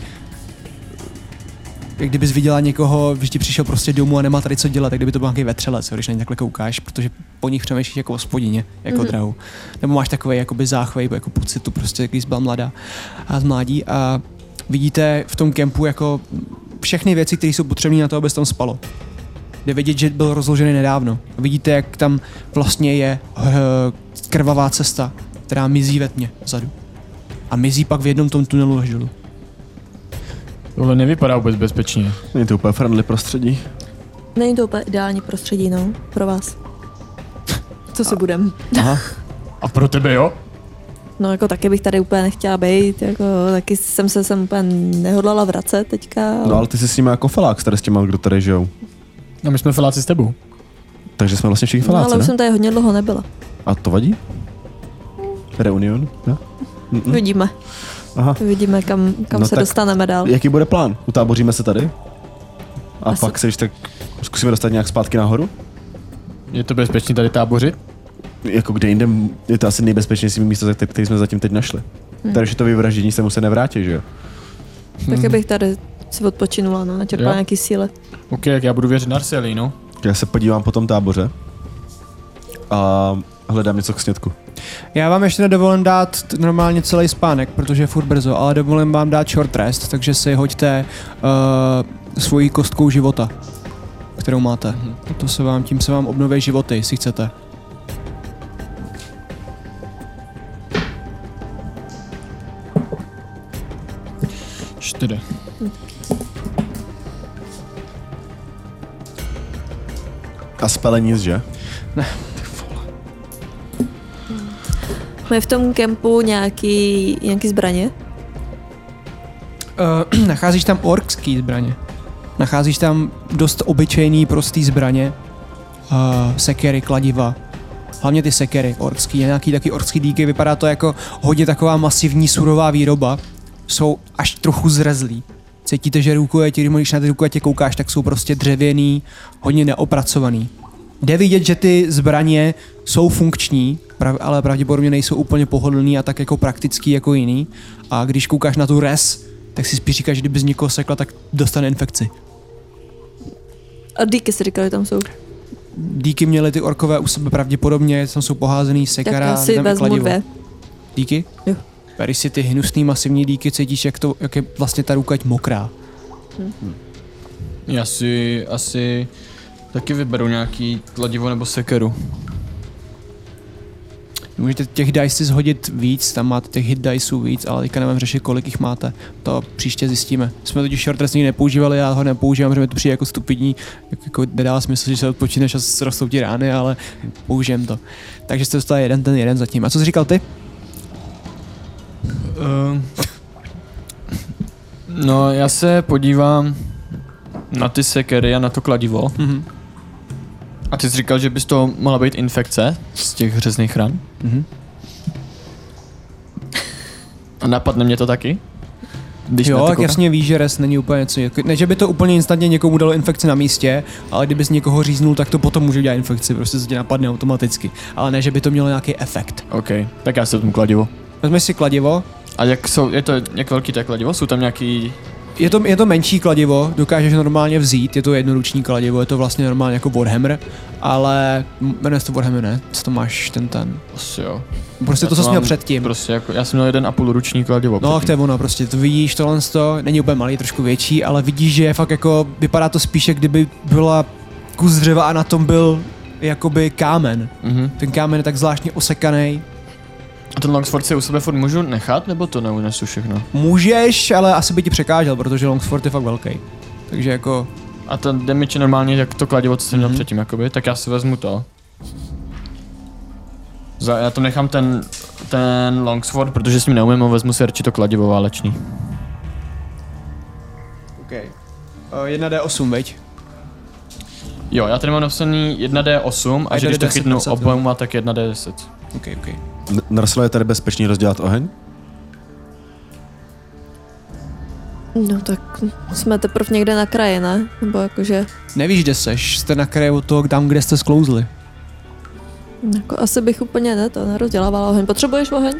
Speaker 1: jak kdybys viděla někoho, když ti přišel prostě domů a nemá tady co dělat, tak kdyby to byl nějaký vetřelec, jo, když na ně takhle koukáš, protože po nich přemýšlíš jako o spodině, jako mm-hmm. drahu. Nebo máš takový jakoby záchvej, jako pocitu prostě, když jsi byla mladá a z mládí a vidíte v tom kempu jako všechny věci, které jsou potřebné na to, aby se tam spalo. Jde vidět, že byl rozložený nedávno. Vidíte, jak tam vlastně je eh, krvavá cesta, která mizí ve tmě vzadu a mizí pak v jednom tom tunelu až dolů.
Speaker 2: Tohle nevypadá vůbec bezpečně.
Speaker 4: Není to úplně friendly prostředí.
Speaker 3: Není to úplně ideální prostředí, no, pro vás. Co si budem?
Speaker 4: Aha.
Speaker 2: A pro tebe jo?
Speaker 3: No jako taky bych tady úplně nechtěla být, jako taky jsem se sem úplně nehodlala vracet teďka.
Speaker 4: No ale ty jsi s nimi jako felák, tady s těma, kdo tady žijou.
Speaker 2: No my jsme feláci s tebou.
Speaker 4: Takže jsme vlastně všichni
Speaker 3: no, ale
Speaker 4: feláci,
Speaker 3: už
Speaker 4: ne?
Speaker 3: jsem tady hodně dlouho nebyla.
Speaker 4: A to vadí? Reunion, ne? Mm-mm.
Speaker 3: Uvidíme.
Speaker 4: Aha.
Speaker 3: Uvidíme, kam, kam
Speaker 4: No
Speaker 3: no se
Speaker 4: tak-
Speaker 3: dostaneme dál.
Speaker 4: Jaký bude plán? Utáboříme se tady? A
Speaker 3: Asi-
Speaker 4: pak se když tak zkusíme dostat nějak zpátky nahoru?
Speaker 2: Je to bezpečný tady tábořit?
Speaker 4: Jako kde jinde je to asi nejbezpečnější místo, za které které jsme zatím teď našli. Hmm. Takže to vyvraždění se mu se nevrátí, že jo?
Speaker 3: Taky bych tady si odpočinula, no, a čerpala
Speaker 2: Jo.
Speaker 3: nějaký síle.
Speaker 2: Ok, jak já budu věřit Narceli, no.
Speaker 4: Já se podívám po tom táboře a hledám něco k snědku.
Speaker 1: Já vám ještě nedovolím dát t- normálně celý spánek, protože je furt brzo, ale dovolím vám dát short rest, takže si hoďte uh, svojí kostkou života, kterou máte. Mm-hmm. To se vám, tím se vám obnoví životy, jestli chcete.
Speaker 2: Čtyři.
Speaker 4: A spele nic, že?
Speaker 3: Mají v tom kempu nějaký, nějaký zbraně?
Speaker 1: Uh, nacházíš tam orkský zbraně. Nacházíš tam dost obyčejný, prostý zbraně. Uh, sekery, kladiva. Hlavně ty sekery orkský, nějaký taky orkský díky. Vypadá to jako hodně taková masivní surová výroba. Jsou až trochu zrezlý. Cítíte, že rukuje, ti, když na ty rukuje tě koukáš, tak jsou prostě dřevěný, hodně neopracovaný. Jde vidět, že ty zbraně jsou funkční, prav- ale pravděpodobně nejsou úplně pohodlný a tak jako praktický jako jiný. A když koukáš na tu res, tak si spíš říkáš, že kdyby z někoho sekla, tak dostane infekci.
Speaker 3: A díky si říkali, tam jsou.
Speaker 1: Díky měly ty orkové u sebe pravděpodobně, tam jsou poházený
Speaker 3: Tak
Speaker 1: sekara,
Speaker 3: já
Speaker 1: je
Speaker 3: si
Speaker 1: tam i
Speaker 3: vezmu
Speaker 1: kladivo.
Speaker 3: dvě.
Speaker 1: Díky?
Speaker 3: Jo.
Speaker 1: Tady si ty hnusný masivní díky cítíš, jak, to, jak je vlastně ta rukať mokrá.
Speaker 2: Já si asi taky vyberu nějaký kladivo nebo sekeru.
Speaker 1: Můžete těch dice si zhodit víc, tam máte těch hit diceů víc, ale teďka nemám řešit, kolik jich máte. To příště zjistíme. Jsme totiž short rest nikdy nepoužívali, já ho nepoužívám, protože mi to přijde jako stupidní, jak- jako nedává smysl, že se odpočíneš a rostou ti rány, ale použijem to. Takže jste dostali jeden ten jeden zatím. A co jsi říkal ty?
Speaker 2: Ehm, No, já se podívám na ty sekery a na to kladivo.
Speaker 1: Mhm.
Speaker 2: A ty jsi říkal, že by z toho mohla být infekce z těch řezných ran?
Speaker 1: Mhm.
Speaker 2: A napadne mě to taky? Když na
Speaker 1: jo,
Speaker 2: to
Speaker 1: tak
Speaker 2: koukám.
Speaker 1: jasně víš, že res není úplně něco. jako- Ne, že by to úplně instantně někomu dalo infekci na místě, ale kdyby z někoho říznul, tak to potom může dělat infekci, prostě se tě napadne automaticky. Ale ne, že by to mělo nějaký efekt.
Speaker 2: OK, tak já si vezmu kladivo.
Speaker 1: Vezmeš si kladivo,
Speaker 2: A jak jsou, je to, jak velký to je kladivo? Jsou tam nějaký
Speaker 1: je to, je to menší kladivo, dokážeš normálně vzít, je to jednoruční kladivo, je to vlastně normálně jako Warhammer, ale m- jmenuje se to Warhammer, ne? Co to máš, ten ten?
Speaker 2: Asi jo.
Speaker 1: Prostě
Speaker 2: Já
Speaker 1: to, co jsi měl
Speaker 2: mám
Speaker 1: předtím.
Speaker 2: Prostě jako, já jsem měl jeden a půl ruční kladivo.
Speaker 1: No, tak to
Speaker 2: předtím.
Speaker 1: je ono, prostě to vidíš, tohle to není úplně malý, trošku větší, ale vidíš, že je fakt jako, vypadá to spíše, kdyby byla kus dřeva a na tom byl jakoby kámen.
Speaker 2: Mhm.
Speaker 1: Ten kámen je tak zvláštně osekaný.
Speaker 2: A ten Longsford si u sebe furt můžu nechat, nebo to neunesu všechno?
Speaker 1: Můžeš, ale asi by ti překážel, protože Longsford je fakt velký. Takže jako,
Speaker 2: A ten damage je normálně jak to kladivo, co jsem měl
Speaker 1: Mhm.
Speaker 2: předtím, jakoby, tak já si vezmu to. Za, já to nechám ten, ten longsword, protože s ním neumím, a vezmu si radši to kladivo váleční.
Speaker 1: okay. 1D8, veď?
Speaker 2: Jo, já tady mám napsaný 1d8 a,
Speaker 1: A
Speaker 2: že když to
Speaker 1: 1D10,
Speaker 2: chytnu
Speaker 1: 10, jo.
Speaker 2: obouma, tak 1d10.
Speaker 1: OK, OK.
Speaker 4: N- Narsla je tady bezpečný rozdělat oheň?
Speaker 3: No tak jsme teprve někde na kraji, ne? Nebo jakože,
Speaker 1: Nevíš, kde seš, jste na kraji od toho, tam, kde jste sklouzli.
Speaker 3: jako asi bych úplně ne, to nerozdělávala oheň. Potřebuješ oheň?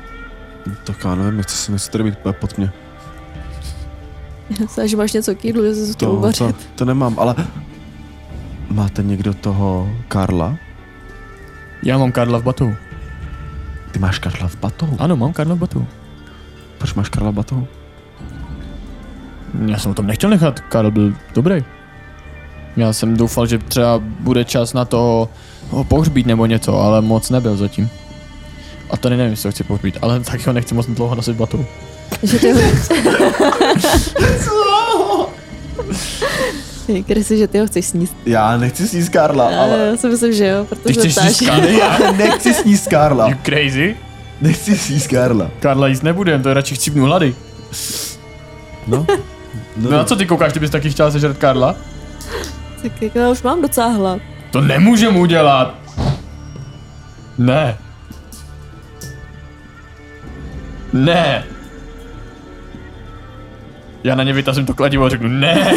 Speaker 4: Tak já nevím, nechci, si- nechci tady být úplně pod mě.
Speaker 3: Já se, že máš něco k jídlu, že se to uvařit.
Speaker 4: to, to nemám, ale... Máte někdo toho Karla?
Speaker 2: Já mám Karla v batu.
Speaker 4: Ty máš Karla v batohu.
Speaker 2: Ano, mám Karla v batu.
Speaker 4: Proč máš Karla v batohu?
Speaker 2: Já jsem o tom nechtěl nechat, Karl byl dobrý. Já jsem doufal, že třeba bude čas na to ho pohřbít nebo něco, ale moc nebyl zatím. A tady nevím, jestli ho chci pohřbít, ale tak ho nechci moc dlouho nosit batou.
Speaker 3: Že ty ho... Říkali si, že ty ho chceš sníst.
Speaker 4: Já nechci sníst Karla,
Speaker 3: Ale... Já si myslím, že jo,
Speaker 2: Ty
Speaker 3: protože
Speaker 2: chceš
Speaker 3: ptáš.
Speaker 2: jíst Karla?
Speaker 4: Já nechci sníst Karla.
Speaker 2: You crazy?
Speaker 4: Nechci sníst Karla.
Speaker 2: Karla jíst nebudem, to je radši chcípnu hlady.
Speaker 4: No.
Speaker 2: No na co ty koukáš, ty bys taky chtěla sežrat Karla?
Speaker 3: Tak jako já už mám docela hlad.
Speaker 2: To nemůžem udělat. Ne. Ne. Já na ně vytazím to kladivo a řeknu ne.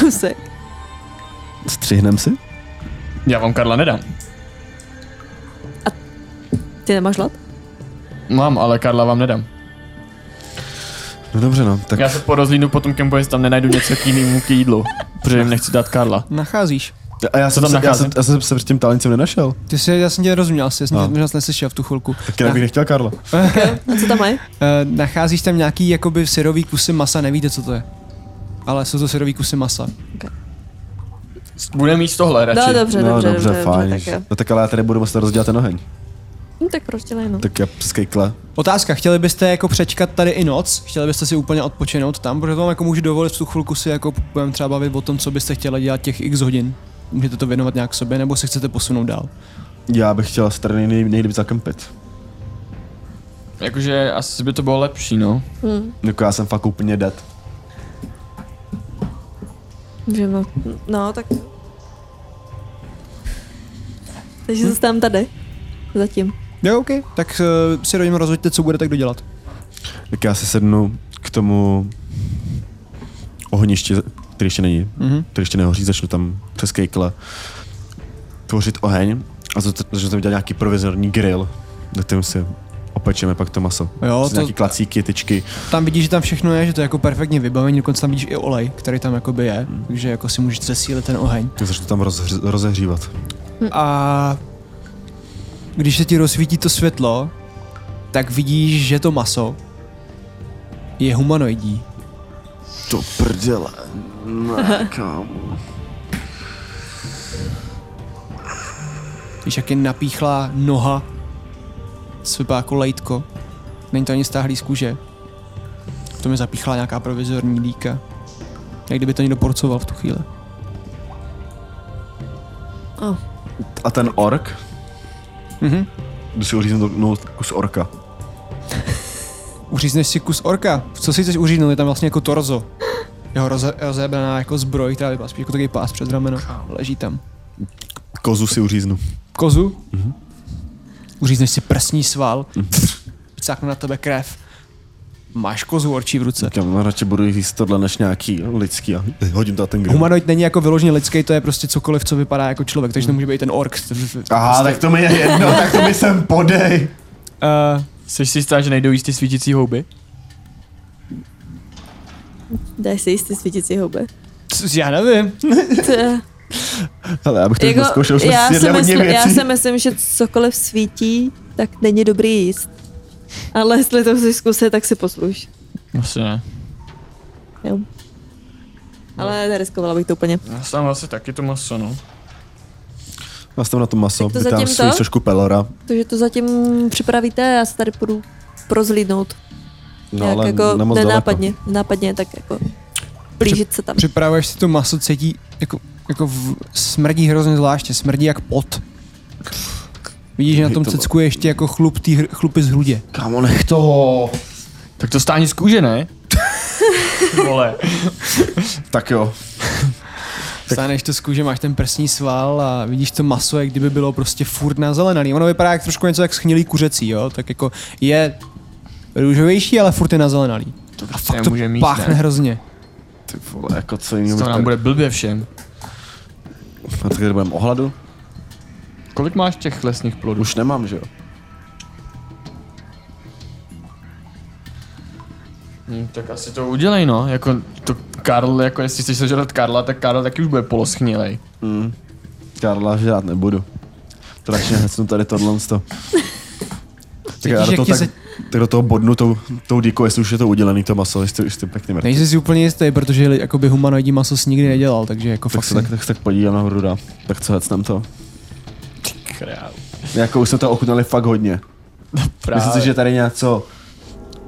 Speaker 3: Kousek.
Speaker 4: Střihnem si?
Speaker 2: Já vám Karla nedám.
Speaker 3: Ty nemáš hlad?
Speaker 2: Mám, ale Karla vám nedám.
Speaker 4: No dobře no, tak
Speaker 2: Já se porozlínu potom kempo, jestli tam nenajdu něco k jinému k jídlu. Protože jim nechci dát Karla.
Speaker 1: Nacházíš.
Speaker 4: A já jsem,
Speaker 2: tam
Speaker 4: se, já,
Speaker 2: nachází?
Speaker 4: jsem, já jsem se před tím talencem nenašel.
Speaker 1: Ty jsi, já jsem tě nerozuměl, asi, já jsem
Speaker 4: No.
Speaker 1: tě možná neslyšel v tu chvilku.
Speaker 4: Taky
Speaker 2: Eh.
Speaker 4: bych nechtěl Karla.
Speaker 3: A co tam mají?
Speaker 1: Eh, nacházíš tam nějaký jakoby syrový kusy masa, nevíte, co to je. Ale jsou to syrový kusy masa.
Speaker 2: Budeme jíst tohle radši.
Speaker 3: No dobře,
Speaker 4: no
Speaker 3: dobře,
Speaker 4: dobře, fajn.
Speaker 3: dobře, tak jo.
Speaker 4: no tak ale já tady budu muset rozdělat ten oheň.
Speaker 3: No tak rozdělej, no.
Speaker 4: Tak já skejkle.
Speaker 1: Otázka, chtěli byste jako přečkat tady i noc? Chtěli byste si úplně odpočinout tam? Protože to vám jako můžu dovolit v tu chvilku si jako budeme třeba bavit o tom, co byste chtěli dělat těch x hodin. Můžete to věnovat nějak sobě, nebo se chcete posunout dál.
Speaker 4: Já bych chtěl strany nej, nejlíp zakempit.
Speaker 2: Jakože asi by to bylo lepší, no.
Speaker 4: Jako já jsem fakt úplně dead.
Speaker 3: Můžeme. No, tak...
Speaker 4: Hm?
Speaker 3: Takže zůstávám tady. Zatím.
Speaker 1: Jo, OK. Tak uh, si rodinu rozhoďte, co budete kdo dělat.
Speaker 4: Tak já se sednu k tomu ohništi, který ještě není,
Speaker 1: Mhm.
Speaker 4: mm-hmm. který ještě nehoří, začnu tam přes kejkle tvořit oheň a zač- začnu tam dělat nějaký provizorní grill, na kterém si opečeme pak to maso.
Speaker 1: Jo,
Speaker 4: Prostě
Speaker 1: to-
Speaker 4: Nějaký klacíky, tyčky.
Speaker 1: Tam vidíš, že tam všechno je, že to je jako perfektně vybavení, dokonce tam vidíš i olej, který tam jakoby je, takže jako si můžeš zesílit ten oheň.
Speaker 4: Tak začnu tam rozhř- rozehřívat.
Speaker 1: A když se ti rozsvítí to světlo, tak vidíš, že to maso je humanoidní.
Speaker 4: To prdele. Ne, kámo.
Speaker 1: Víš, jak je napíchlá noha, svypá jako lejtko. Není to ani stáhlý z kůže. V tom je zapíchla nějaká provizorní dýka. Jak kdyby to někdo porcoval v tu chvíli.
Speaker 4: A ten ork?
Speaker 1: Mhm.
Speaker 4: Jdu si uříznu no, kus orka.
Speaker 1: Uřízneš si kus orka. Co si chceš uříznout? Je tam vlastně jako torzo. Jeho roze, rozebraná jako zbroj, která vypadá spíš jako takový pás před rameno. Leží tam.
Speaker 4: Kozu si uříznu.
Speaker 1: kozu, mm-hmm. uřízneš si prsní sval, cákne na tebe krev, máš kozu orčí v ruce.
Speaker 4: Říkám, no, radši budu jíst tohle než nějaký lidský a hodím to na ten grill.
Speaker 1: Humanoid není jako vyloženě lidský, to je prostě cokoliv, co vypadá jako člověk, takže to může být i ten ork.
Speaker 4: Aha, tak to mi je jedno, tak to mi sem podej.
Speaker 1: Uh,
Speaker 2: Jsi si jistá, že nejdou jíst ty svítící houby?
Speaker 3: Dáš si jistý svítící houby.
Speaker 1: C- Já nevím.
Speaker 3: T-
Speaker 4: Hele, já bych to jako,
Speaker 3: jako,
Speaker 4: zkoušel, už jsme
Speaker 3: já, si
Speaker 4: si jedli hodně
Speaker 3: myslím, já
Speaker 4: věcí.
Speaker 3: si myslím, že cokoliv svítí, tak není dobrý jíst. Ale jestli to chceš zkusit, tak si posluš.
Speaker 2: Asi ne.
Speaker 3: Jo.
Speaker 4: No.
Speaker 3: Ale neriskovala bych to úplně.
Speaker 2: Já jsem asi taky to maso, no.
Speaker 4: Já jsem na to maso,
Speaker 3: Tak to
Speaker 4: vytám
Speaker 3: zatím
Speaker 4: svůj
Speaker 3: to?
Speaker 4: trošku pelora.
Speaker 3: Takže to zatím připravíte, já se tady půjdu prozlídnout.
Speaker 4: No
Speaker 3: nějak
Speaker 4: ale
Speaker 3: jako
Speaker 4: nemoc
Speaker 3: nenápadně, nenápadně, tak jako blížit se tam.
Speaker 1: Připravuješ si to maso, cítí, jako, jako v, smrdí hrozně zvláště, smrdí jak pot. Vidíš, že na tom cecku je ještě jako chlup, tý, hr- chlupy z hrudě.
Speaker 4: Kámo, nech toho.
Speaker 2: Tak to stání z kůže, ne? Vole.
Speaker 4: Tak jo.
Speaker 1: Stáneš to z kůže, máš ten prsní sval a vidíš to maso, jak kdyby bylo prostě furt nazelenalý. Ono vypadá jak trošku něco jak schnilý kuřecí, jo? Tak jako je růžovější, ale furt je nazelenalý.
Speaker 2: To
Speaker 1: A
Speaker 2: prostě
Speaker 1: fakt to
Speaker 2: nemůže mít,
Speaker 1: páchne
Speaker 2: ne?
Speaker 1: hrozně.
Speaker 4: Ty vole, jako co
Speaker 2: Z
Speaker 4: jiného.
Speaker 2: toho nám bude blbě všem.
Speaker 4: A tak tady budeme ohladu?
Speaker 2: Kolik máš těch lesních plodů?
Speaker 4: Už nemám, že jo?
Speaker 2: Hm, tak asi to udělej, no. Jako to Karl, jako jestli chceš sežrat Karla, tak Karl taky už bude poloschnilej.
Speaker 4: Karla žrát nebudu. To radši hecnu tady tohle. to. Tak
Speaker 1: Cítíš,
Speaker 4: já do
Speaker 1: jak
Speaker 4: toho,
Speaker 1: ti
Speaker 4: tak,
Speaker 1: za-
Speaker 4: tak do toho bodnu tou, tou díkou, jestli už je to udělaný to maso, jestli, jestli pěkně mrtvý.
Speaker 1: Nejsi si úplně jistý, protože li- jakoby humanoidní maso si nikdy nedělal, takže jako
Speaker 4: Tak
Speaker 1: fakt
Speaker 4: se
Speaker 1: si...
Speaker 4: tak, tak, tak podívám na Hruda. Tak co hecnem to?
Speaker 2: Král.
Speaker 4: Jako už jsme to ochutnali fakt hodně.
Speaker 2: Právě.
Speaker 4: Myslím si, že tady něco...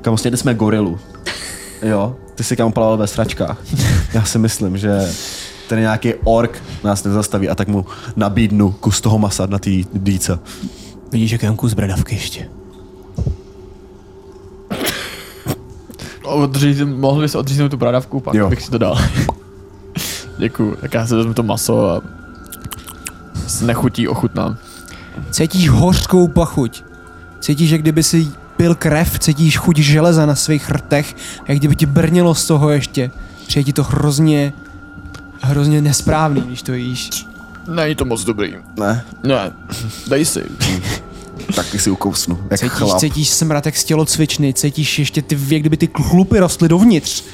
Speaker 4: Kam snědli jsme gorilu. Jo? Ty si kam plaval ve sračkách. Já si myslím, že ten nějaký ork nás nezastaví a tak mu nabídnu kus toho masa na té dýce.
Speaker 1: Vidíš, jak je tam kus bradavky ještě.
Speaker 2: Odříz, mohl bys odříznout tu bradavku, pak
Speaker 4: Jo.
Speaker 2: jo. bych si to dal. Děkuju, tak já si vezmu to maso a s nechutí ochutnám.
Speaker 1: Cítíš hořkou pachuť. Cítíš, jak kdyby si pil krev, cítíš chuť železa na svých rtech, jak kdyby ti brnilo z toho ještě. Přijde ti to hrozně, hrozně nesprávný, když to jíš.
Speaker 2: Není to moc dobrý.
Speaker 4: Ne,
Speaker 2: Ne, No, dej si.
Speaker 4: taky si ukousnu. Jak
Speaker 1: Cítíš,
Speaker 4: chlap.
Speaker 1: cítíš smrad jak z tělocvičny, cítíš ještě ty, jak kdyby ty chlupy rostly dovnitř.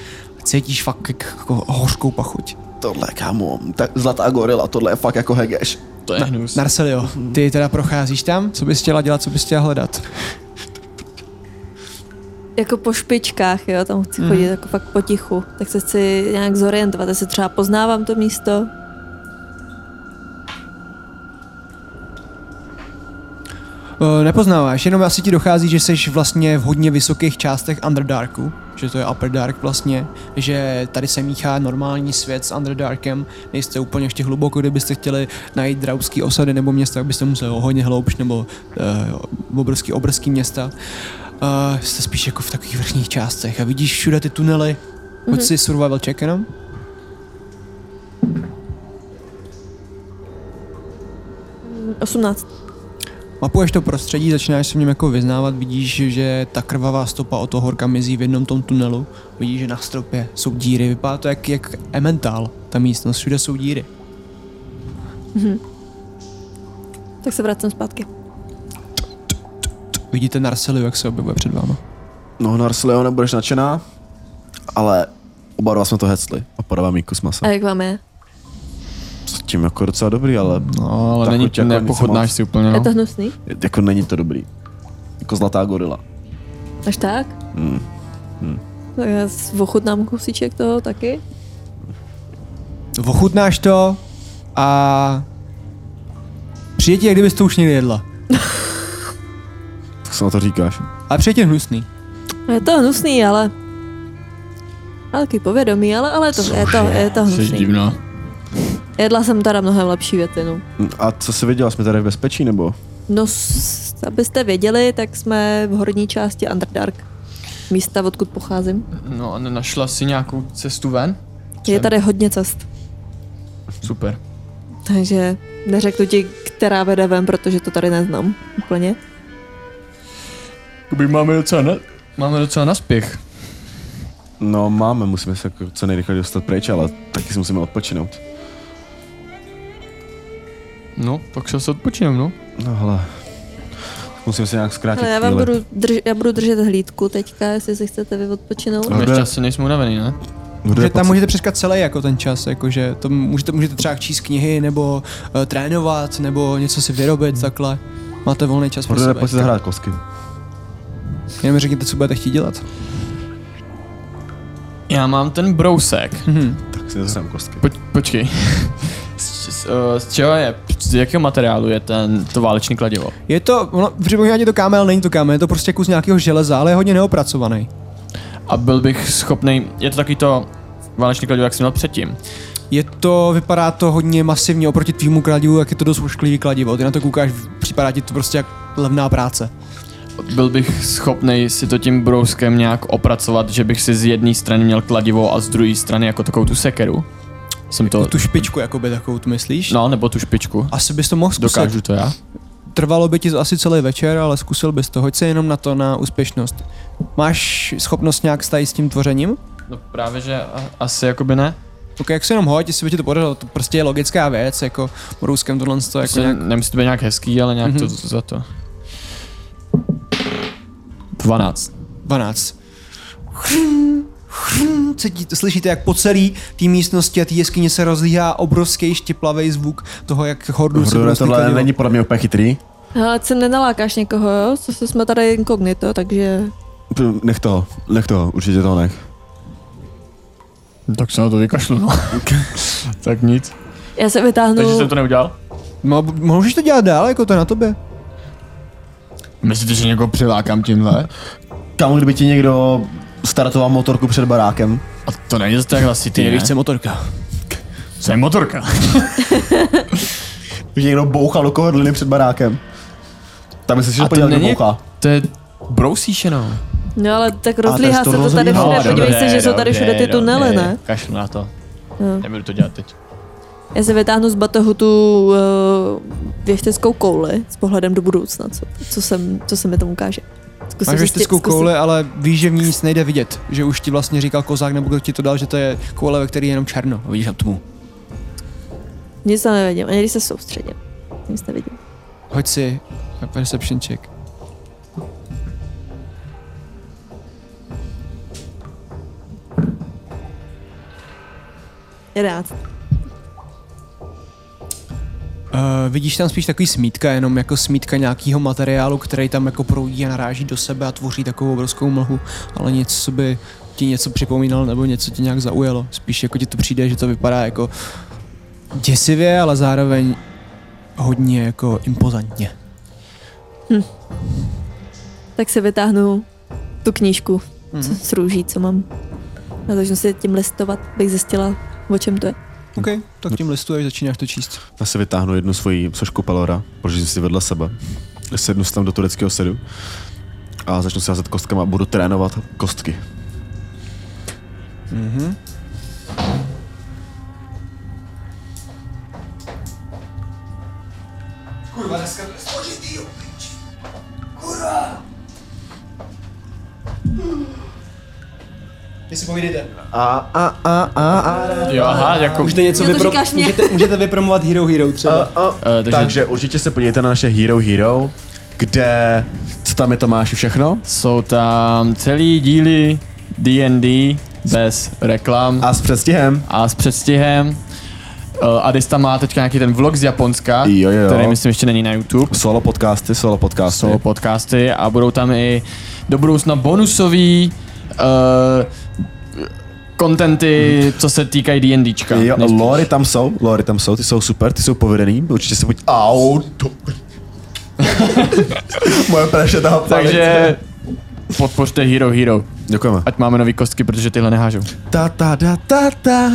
Speaker 1: Cítíš fakt jak, jako hořkou pachuť.
Speaker 4: Tohle, kámo, ta zlatá gorila, tohle je fakt jako hegeš.
Speaker 2: To je hnus.
Speaker 1: Narcelio, ty teda procházíš tam? Co bys chtěla dělat, co bys chtěla hledat?
Speaker 3: Jako po špičkách, jo, tam chci chodit jako fakt potichu, tak se chci nějak zorientovat, jestli třeba poznávám to místo.
Speaker 1: Eh, nepoznáváš, jenom asi ti dochází, že jsi vlastně v hodně vysokých částech Underdarku, že to je Upper Dark vlastně, že tady se míchá normální svět s Underdarkem, nejste úplně ještě hluboko, kdybyste chtěli najít draubský osady nebo města, tak byste museli hodně hloubš nebo uh, obrovský, obrovský města. Uh, jste spíš jako v takových vrchních částech a vidíš všude ty tunely, Hoď si survival check jenom.
Speaker 3: Mm, 18.
Speaker 1: Mapuješ to prostředí, začínáš se v něm jako vyznávat, vidíš, že ta krvavá stopa od toho horka mizí v jednom tom tunelu, vidíš, že na stropě jsou díry, vypadá to jak, jak ementál, ta místnost, všude jsou díry.
Speaker 3: Tak se vracím zpátky.
Speaker 1: Vidíte Narseliu, jak se objevuje před váma.
Speaker 4: No, Narsleo, nebudeš nadšená, ale oba dva jsme to hecli. A podávám jí kus masa.
Speaker 3: A jak vám je?
Speaker 4: S tím jako docela dobrý, ale
Speaker 2: No, ale
Speaker 4: Tak
Speaker 2: není,
Speaker 4: chuť jako nic
Speaker 2: nepochutnáš
Speaker 4: moc.
Speaker 2: si úplně,
Speaker 3: Je
Speaker 2: no.
Speaker 3: to hnusný?
Speaker 4: jako není to dobrý. Jako zlatá gorila.
Speaker 3: Až tak? Mm. Tak já s- ochutnám kousíček toho taky.
Speaker 1: Ochutnáš to a přijde ti, jak kdybys to už někdy jedla.
Speaker 4: Tak se na to říkáš.
Speaker 1: A přijde ti hnusný.
Speaker 3: No Je to hnusný, ale... Ale taky povědomí, ale, ale to, je, to, je to
Speaker 2: Jsi
Speaker 3: hnusný.
Speaker 2: divná.
Speaker 3: Jedla jsem teda mnohem lepší věci, no.
Speaker 4: A co jsi viděla, jsme tady v bezpečí, nebo?
Speaker 3: No, s- abyste věděli, tak jsme v horní části Underdark. Místa, odkud pocházím.
Speaker 2: No a nenašla si nějakou cestu ven?
Speaker 3: Je tady hodně cest,
Speaker 2: Super.
Speaker 3: takže neřeknu ti, která vede ven, protože to tady neznám úplně.
Speaker 2: Kdyby máme docela na... Máme docela naspěch.
Speaker 4: No máme, musíme se jako co nejrychleji dostat pryč, ale taky si musíme odpočinout.
Speaker 2: No, tak se asi odpočinem, no.
Speaker 4: No hele, musím si nějak zkrátit
Speaker 3: Ale já vám
Speaker 4: chvíli.
Speaker 3: budu, drž, já budu držet hlídku teďka, jestli si chcete vy odpočinout.
Speaker 4: No,
Speaker 2: My
Speaker 4: jde.
Speaker 2: ještě asi nejsme unavený, ne?
Speaker 4: Kdo je
Speaker 1: Že tam
Speaker 4: pacient?
Speaker 1: můžete přeskat celý jako ten čas, jakože to můžete, můžete třeba číst knihy, nebo uh, trénovat, nebo něco si vyrobit, hmm. takhle. Máte volný čas pro
Speaker 4: Protože
Speaker 1: sebe.
Speaker 4: pojď si zahrát kosky.
Speaker 1: Jenom mi řekněte, co budete chtít dělat.
Speaker 2: Já mám ten brousek.
Speaker 4: Tak si nezahrám kostky.
Speaker 2: Poč, počkej. Z, z, eh, z čeho je, z jakého materiálu je ten, to válečný kladivo?
Speaker 1: Je to, ono, připomíná mě to kámel, není to kámel, je to prostě kus nějakého železa, ale je hodně neopracovaný.
Speaker 2: A byl bych schopný, je to takový to válečný kladivo, jak jsem měl předtím.
Speaker 1: Je to, vypadá to hodně masivně oproti tvýmu kladivu, jak je to dost ošklivý kladivo. Ty na to koukáš, připadá ti to prostě jak levná práce.
Speaker 2: Byl bych schopný si to tím brouskem nějak opracovat, že bych si z jedné strany měl kladivo a z druhé strany jako takovou tu sekeru. Jsem to,
Speaker 1: Tu špičku, jakoby takovou, tu myslíš?
Speaker 2: no, nebo tu špičku.
Speaker 1: Asi bys to mohl zkusit.
Speaker 2: Dokážu to já.
Speaker 1: Trvalo by ti to asi celý večer, ale zkusil bys to. Hoď se jenom na to, na úspěšnost. Máš schopnost nějak stajit s tím tvořením?
Speaker 2: No právě, že a, asi jakoby ne.
Speaker 1: Ok, jak se jenom hoď, jestli by ti to podařilo, to prostě je logická věc, jako Ruskem tohle to jako
Speaker 2: Jako
Speaker 1: nějak...
Speaker 2: nějak... Nemusí to být nějak hezký, ale nějak mm-hmm. to
Speaker 1: Mhm.
Speaker 2: za to. 12.
Speaker 1: 12. Chrn, chrn, Cítíte, slyšíte, jak po celý té místnosti a té jeskyně se rozlíhá obrovský štiplavý zvuk toho, jak hordu se
Speaker 4: Hrdure,
Speaker 1: prostě
Speaker 4: tohle
Speaker 1: kladivo-
Speaker 4: není podle mě úplně chytrý.
Speaker 3: Hele, ať se nenalákáš někoho, jo? Zase jsme tady inkognito, takže...
Speaker 4: P- Nech toho, nech toho, určitě toho nech.
Speaker 2: Tak se na to vykašlu, no. tak nic.
Speaker 3: Já se vytáhnu...
Speaker 2: Takže jsem to neudělal?
Speaker 1: Mo- No, Můžeš to dělat dál, jako to je na tobě.
Speaker 2: Myslíte, že někoho přilákám tímhle?
Speaker 4: Kam kdyby ti někdo startoval motorku před barákem?
Speaker 2: A to není zase tak hlasitý, ne?
Speaker 1: motorka.
Speaker 2: Jsem motorka.
Speaker 4: Že někdo bouchal do kohodliny před barákem? Tam by se
Speaker 2: A
Speaker 4: šel
Speaker 2: to
Speaker 4: podívat, kdo
Speaker 2: není-
Speaker 4: bouchá.
Speaker 2: To je brousíš jenom.
Speaker 3: No ale tak
Speaker 4: tak
Speaker 3: rozlíhá
Speaker 4: to
Speaker 3: se to tady
Speaker 4: rozlíhá,
Speaker 2: No,
Speaker 3: všude,
Speaker 4: dobře,
Speaker 3: No, podívej se, že jsou tady všude ty tunely, ne? No.
Speaker 2: Kašlu na to.
Speaker 3: Jo.
Speaker 2: Nebudu to dělat teď.
Speaker 3: Já se vytáhnu z batohu tu uh, věšteckou kouli s pohledem do budoucna, co, co, jsem, co se mi tam ukáže. Zkusím
Speaker 1: Máš
Speaker 3: zjistit-
Speaker 1: věšteckou
Speaker 3: zkusím-
Speaker 1: kouli, ale víš, že v ní nic nejde vidět. Že už ti vlastně říkal kozák, nebo kdo ti to dal, že to je koule, ve který je jenom černo. A Vidíš tam tmu.
Speaker 3: Nic tam nevidím, ani když se soustředím. Nic nevidím.
Speaker 1: Hoď si perception check.
Speaker 3: Jedenáct.
Speaker 1: Uh, vidíš tam spíš takový smítka, jenom jako smítka nějakého materiálu, který tam jako proudí a naráží do sebe a tvoří takovou obrovskou mlhu, ale nic, co by ti něco připomínalo nebo něco tě nějak zaujalo. Spíš jako ti to přijde, že to vypadá jako děsivě, ale zároveň hodně jako impozantně.
Speaker 3: Tak se vytáhnu tu knížku
Speaker 1: Mhm.
Speaker 3: co, s růží, co mám. A začnu si tím listovat, abych zjistila, o čem to je.
Speaker 1: OK, tak tím listuješ, začínáš to číst.
Speaker 4: Já si vytáhnu jednu svoji sošku Pelora, položím si vedle sebe, sednu si tam do tureckého sedu a začnu si házet kostkama a budu trénovat kostky.
Speaker 1: Vy si povídejte.
Speaker 4: A, a, a, a, a,
Speaker 2: Jo, aha, jako...
Speaker 1: Můžete něco
Speaker 3: Jo, to
Speaker 1: vypro...
Speaker 3: říkáš mě.
Speaker 1: můžete, můžete vypromovat Hero Hero třeba.
Speaker 4: a, a.
Speaker 2: takže-
Speaker 4: Eh, takže... takže určitě se podívejte na naše Hero Hero, kde, co tam je Tomáši všechno?
Speaker 2: Jsou tam celý díly D&D bez reklam a,
Speaker 4: A s předstihem.
Speaker 2: a s předstihem. Eh, Adis tam má teďka nějaký ten vlog z Japonska,
Speaker 4: Jo, jo, jo.
Speaker 2: který myslím ještě není na YouTube.
Speaker 4: Solo podcasty, solo podcasty.
Speaker 2: Jsou podcasty a budou tam i do budoucna bonusový eh, kontenty, co se týkají D&Dčka.
Speaker 4: Jo,
Speaker 2: Nejspíš.
Speaker 4: lory tam jsou, lory tam jsou, ty jsou super, ty jsou povedený, určitě se buď... Au, to... Moje preše toho
Speaker 2: Takže podpořte Hero Hero.
Speaker 4: Děkujeme.
Speaker 2: Ať máme nový kostky, protože tyhle nehážou.
Speaker 4: Ta, ta, da, ta, ta.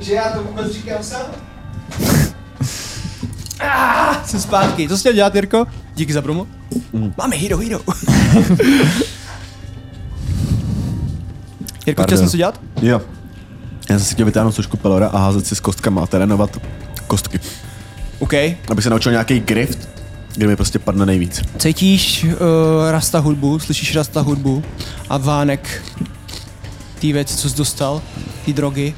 Speaker 1: Že já to vůbec říkám sám? Ah, jsem zpátky. Co jsi chtěl dělat, Jirko? Díky za promo. Máme hero, hero. Jirko, chtěl
Speaker 4: Pardon.
Speaker 1: jsi něco dělat?
Speaker 4: Jo. Já jsem si chtěl vytáhnout sošku Pelora a házet si s kostkama a trénovat kostky.
Speaker 1: OK.
Speaker 4: Abych se naučil nějaký grift, kde mi prostě padne nejvíc.
Speaker 1: Cítíš uh, rasta hudbu, slyšíš rasta hudbu a vánek té věci, co jsi dostal, té drogy.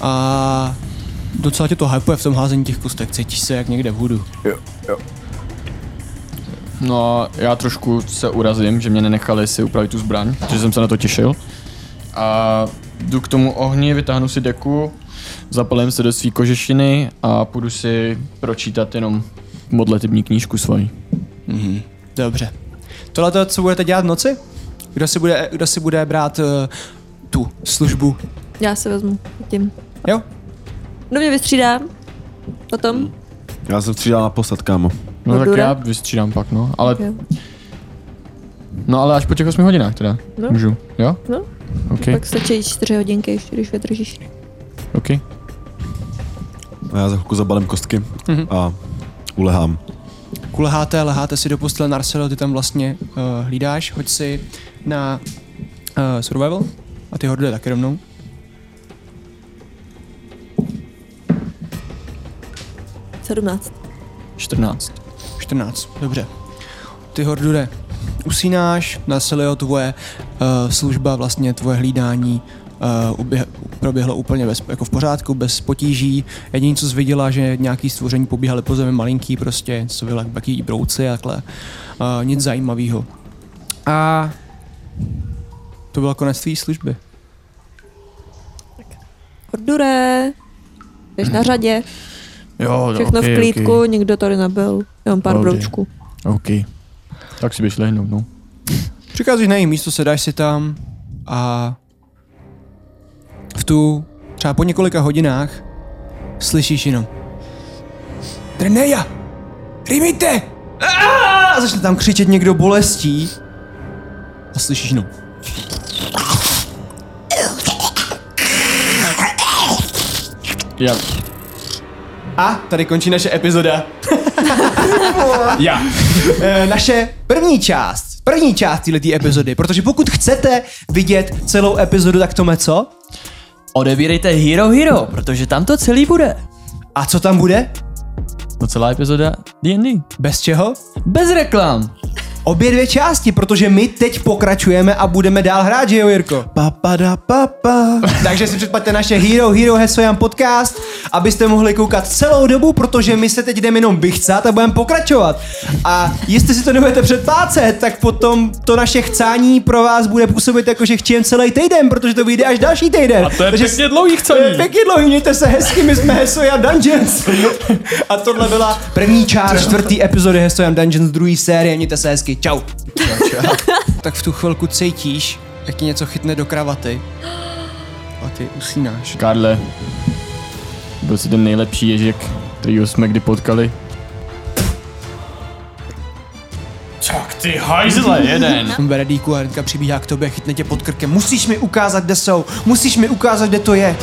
Speaker 1: A docela tě to hypuje v tom házení těch kostek. Cítíš se jak někde v hudu.
Speaker 2: No, já trošku se urazím, že mě nenechali si upravit tu zbraň, protože jsem se na to těšil. a jdu k tomu ohni, vytáhnu si deku, zapalím se do svý kožešiny a půjdu si pročítat jenom modlitební knížku svoji.
Speaker 1: Dobře. Tohle to, co budete dělat v noci? Kdo si bude, kdo si bude brát uh, tu službu?
Speaker 3: Já si vezmu tím.
Speaker 1: Jo?
Speaker 3: Kdo mě vystřídá? Potom?
Speaker 4: Já jsem střídal na posad, kámo.
Speaker 2: No tak
Speaker 3: Madura?
Speaker 2: já vystřídám pak, no, ale,
Speaker 3: Jo.
Speaker 2: no, ale až po těch 8 hodinách teda.
Speaker 3: No.
Speaker 2: Můžu, jo?
Speaker 3: No.
Speaker 2: OK,
Speaker 3: Pak stačí čtyři hodinky ještě, když vydržíš.
Speaker 2: OK.
Speaker 4: A já za chvilku zabalím kostky a ulehám.
Speaker 1: Kulháte, leháte si do postele Narcelo, ty tam vlastně uh, hlídáš, hoď si na uh, survival a ty hoduje taky rovnou.
Speaker 3: Sedmnáct.
Speaker 2: 14.
Speaker 1: 14, dobře. Ty Hordude, usínáš, Narcelio, tvoje uh, služba, vlastně tvoje hlídání uh, uběh, proběhlo úplně bez, jako v pořádku, bez potíží. Jediné, co jsi viděla, že nějaký stvoření pobíhaly po zemi malinký prostě, co byly jak baký brouci a takhle. Uh, nic zajímavého. A to bylo konec tvé služby.
Speaker 3: Ordure! Jsi
Speaker 1: Mhm.
Speaker 3: na řadě.
Speaker 2: Jo,
Speaker 3: Všechno v klídku, nikdo tady nebyl. Jenom pár
Speaker 2: Pohodě.
Speaker 3: broučků.
Speaker 2: OK. Tak si běž lehnout, no.
Speaker 1: Přicházíš na její místo, sedáš si tam a v tu třeba po několika hodinách slyšíš jenom Trneja! Rimite! Aaa! A začne tam křičet někdo bolestí a slyšíš jenom
Speaker 2: Já,
Speaker 1: A tady končí naše epizoda. Já. E, Naše první část. První část této epizody, protože pokud chcete vidět celou epizodu, tak tome co?
Speaker 6: Odebírejte Hero Hero, protože tam to celý bude.
Speaker 1: A co tam bude?
Speaker 2: no celá epizoda D&D.
Speaker 1: Bez čeho?
Speaker 2: Bez reklam.
Speaker 1: Obě dvě části, protože my teď pokračujeme a budeme dál hrát, že jo, Jirko?
Speaker 4: Papada papa.
Speaker 1: Takže si předplaťte naše Hero Hero Hesoyam podcast, abyste mohli koukat celou dobu, protože my se teď jdeme jenom vychcát a budeme pokračovat. A jestli si to nebudete předplácet, tak potom to naše chcání pro vás bude působit jako, že chčím celý týden, protože to vyjde až další týden. A
Speaker 2: to je pěkně dlouhý chcání.
Speaker 1: To je pěkně dlouhý, mějte se hezky, my jsme Hesoyam Dungeons. A tohle byla první část čtvrtý epizody Hesoyam Dungeons druhé série, mějte se hezky, čau. tak v tu chvilku cítíš, jak ti něco chytne do kravaty a ty usínáš.
Speaker 2: Karle, byl jsi ten nejlepší ježek, kterýho jsme kdy potkali. Tak ty hajzle, jeden.
Speaker 1: Bere dýku a Renka přibíhá k tobě, chytne tě pod krkem. Musíš mi ukázat, kde jsou, musíš mi ukázat, kde to je.